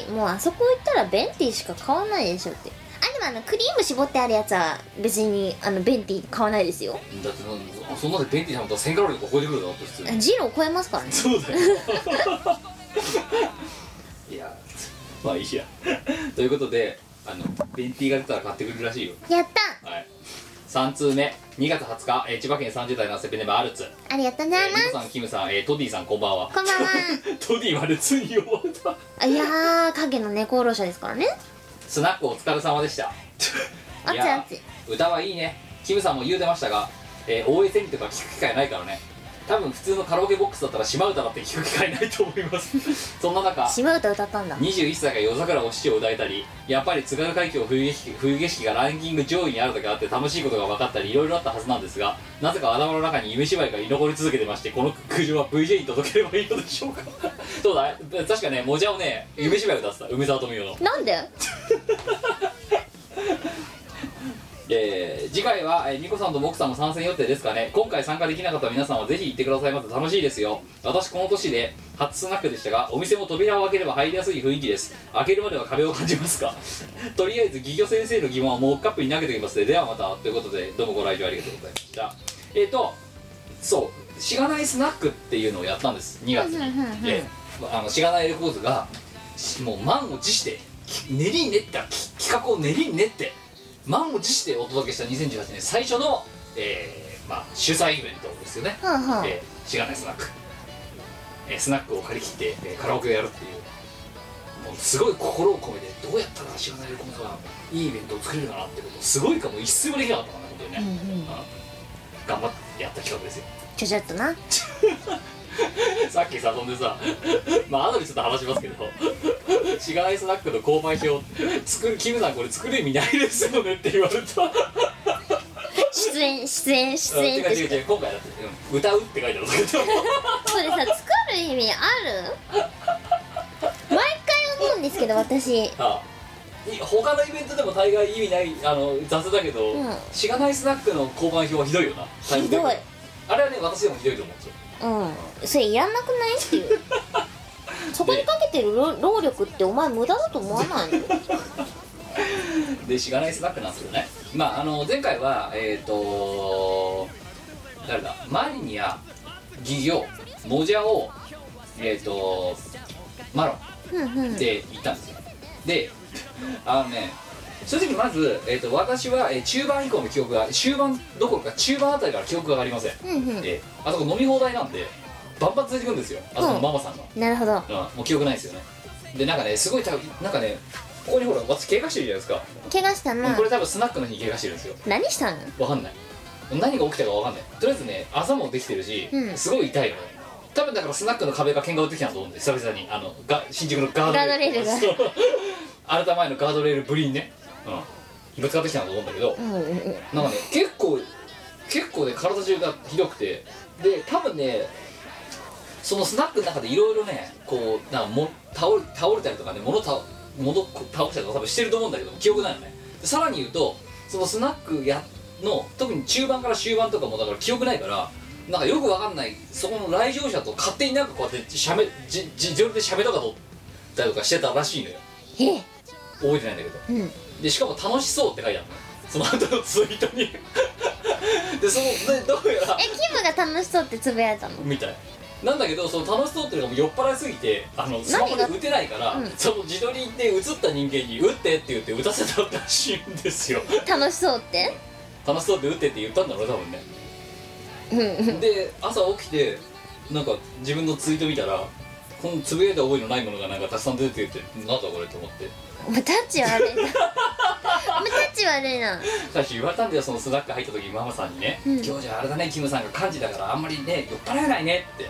Speaker 2: いもうあそこ行ったらベンティしか買わないでしょってあでもあのクリーム絞ってあるやつは別にあのベンティ買わないですよ
Speaker 1: だってなそんなでベンティさんだったら1000カロリーとか超えてくるだろって普通に
Speaker 2: ジロー超えますからね
Speaker 1: そうだよいやまあいいやということであのベンティが出たら買ってくれるらしいよ
Speaker 2: やった
Speaker 1: はい3通目2月20日、えー千葉県30代のセペネバアルツ、
Speaker 2: ありがとうご
Speaker 1: え
Speaker 2: ざい
Speaker 1: ー、
Speaker 2: ま
Speaker 1: リコ
Speaker 2: す
Speaker 1: さんキムさん、えートディさんこんばんは
Speaker 2: こんばんは
Speaker 1: トディは列に呼ばれた
Speaker 2: あいやー影の猫おろしですからね
Speaker 1: スナックお疲れ様でした
Speaker 2: あ
Speaker 1: い
Speaker 2: つ
Speaker 1: や
Speaker 2: あつ
Speaker 1: 歌はいいねキムさんも言うてましたが、えー、応援セミとか聞く機会ないからね多分普通のカラオケボックスだったら島唄だって聞く機会ないと思いますそんな中
Speaker 2: 島唄歌ったんだ
Speaker 1: 21歳が夜桜お七を歌えたりやっぱり津軽海峡冬景色冬景色がランキング上位にあるだけあって楽しいことが分かったりいろいろあったはずなんですがなぜか頭の中に夢芝居が居残り続けてましてこの苦情は VJ に届ければいいのでしょうか [LAUGHS] そうだ確かねもじゃをね夢芝居を歌ってた梅沢富美男の
Speaker 2: なんで
Speaker 1: えー次回は、えー、ミコさんとボクさんも参戦予定ですかね今回参加できなかった皆さんはぜひ行ってくださいませ楽しいですよ私この年で初スナックでしたがお店も扉を開ければ入りやすい雰囲気です開けるまでは壁を感じますか [LAUGHS] とりあえずギギョ先生の疑問はもうカップに投げておきますねではまたということでどうもご来場ありがとうございましたえっ、とそうしがないスナックっていうのをやったんです2月
Speaker 2: うんうんうんう
Speaker 1: に
Speaker 2: ん
Speaker 1: であのしがないレコーズがしもう満を持してき練りに練ったき企画を練りに練って満を持してお届けした2018年最初の、えーまあ、主催イベントですよね、
Speaker 2: はあはあ
Speaker 1: えーしがないスナック、えースナックを借り切って、えーカラオケをやるっていうもうすごい心を込めてどうやったらしがないレコードがいいイベントを作れるかなってことをすごいかもう一睡もできなかったかな本当にね、うん頑張ってやった企画ですよ [LAUGHS]
Speaker 2: ちょちょっとな
Speaker 1: さっきさそんでさ [LAUGHS] まあ後でちょっと話しますけどしがないスナックの購買表作るキムさんこれ作る意味ないですよねって言われた
Speaker 2: 出演出演出演
Speaker 1: て
Speaker 2: っ
Speaker 1: か
Speaker 2: て
Speaker 1: 違う違う今回だってうん歌うって書いてあるんだけ
Speaker 2: [LAUGHS]
Speaker 1: ど
Speaker 2: それさ作る意味ある毎回思うんですけど私
Speaker 1: あい他のイベントでも大概意味ないあの雑だけど、
Speaker 2: うん
Speaker 1: しがないスナックの交番表はひどいよな
Speaker 2: ひどい
Speaker 1: あれはね私でもひどいと思うんですよ
Speaker 2: うんそれいらなくないっ
Speaker 1: [LAUGHS]
Speaker 2: ていうそこにかけてる労労力ってお前無駄だと思わないの
Speaker 1: でしがないスナックなんですけどねまああの前回はえっ、と誰だマリニアギギョモジャオえっ、とマロ
Speaker 2: うんうん
Speaker 1: ンで行ったんですよであのね正直まず、えー、と私は、えー中盤以降の記憶が終盤どころか中盤あたりから記憶がありません
Speaker 2: うんうん
Speaker 1: えーあそこ飲み放題なんでバンバン連れてくんですよあそこのママさんが、
Speaker 2: なるほど
Speaker 1: うんもう記憶ないですよねでなんかねすごい多分なんかねここにほら私怪我してるじゃないですか、
Speaker 2: 怪我したな
Speaker 1: これ多分スナックの日に怪我してるんですよ
Speaker 2: 何したの
Speaker 1: わかんない何が起きたかわかんないとりあえずね朝もできてるし、
Speaker 2: うん
Speaker 1: すごい痛いのね多分だからスナックの壁が喧嘩打ってきたと思うんで久々にあのが新宿のガードレール
Speaker 2: ガード
Speaker 1: そう [LAUGHS] 新た前のガードレールぶりにね、うん、ぶつかってきたと思うんだけど、
Speaker 2: うんうんうん
Speaker 1: なんかね結構結構ね体中がひどくてで多分ねそのスナックの中でいろいろねこうなんかも倒れ倒れたりとかね物倒物こう倒したりとか多分してると思うんだけど記憶ないのねでさらに言うとそのスナックやの特に中盤から終盤とかもだから記憶ないからなんかよくわかんないそこの来場者と勝手になんかこうやってしゃべじ自撮りでしゃべとか撮ったりとかしてたらしいのよ
Speaker 2: ええ
Speaker 1: 覚えてないんだけど
Speaker 2: うん
Speaker 1: でしかも楽しそうって書いてあるのその後のツイートに [LAUGHS] でそのでどうやら
Speaker 2: えキムが楽しそうってつぶやいたの
Speaker 1: みたいなんだけどその楽しそうっていうのが酔っ払いすぎてあのスマホで
Speaker 2: 何が
Speaker 1: 打てないから、
Speaker 2: うん
Speaker 1: その自撮りで映った人間に「打って」って言って打たせたらしいんです
Speaker 2: [LAUGHS]
Speaker 1: よ
Speaker 2: 楽しそうって
Speaker 1: 楽しそうって打ってって言ったんだろう多分ね
Speaker 2: うん [LAUGHS] うん
Speaker 1: で朝起きてなんか自分のツイート見たらこのつぶやいた覚えのないものがなんかたくさん出てきてなんだこれと思って
Speaker 2: お前タッチ悪いなお前タッチ悪いな
Speaker 1: 最初言われたんだよそのスナック入った時ママさんにね「
Speaker 2: うん
Speaker 1: 今日じゃあれだねキムさんが幹事だからあんまりね酔っ払えないね」って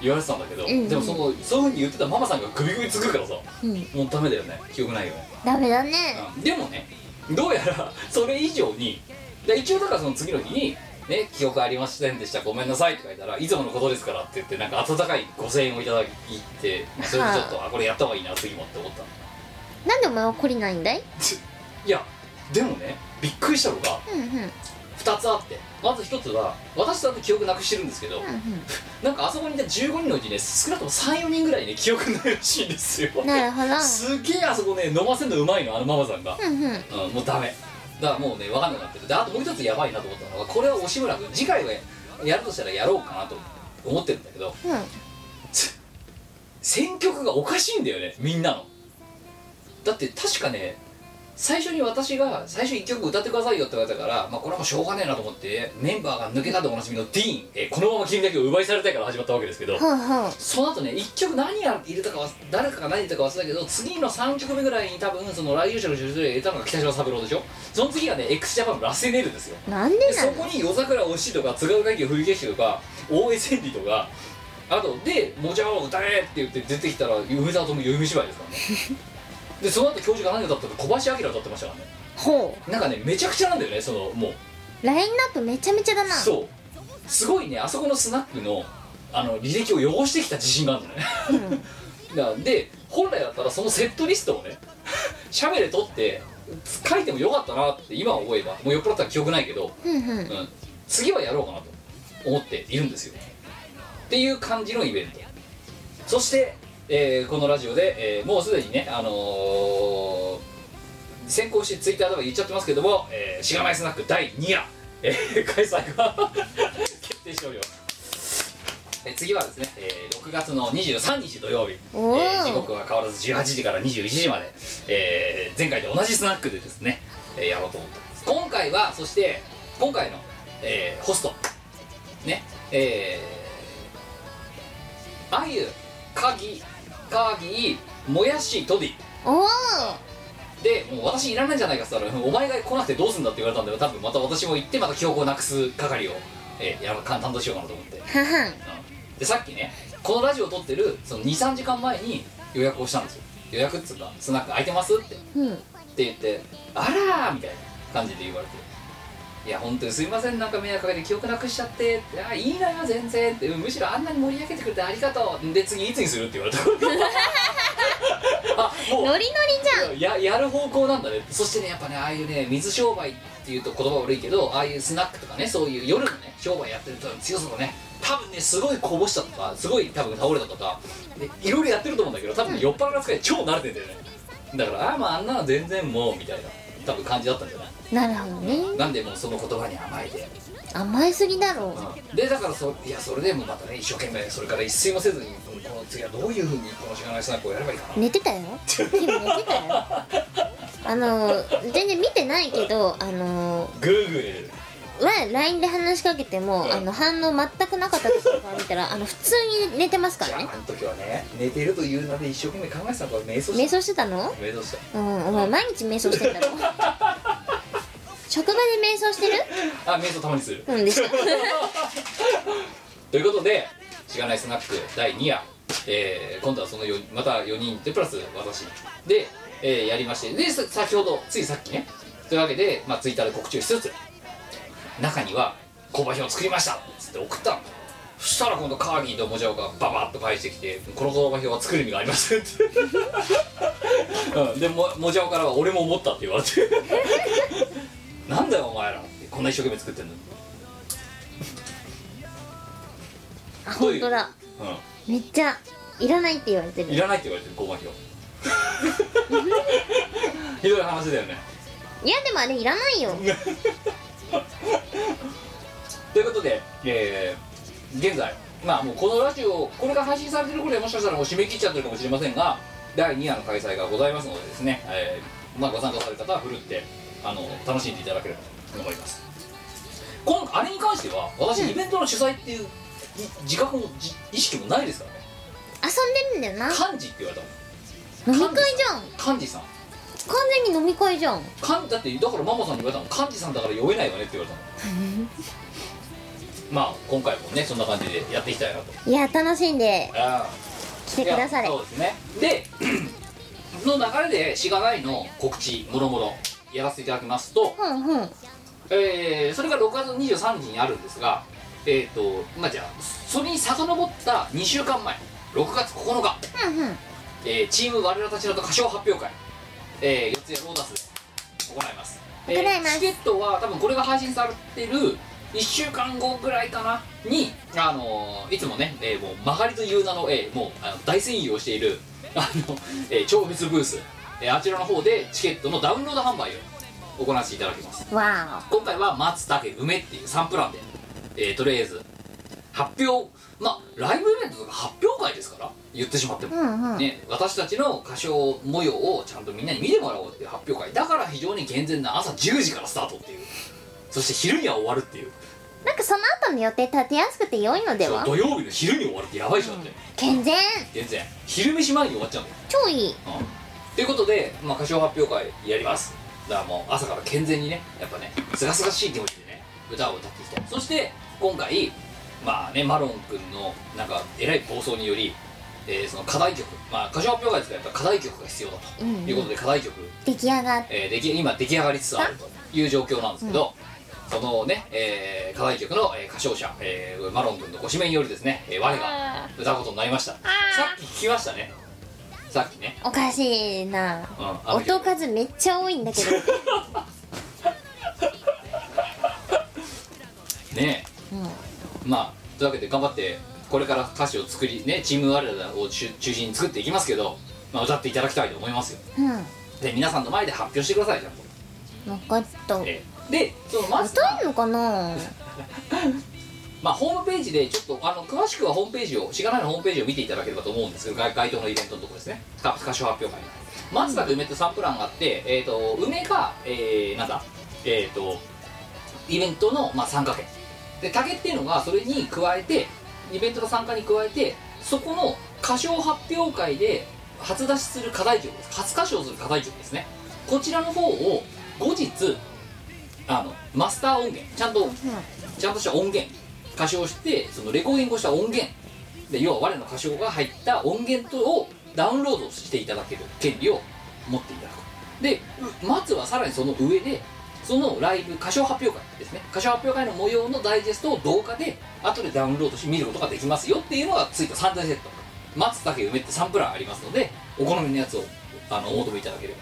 Speaker 1: 言われてたんだけど、
Speaker 2: んうん
Speaker 1: でもそのそういうふうに言ってたママさんが首首つくからさ
Speaker 2: うん
Speaker 1: もうダメだよね記憶ないよね、
Speaker 2: ダメだね
Speaker 1: うんでもねどうやら [LAUGHS] それ以上にで一応だからその次の日に「ね記憶ありませんでしたごめんなさい」って書いたら「いつものことですから」って言ってなんか温かい5000円をいただいて、まあ、それでちょっと、あこれやった方がいいな次もって思った
Speaker 2: なんでお前怒りないんだい
Speaker 1: いやでもねびっくりしたのが
Speaker 2: うんうんうんうん
Speaker 1: 2つあってまず1つは私だって記憶なくしてるんですけど、なんかあそこにいた15人のうちね少なくとも34人ぐらいね記憶ないらしいんですよ
Speaker 2: [LAUGHS] なるほど
Speaker 1: すげえあそこね飲ませるのうまいのあのママさんが、
Speaker 2: うんうん
Speaker 1: うん、もうダメだからもうね分かんなくなってるであともう一つやばいなと思ったのがこれは押村君次回はやるとしたらやろうかなと思ってるんだけど
Speaker 2: うん
Speaker 1: 選曲がおかしいんだよねみんなのだって確かね最初に私が最初1曲歌ってくださいよって言われたから、まあ、これはもうしょうがねえなと思ってメンバーが抜けたでおなじみのディーン、えーこのまま君だけを奪い去りたいから始まったわけですけど
Speaker 2: ほうほう
Speaker 1: その後ね1曲何や入れたかは誰かが何入れたか忘れたけど次の3曲目ぐらいに多分その来場者の女性で入れたのが北島三郎でしょその次がね x ジャパンのラセネルですよ
Speaker 2: なんで
Speaker 1: で
Speaker 2: な
Speaker 1: そ
Speaker 2: の
Speaker 1: こに夜桜推しとか津軽海峡冬景色とか大江千里とかあとで「もじゃを歌え!」って言って出てきたら梅沢富美代芝居ですからねでその後教授が何歌ったか小林明歌ってましたからね
Speaker 2: ほ
Speaker 1: なんかねめちゃくちゃなんだよねそのもう
Speaker 2: うラインナップめちゃめちゃだな
Speaker 1: そうすごいねあそこのスナックのあの履歴を汚してきた自信があるのね [LAUGHS] なんで本来だったらそのセットリストをねシャベで取って書いてもよかったなって今思えばもう酔っ払ったら記憶ないけど、
Speaker 2: うんうんうん
Speaker 1: うん、次はやろうかなと思っているんですよっていう感じのイベントそして、えーこのラジオで、えーもうすでにねあのー先行してツイッターとか言っちゃってますけども、えーしがないスナック第2夜、えー開催が [LAUGHS] 決定しておりますえー次はですね、えー6月の23日土曜日、え
Speaker 2: おー
Speaker 1: ー時刻は変わらず18時から21時まで、えー前回と同じスナックでですね、えーやろうと思ってます今回はそして今回の、えーホストねえー、あゆかぎかぎもやしとび
Speaker 2: おお
Speaker 1: でもう私いらないんじゃないかって言ったら「お前が来なくてどうすんだ」って言われたんで多分また私も行ってまた記憶をなくす係を、えーやらか担当しようかなと思って、
Speaker 2: ははん
Speaker 1: うんでさっきねこのラジオを撮ってるその23時間前に予約をしたんですよ予約っつうかスナック空いてますって
Speaker 2: うん
Speaker 1: って言って「あら!」みたいな感じで言われて「いや本当にすいませんなんか迷惑かけて記憶なくしちゃって」って「あいいなよ全然」って「むしろあんなに盛り上げてくれてありがとう」で次いつにするって言われたあもう
Speaker 2: ノリノリじゃん
Speaker 1: ややる方向なんだねそしてねやっぱねああいうね水商売っていうと言葉悪いけどああいうスナックとかねそういう夜のね商売やってると強さとね多分ねすごいこぼしたとかすごい多分倒れたとかでいろいろやってると思うんだけど多分酔っ払いの扱い超慣れてんだよねだからああまああんなの全然もうみたいな多分感じだったんじゃない
Speaker 2: なるほどね
Speaker 1: なんでもうその言葉に甘えて
Speaker 2: 甘えすぎだろ
Speaker 1: でだからそいやそれでもまたね一生懸命それから一睡もせずにこの次はどういうふうにこの知らないスナックをやればいいかな
Speaker 2: 寝てたよ君寝てたよあの全然見てないけどあの
Speaker 1: グーグー
Speaker 2: は LINE で話しかけてもあの反応全くなかった時とか見たらあの普通に寝てますからね
Speaker 1: あの時はね寝てるというので一生懸命考えてたから瞑想
Speaker 2: 瞑
Speaker 1: した
Speaker 2: 想してたの
Speaker 1: 瞑想した
Speaker 2: うんお前毎日瞑想してんだろ職場で瞑想してる
Speaker 1: あ瞑想たまにする
Speaker 2: うんでしょ
Speaker 1: ということで「しがないスナック第2夜」えー今度はそのよまた4人でプラス私で、えーやりましてでさ先ほどついさっきねというわけで、まあ、ツイッターで告知をしつつ中には「購買表を作りました」っつって送ったのそしたら今度カーギーとモジャオがババッと返してきて「この購買表は作る意味がありません」ってうんでもモジャオからは「俺も思った」って言われて [LAUGHS] 「なんだよお前ら」ってこんな一生懸命作ってんのに
Speaker 2: あ本当だ
Speaker 1: うん
Speaker 2: めっちゃいらないって言われて
Speaker 1: い [LAUGHS]
Speaker 2: る
Speaker 1: らないって言われてる5枚表ひどい話だよね
Speaker 2: いやでもあれいらないよ
Speaker 1: ということで、えー現在まあもうこのラジオこれが配信されてる頃でもしかしたらもう締め切っちゃってるかもしれませんが第2夜の開催がございますのでですね、えーまあ、ご参加される方はふるってあの楽しんでいただければと思います今あれに関しては私イベントの主催っていうい自覚もじ意識もないですからね
Speaker 2: 遊んでるんだよな
Speaker 1: 幹事って言われたも
Speaker 2: 飲
Speaker 1: ん
Speaker 2: み会じゃん
Speaker 1: ゃん幹事さん
Speaker 2: 完全に飲み会じゃん
Speaker 1: かんだってだからママさんに言われたもん幹事さんだから酔えないわねって言われたも [LAUGHS] んまあ今回もねそんな感じでやっていきたいなと
Speaker 2: いや楽しんで
Speaker 1: あ
Speaker 2: 来てくだされ
Speaker 1: そうですねで [CLEARS THROAT] の流れでしがないの告知もろもろやらせていただきますと、
Speaker 2: うんうんうん
Speaker 1: えーそれが6月23日にあるんですがえっ、とまあじゃあそれに遡った2週間前6月9日、
Speaker 2: うん
Speaker 1: えーチーム我らたちのと歌唱発表会、えー、四谷ローダスで行います
Speaker 2: 行います
Speaker 1: チケットは多分これが配信されてる1週間後ぐらいかなに、あのーいつもね、えーもう曲がりという名の,、えーもうあの大戦友をしているあの、えー超別ブース、えーあちらの方でチケットのダウンロード販売を行わせていただきます
Speaker 2: わ
Speaker 1: 今回は松竹梅っていう3プランで、えーとりあえず発表まあライブイベントとか発表会ですから言ってしまっても
Speaker 2: おうんうん
Speaker 1: ね、私たちの歌唱模様をちゃんとみんなに見てもらおうっていう発表会だから非常に健全な朝10時からスタートっていうそして昼には終わるっていう
Speaker 2: なんかその後の予定立てやすくて良いのでは
Speaker 1: そう土曜日の昼に終わるってやばいじゃんって、
Speaker 2: 健全
Speaker 1: 全然昼飯前に終わっちゃうんだよ
Speaker 2: 超いい
Speaker 1: うんということで、まあ、歌唱発表会やりますだからもう朝から健全にねやっぱねすがすがしい気持ちでね歌を歌っていきたいそして今回まあねマロン君のなんかえらい暴走により、えーその課題曲まあ歌唱発表会ですからやっぱ課題曲が必要だということで課題曲
Speaker 2: 出来上がっ
Speaker 1: えーでき今出来上がりつつあるという状況なんですけど、そのね、えー課題曲の、えー歌唱者、えーマロン君のご指名によりですね、えー我が歌うことになりましたさっき聞きましたねさっきね、
Speaker 2: おかしい
Speaker 1: う
Speaker 2: な
Speaker 1: ん、あの
Speaker 2: 音数めっちゃ多いんだ [LAUGHS] けど
Speaker 1: ねまあというわけで頑張ってこれから歌詞を作りねチーム我らを中中心に作っていきますけど、まあ、歌っていただきたいと思いますよ
Speaker 2: うんうん
Speaker 1: で皆さんの前で発表してくださいじゃんと、
Speaker 2: 分かった歌
Speaker 1: えーでそのまず
Speaker 2: うのかな
Speaker 1: まあ、ホームページでちょっとあの詳しくはホームページをしがないのホームページを見ていただければと思うんですけど該該当のイベントのところですね歌歌唱発表会松田と梅って3プランがあって、えー、と梅が、えーなんだえっ、とイベントの、まあ、参加権で竹っていうのがそれに加えてイベントの参加に加えてそこの歌唱発表会で初出しする課題曲です初歌唱する課題曲ですねこちらの方を後日あのマスター音源ちゃんとちゃんとした音源歌唱してそのレコーディングをした音源で要は我の歌唱が入った音源とをダウンロードしていただける権利を持っていただくで松はさらにその上でそのライブ歌唱発表会ですね歌唱発表会の模様のダイジェストを動画で後でダウンロードして見ることができますよっていうのがついた3大セット松竹梅って3プランありますのでお好みのやつをあのお求めいただければ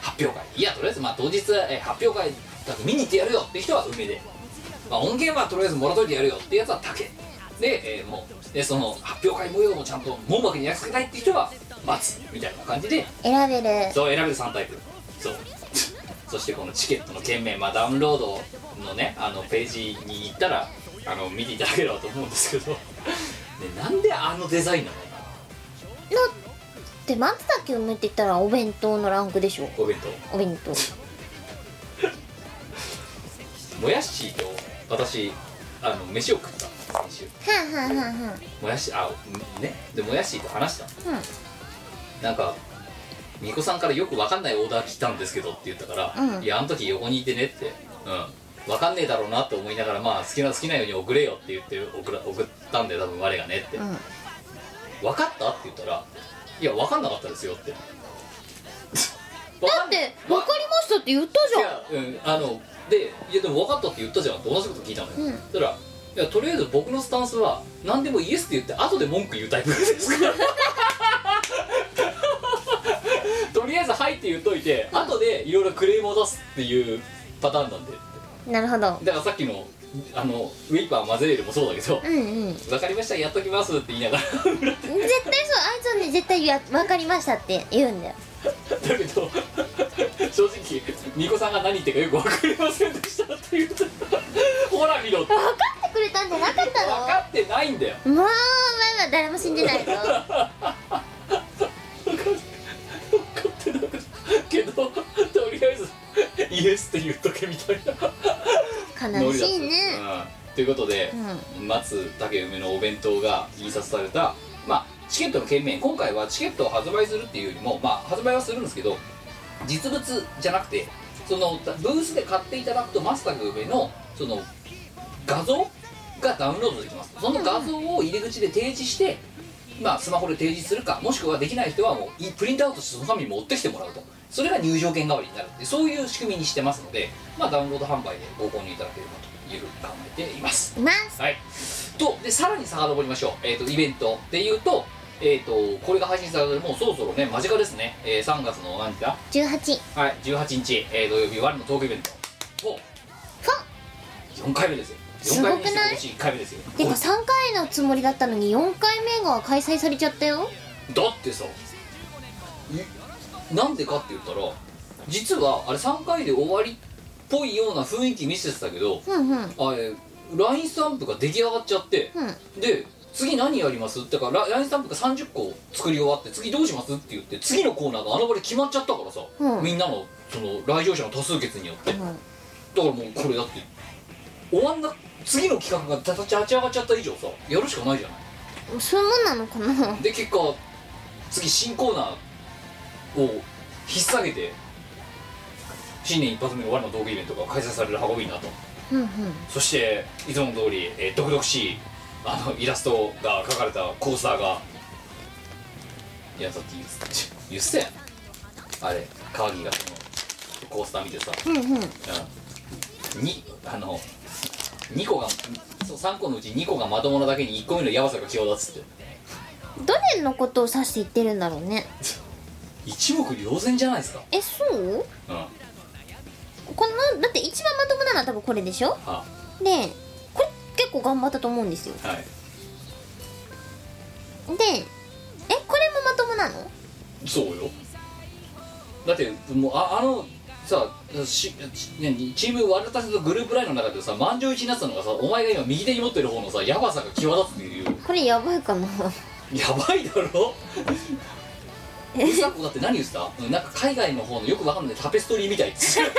Speaker 1: 発表会いやとりあえずまあ当日、えー発表会だと見に行ってやるよって人は梅でまあ、音源はとりあえずもらっといてやるよってやつは竹で、えーもうでその発表会模様もちゃんと門脇に焼き付けたいって人は待つみたいな感じで
Speaker 2: 選べる
Speaker 1: そう選べる3タイプそう [LAUGHS] そしてこのチケットの件名、まあ、ダウンロードのねあのページに行ったらあの見ていただければと思うんですけど、ね、なんであのデザインなのか
Speaker 2: だって松茸梅って言ったらお弁当のランクでしょ
Speaker 1: なお弁当
Speaker 2: お弁当
Speaker 1: もやしと私あの飯を食った先週
Speaker 2: はんはんはんはん
Speaker 1: もやしあねでもやしと話したのなんか「巫女さんからよくわかんないオーダー来たんですけど」って言ったから「
Speaker 2: うん
Speaker 1: いやあの時横にいてね」って「うんわかんねえだろうな」って思いながら「まあ好きな好きなように送れよ」って言って送ら送ったんだよ多分我がねって
Speaker 2: うんう
Speaker 1: 「
Speaker 2: ん
Speaker 1: 分かった?」って言ったら「いやわかんなかったですよ」ってだ
Speaker 2: だって「分かりました」って言ったじゃん
Speaker 1: いやうんあので「いやでも分かったって言ったじゃん」って同じこと聞いたのよ、
Speaker 2: うん
Speaker 1: そしたら「いやとりあえず僕のスタンスは何でもイエスって言って後で文句言うタイプです
Speaker 2: [LAUGHS]
Speaker 1: から」とりあえず「はい」って言っといて後でいろいろクレームを出すっていうパターンなんで
Speaker 2: なるほど
Speaker 1: だからさっきのあのウェイパー混ぜれるもそうだけど
Speaker 2: うんうん
Speaker 1: 「分かりましたやっときます」って言いながら
Speaker 2: 絶対そうあいつはね絶対や「分かりました」って言うんだよ
Speaker 1: だけど正直ニコさんが何言ってるかよく分かりませんでしたって言うとほら見ろって
Speaker 2: 分かってくれたんじゃなかっ
Speaker 1: 分
Speaker 2: た
Speaker 1: かってないんだよ
Speaker 2: のもうまあまあ誰も信じないぞ
Speaker 1: 分かってなかったけどとりあえずイエスって言っとけみたいなノ
Speaker 2: 悲
Speaker 1: リだっ
Speaker 2: したいね
Speaker 1: うんということで、
Speaker 2: うん
Speaker 1: 松竹梅のお弁当が印刷された、まあ、チケットの件名今回はチケットを発売するっていうよりも、まあ、発売はするんですけど実物じゃなくてそのブースで買っていただくと松竹梅のその画像がダウンロードできますその画像を入り口で提示して、まあ、スマホで提示するかもしくはできない人はもういプリントアウトしてその紙持ってきてもらうとそれが入場券代わりになるってそういう仕組みにしてますので、まあ、ダウンロード販売でご購入いただければというふうに考えています
Speaker 2: います
Speaker 1: はい、とでさらに遡りましょう、えー、とイベントでいうと,、えー、とこれが配信されるもうそろそろね間近ですね、えー3月の何日だ、
Speaker 2: 18
Speaker 1: はい、18日、えー土曜日我のトークイベントを4回目ですよ4回目にして今年1回目ですよ
Speaker 2: てか3回のつもりだったのに4回目が開催されちゃったよ
Speaker 1: だってさえなんでかって言ったら実はあれ3回で終わりっぽいような雰囲気見せてたけど
Speaker 2: うんうんうん
Speaker 1: あれ LINE スタンプが出来上がっちゃって、で次何やりますってかラ LINE スタンプが30個作り終わって次どうしますって言って次のコーナーがあの場で決まっちゃったからさ、
Speaker 2: うん
Speaker 1: みんなのその来場者の多数決によって、だか
Speaker 2: うん
Speaker 1: らもうこれだって終わんな次の企画が立ち上がっちゃった以上さやるしかないじゃない
Speaker 2: そういうもんなのかな
Speaker 1: で結果次新コーナーを引っ提げて新年一発目の終わりの道具イベントが開催される運びになと
Speaker 2: うんうん
Speaker 1: そしていつもの通り、えー、毒々しいあのイラストが描かれたコースターがいやさっき言ってち言ってたやんあれカーギーがそのコースター見てさ、
Speaker 2: うんうん
Speaker 1: うん、にあの2個がそう3個のうち2個がまともなだけに1個目のヤバさが際立つって
Speaker 2: どれのことを指して言ってるんだろうね
Speaker 1: 一目瞭然じゃないですか
Speaker 2: えそう
Speaker 1: うんは
Speaker 2: このだって一番まともなのは多分これでしょ
Speaker 1: あ
Speaker 2: でこれ結構頑張ったと思うんですよ
Speaker 1: はい
Speaker 2: でえこれもまともなの
Speaker 1: そうよだってもうああのさしし何チームワルタスとグループラインの中でさ満場一致になってたのがさお前が今右手に持ってる方のさヤバさが際立つっていう
Speaker 2: これやばいかな
Speaker 1: やばいだろうさこだって何言ってたうんなんか海外の方のよくわかんないタペストリーみたいっ [LAUGHS] つって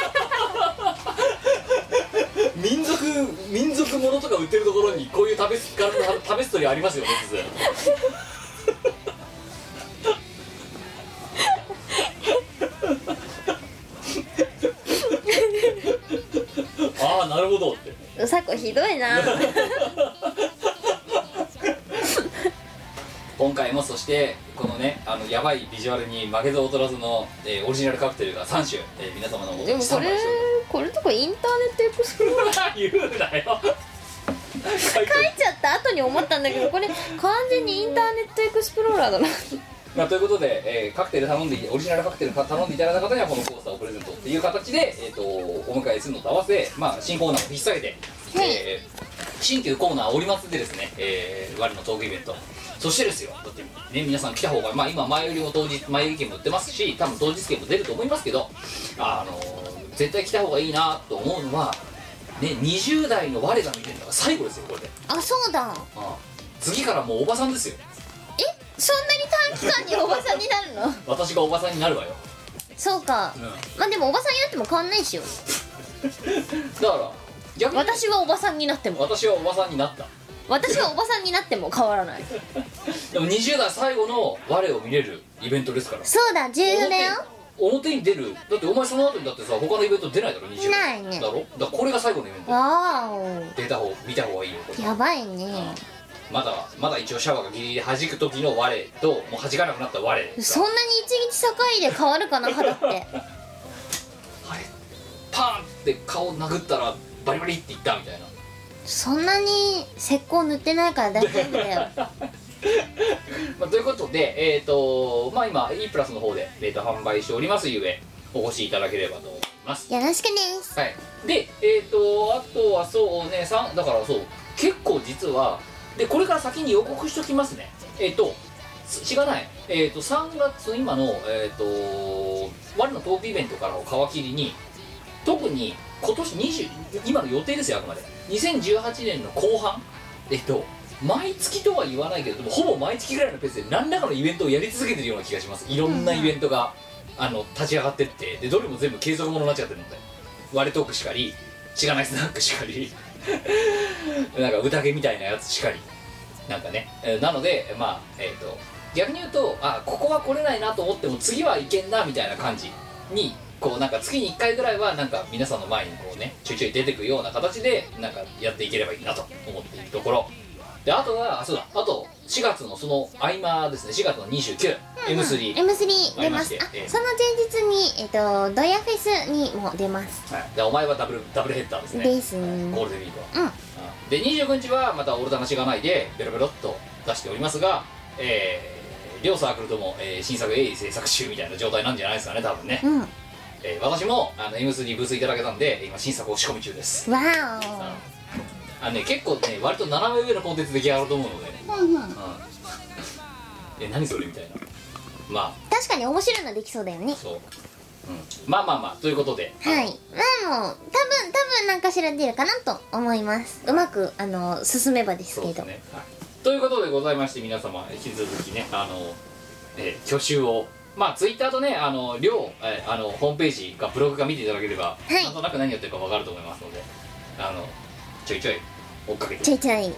Speaker 1: 民族民族ものとか売ってるところにこういうタペス柄のタペストリーありますよね普通 [LAUGHS] ああなるほどって
Speaker 2: うさこひどい [LAUGHS] な
Speaker 1: 今回もそしてこのねあのやばいビジュアルに負けず劣らずの、えーオリジナルカクテルが3種、えー皆様のお
Speaker 2: でもこれこれとかインターネットエクスプローラ
Speaker 1: [LAUGHS]
Speaker 2: ー
Speaker 1: 言うなよ
Speaker 2: 書いちゃった後に思ったんだけどこれ完全にインターネットエクスプローラーだな
Speaker 1: まあ、ということで、えーカクテル頼んでオリジナルカクテル頼んでいただいた方にはこのコースターをプレゼントっていう形で、えー、とお迎えするのと合わせ、まあ、新コーナーを引っ提げて、
Speaker 2: はい
Speaker 1: えー新旧コーナーを織り交ぜてですね、えー、我のトークイベントそしてですよだって、ね、皆さん来た方が、まあ、今前売りも当日前売り券も売ってますし多分当日券も出ると思いますけど、あのー絶対来た方がいいなと思うのは、ね、20代の我が見てるのが最後ですよこれで、
Speaker 2: あそうだ
Speaker 1: ああ次からもうおばさんですよ
Speaker 2: えそんなに短期間におばさんになるの
Speaker 1: 私がおばさんになるわよ、
Speaker 2: そうか
Speaker 1: うん
Speaker 2: まあでもおばさんになっても変わんないっしよ
Speaker 1: だから逆に
Speaker 2: 私はおばさんになっても
Speaker 1: 私はおばさんになった
Speaker 2: 私はおばさんになっても変わらない
Speaker 1: でも20代最後の我を見れるイベントですから
Speaker 2: そうだ重要だよ
Speaker 1: 表表に出るだってお前その後にだってさ他のイベント出ないだろ20
Speaker 2: ないね
Speaker 1: だろだからこれが最後のイベント
Speaker 2: わー
Speaker 1: 出た方見た方がいいよこ
Speaker 2: お
Speaker 1: れ
Speaker 2: やばいね
Speaker 1: まだまだ一応シャワーがギリギリ弾く時の我ともう弾かなくなった我
Speaker 2: そんなに一日境で変わるかな肌って
Speaker 1: あれパーンって顔殴ったらバリバリっていったみたいな
Speaker 2: そんなに石膏塗ってないから大丈夫だよ
Speaker 1: まあ、ということで、えーとまあ、今 E プラスの方で、えー、と販売しておりますゆえお越しいただければと思います
Speaker 2: よろしくね
Speaker 1: はい、でえっ、とあとはそうねさんだからそう結構実はでこれから先に予告しときますねえっ、としがないえっ、と3月今のえっ、と我のトークイベントからを皮切りに特に今年20今の予定ですよあくまで2018年の後半えっと毎月とは言わないけれどもほぼ毎月ぐらいのペースで何らかのイベントをやり続けてるような気がしますいろんなイベントが、あの立ち上がってってでどれも全部継続ものになっちゃってるので割れトークしかりしがないスナックしかり [LAUGHS] なんか宴みたいなやつしかりなんかね、えーなのでまあえっ、と逆に言うとあここは来れないなと思っても次はいけんなみたいな感じにこうなんか月に1回ぐらいはなんか皆さんの前にこうねちょいちょい出てくような形でなんかやっていければいいなと思っているところであとはあそうだあと4月のその合間ですね4月の 29M3、
Speaker 2: M3 出ます
Speaker 1: ありまして
Speaker 2: あ
Speaker 1: ええ
Speaker 2: その前日にえっとドヤフェスにも出ます
Speaker 1: はい、でお前はダブルダブルヘッダーですね
Speaker 2: です
Speaker 1: はいゴールデンウィークは
Speaker 2: うん
Speaker 1: うんで29日はまたオルタナしがないでベロベロっと出しておりますが、えー両サークルとも、えー新作鋭意制作中みたいな状態なんじゃないですかね多分ね、
Speaker 2: うんわ
Speaker 1: えー私もあの M3 にブースいただけたんで今新作を仕込み中です
Speaker 2: ー
Speaker 1: あのね結構ね割と斜め上のコンテンツ出来上がると思うので、
Speaker 2: お、うんうん、
Speaker 1: うんえ何それみたいなまあ
Speaker 2: 確かに面白いのできそうだよね
Speaker 1: そう、うん、まあまあまあということであの
Speaker 2: はいまあもう多分多分何かしら出るかなと思いますうまくあの進めばです
Speaker 1: そう
Speaker 2: け
Speaker 1: です
Speaker 2: ど、
Speaker 1: ね、はい、ということでございまして皆様引き続きねあの、えー、挙手をまあツイッターとねあの両、えーあのホームページかブログか見ていただければ、
Speaker 2: い
Speaker 1: なんとなく何やってるか分かると思いますのであのちょいちょい追っかけて
Speaker 2: ちょいちょいよ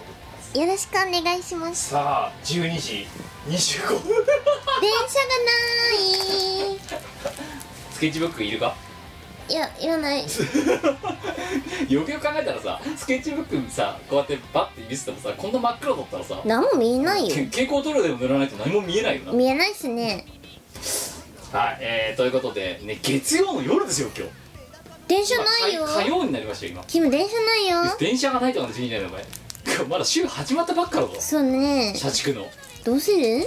Speaker 2: ろしくお願いします
Speaker 1: さあ12時25分
Speaker 2: 電車がな
Speaker 1: スケッチブックいるか
Speaker 2: ーいいやい
Speaker 1: [LAUGHS]
Speaker 2: らない
Speaker 1: よくよく考えたらさスケッチブックにさこうやってバッて見せてもさこんな真っ黒だったらさ
Speaker 2: 何も見えないよ
Speaker 1: け蛍光塗料でも塗らないと何も見えないよな
Speaker 2: 見えないっすね
Speaker 1: はい、えー、ということで、ね、月曜の夜ですよ今日
Speaker 2: 電車ないよ
Speaker 1: まあ火火曜になりましたよ今
Speaker 2: キム電車ないよ
Speaker 1: 電車がないとかの12だよお前まだ週始まったばっかだぞ
Speaker 2: そうね
Speaker 1: 社畜の
Speaker 2: どう
Speaker 1: [LAUGHS]
Speaker 2: する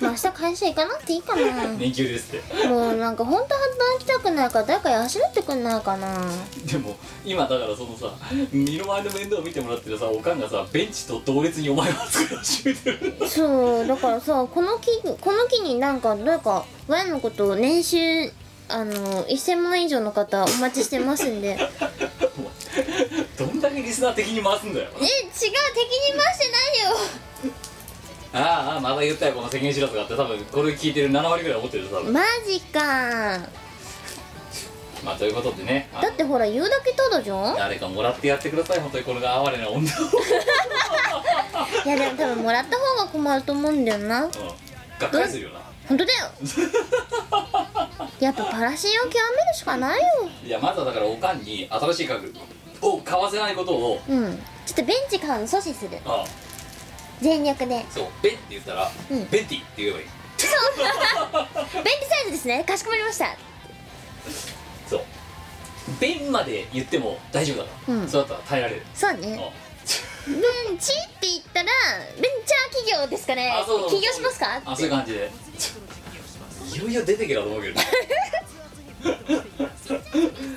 Speaker 2: まあ明日会社行かなくていいかな
Speaker 1: 年休ですって
Speaker 2: もうなんか本当働きたくないから誰か養ってくんないかな
Speaker 1: でも今だからそのさ身の回りの面倒を見てもらってるさおかんがさベンチと同列にお前を作り始めてる
Speaker 2: そうだからさこの木この木になんか誰かワイのことを年収あの1000万以上の方お待ちしてますんでえ違う
Speaker 1: どんだけリスナー的に回すんだよ
Speaker 2: 敵に回してないよ
Speaker 1: ああまだ言ったよこの世間知らずがあって多分これ聞いてる7割ぐらい思ってるよ多分
Speaker 2: マジか
Speaker 1: まあということでねあの
Speaker 2: だってほら言うだけただじゃん
Speaker 1: 誰かもらってやってください本当にこれが哀れな女を
Speaker 2: いやでも多分もらった方が困ると思うんだよな
Speaker 1: うんがっかりするよな
Speaker 2: 本当だよやっぱパラシンを極めるしかないよ
Speaker 1: いやまずはだからおかんに新しい家具を買わせないことを
Speaker 2: うんちょっとベンチ買うの阻止する
Speaker 1: ああ
Speaker 2: 全力で
Speaker 1: そうベンって言ったら、
Speaker 2: うん
Speaker 1: ベンティって言えばいい
Speaker 2: ベンチサイズですねかしこまりました
Speaker 1: そうベンまで言っても大丈夫だから、
Speaker 2: うん
Speaker 1: そうだったら耐えられる、
Speaker 2: そう
Speaker 1: うん
Speaker 2: ねベンチって言ったらベンチャー企業ですかね
Speaker 1: あそうそうそう
Speaker 2: 起業しますか
Speaker 1: あそういう感じでいろいろ出てけたと思うけどね [LAUGHS]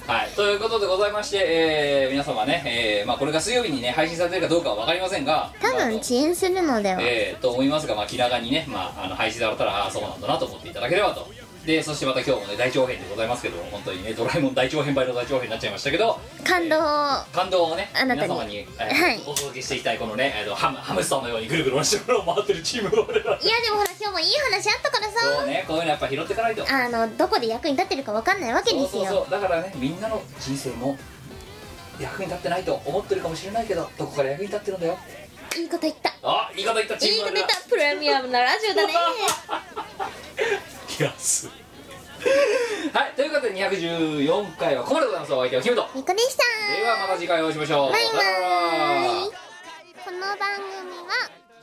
Speaker 1: はいということでございまして、えー皆様ね、えーまあ、これが水曜日にね配信されてるかどうかは分かりませんが
Speaker 2: 多
Speaker 1: まああの
Speaker 2: 分遅延するのでは
Speaker 1: えー、と思いますが、まあ、気長にね、まあ、あの配信されたらああそうなんだなと思っていただければとでそしてまた今日もね大長編でございますけど本当にねドラえもん大長編倍の大長編になっちゃいましたけど
Speaker 2: 感動
Speaker 1: 感動をね
Speaker 2: あなたに
Speaker 1: 皆様に、えー
Speaker 2: はい
Speaker 1: お届けしていきたいこのね、えーとハムハムスターのようにぐるぐる回してる回ってるチームを俺ら
Speaker 2: いやでもほら今日もいい話あったから
Speaker 1: そう
Speaker 2: さ
Speaker 1: ねこういうのやっぱ拾っていかないと
Speaker 2: あのどこで役に立ってるかわかんないわけ
Speaker 1: そ
Speaker 2: で
Speaker 1: う
Speaker 2: す
Speaker 1: そう
Speaker 2: よ
Speaker 1: そうだからねみんなの人生も役に立ってないと思ってるかもしれないけどどこから役に立ってるんだよ
Speaker 2: いいこと言った
Speaker 1: あ言い方言ったチ
Speaker 2: い
Speaker 1: ー
Speaker 2: い
Speaker 1: ム我
Speaker 2: こと
Speaker 1: 々
Speaker 2: 言ったプレミアムなラジオ
Speaker 1: [LAUGHS]
Speaker 2: だね
Speaker 1: いやすはいということで214回はここまでございますお相手はキムト
Speaker 2: みこでした
Speaker 1: ではまた次回お会いしましょう
Speaker 2: バイ
Speaker 1: さ
Speaker 2: バ
Speaker 1: よなら
Speaker 2: イこの番組は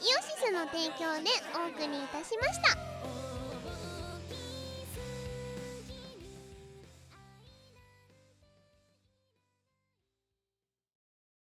Speaker 2: イオシスの提供でお送りいたしました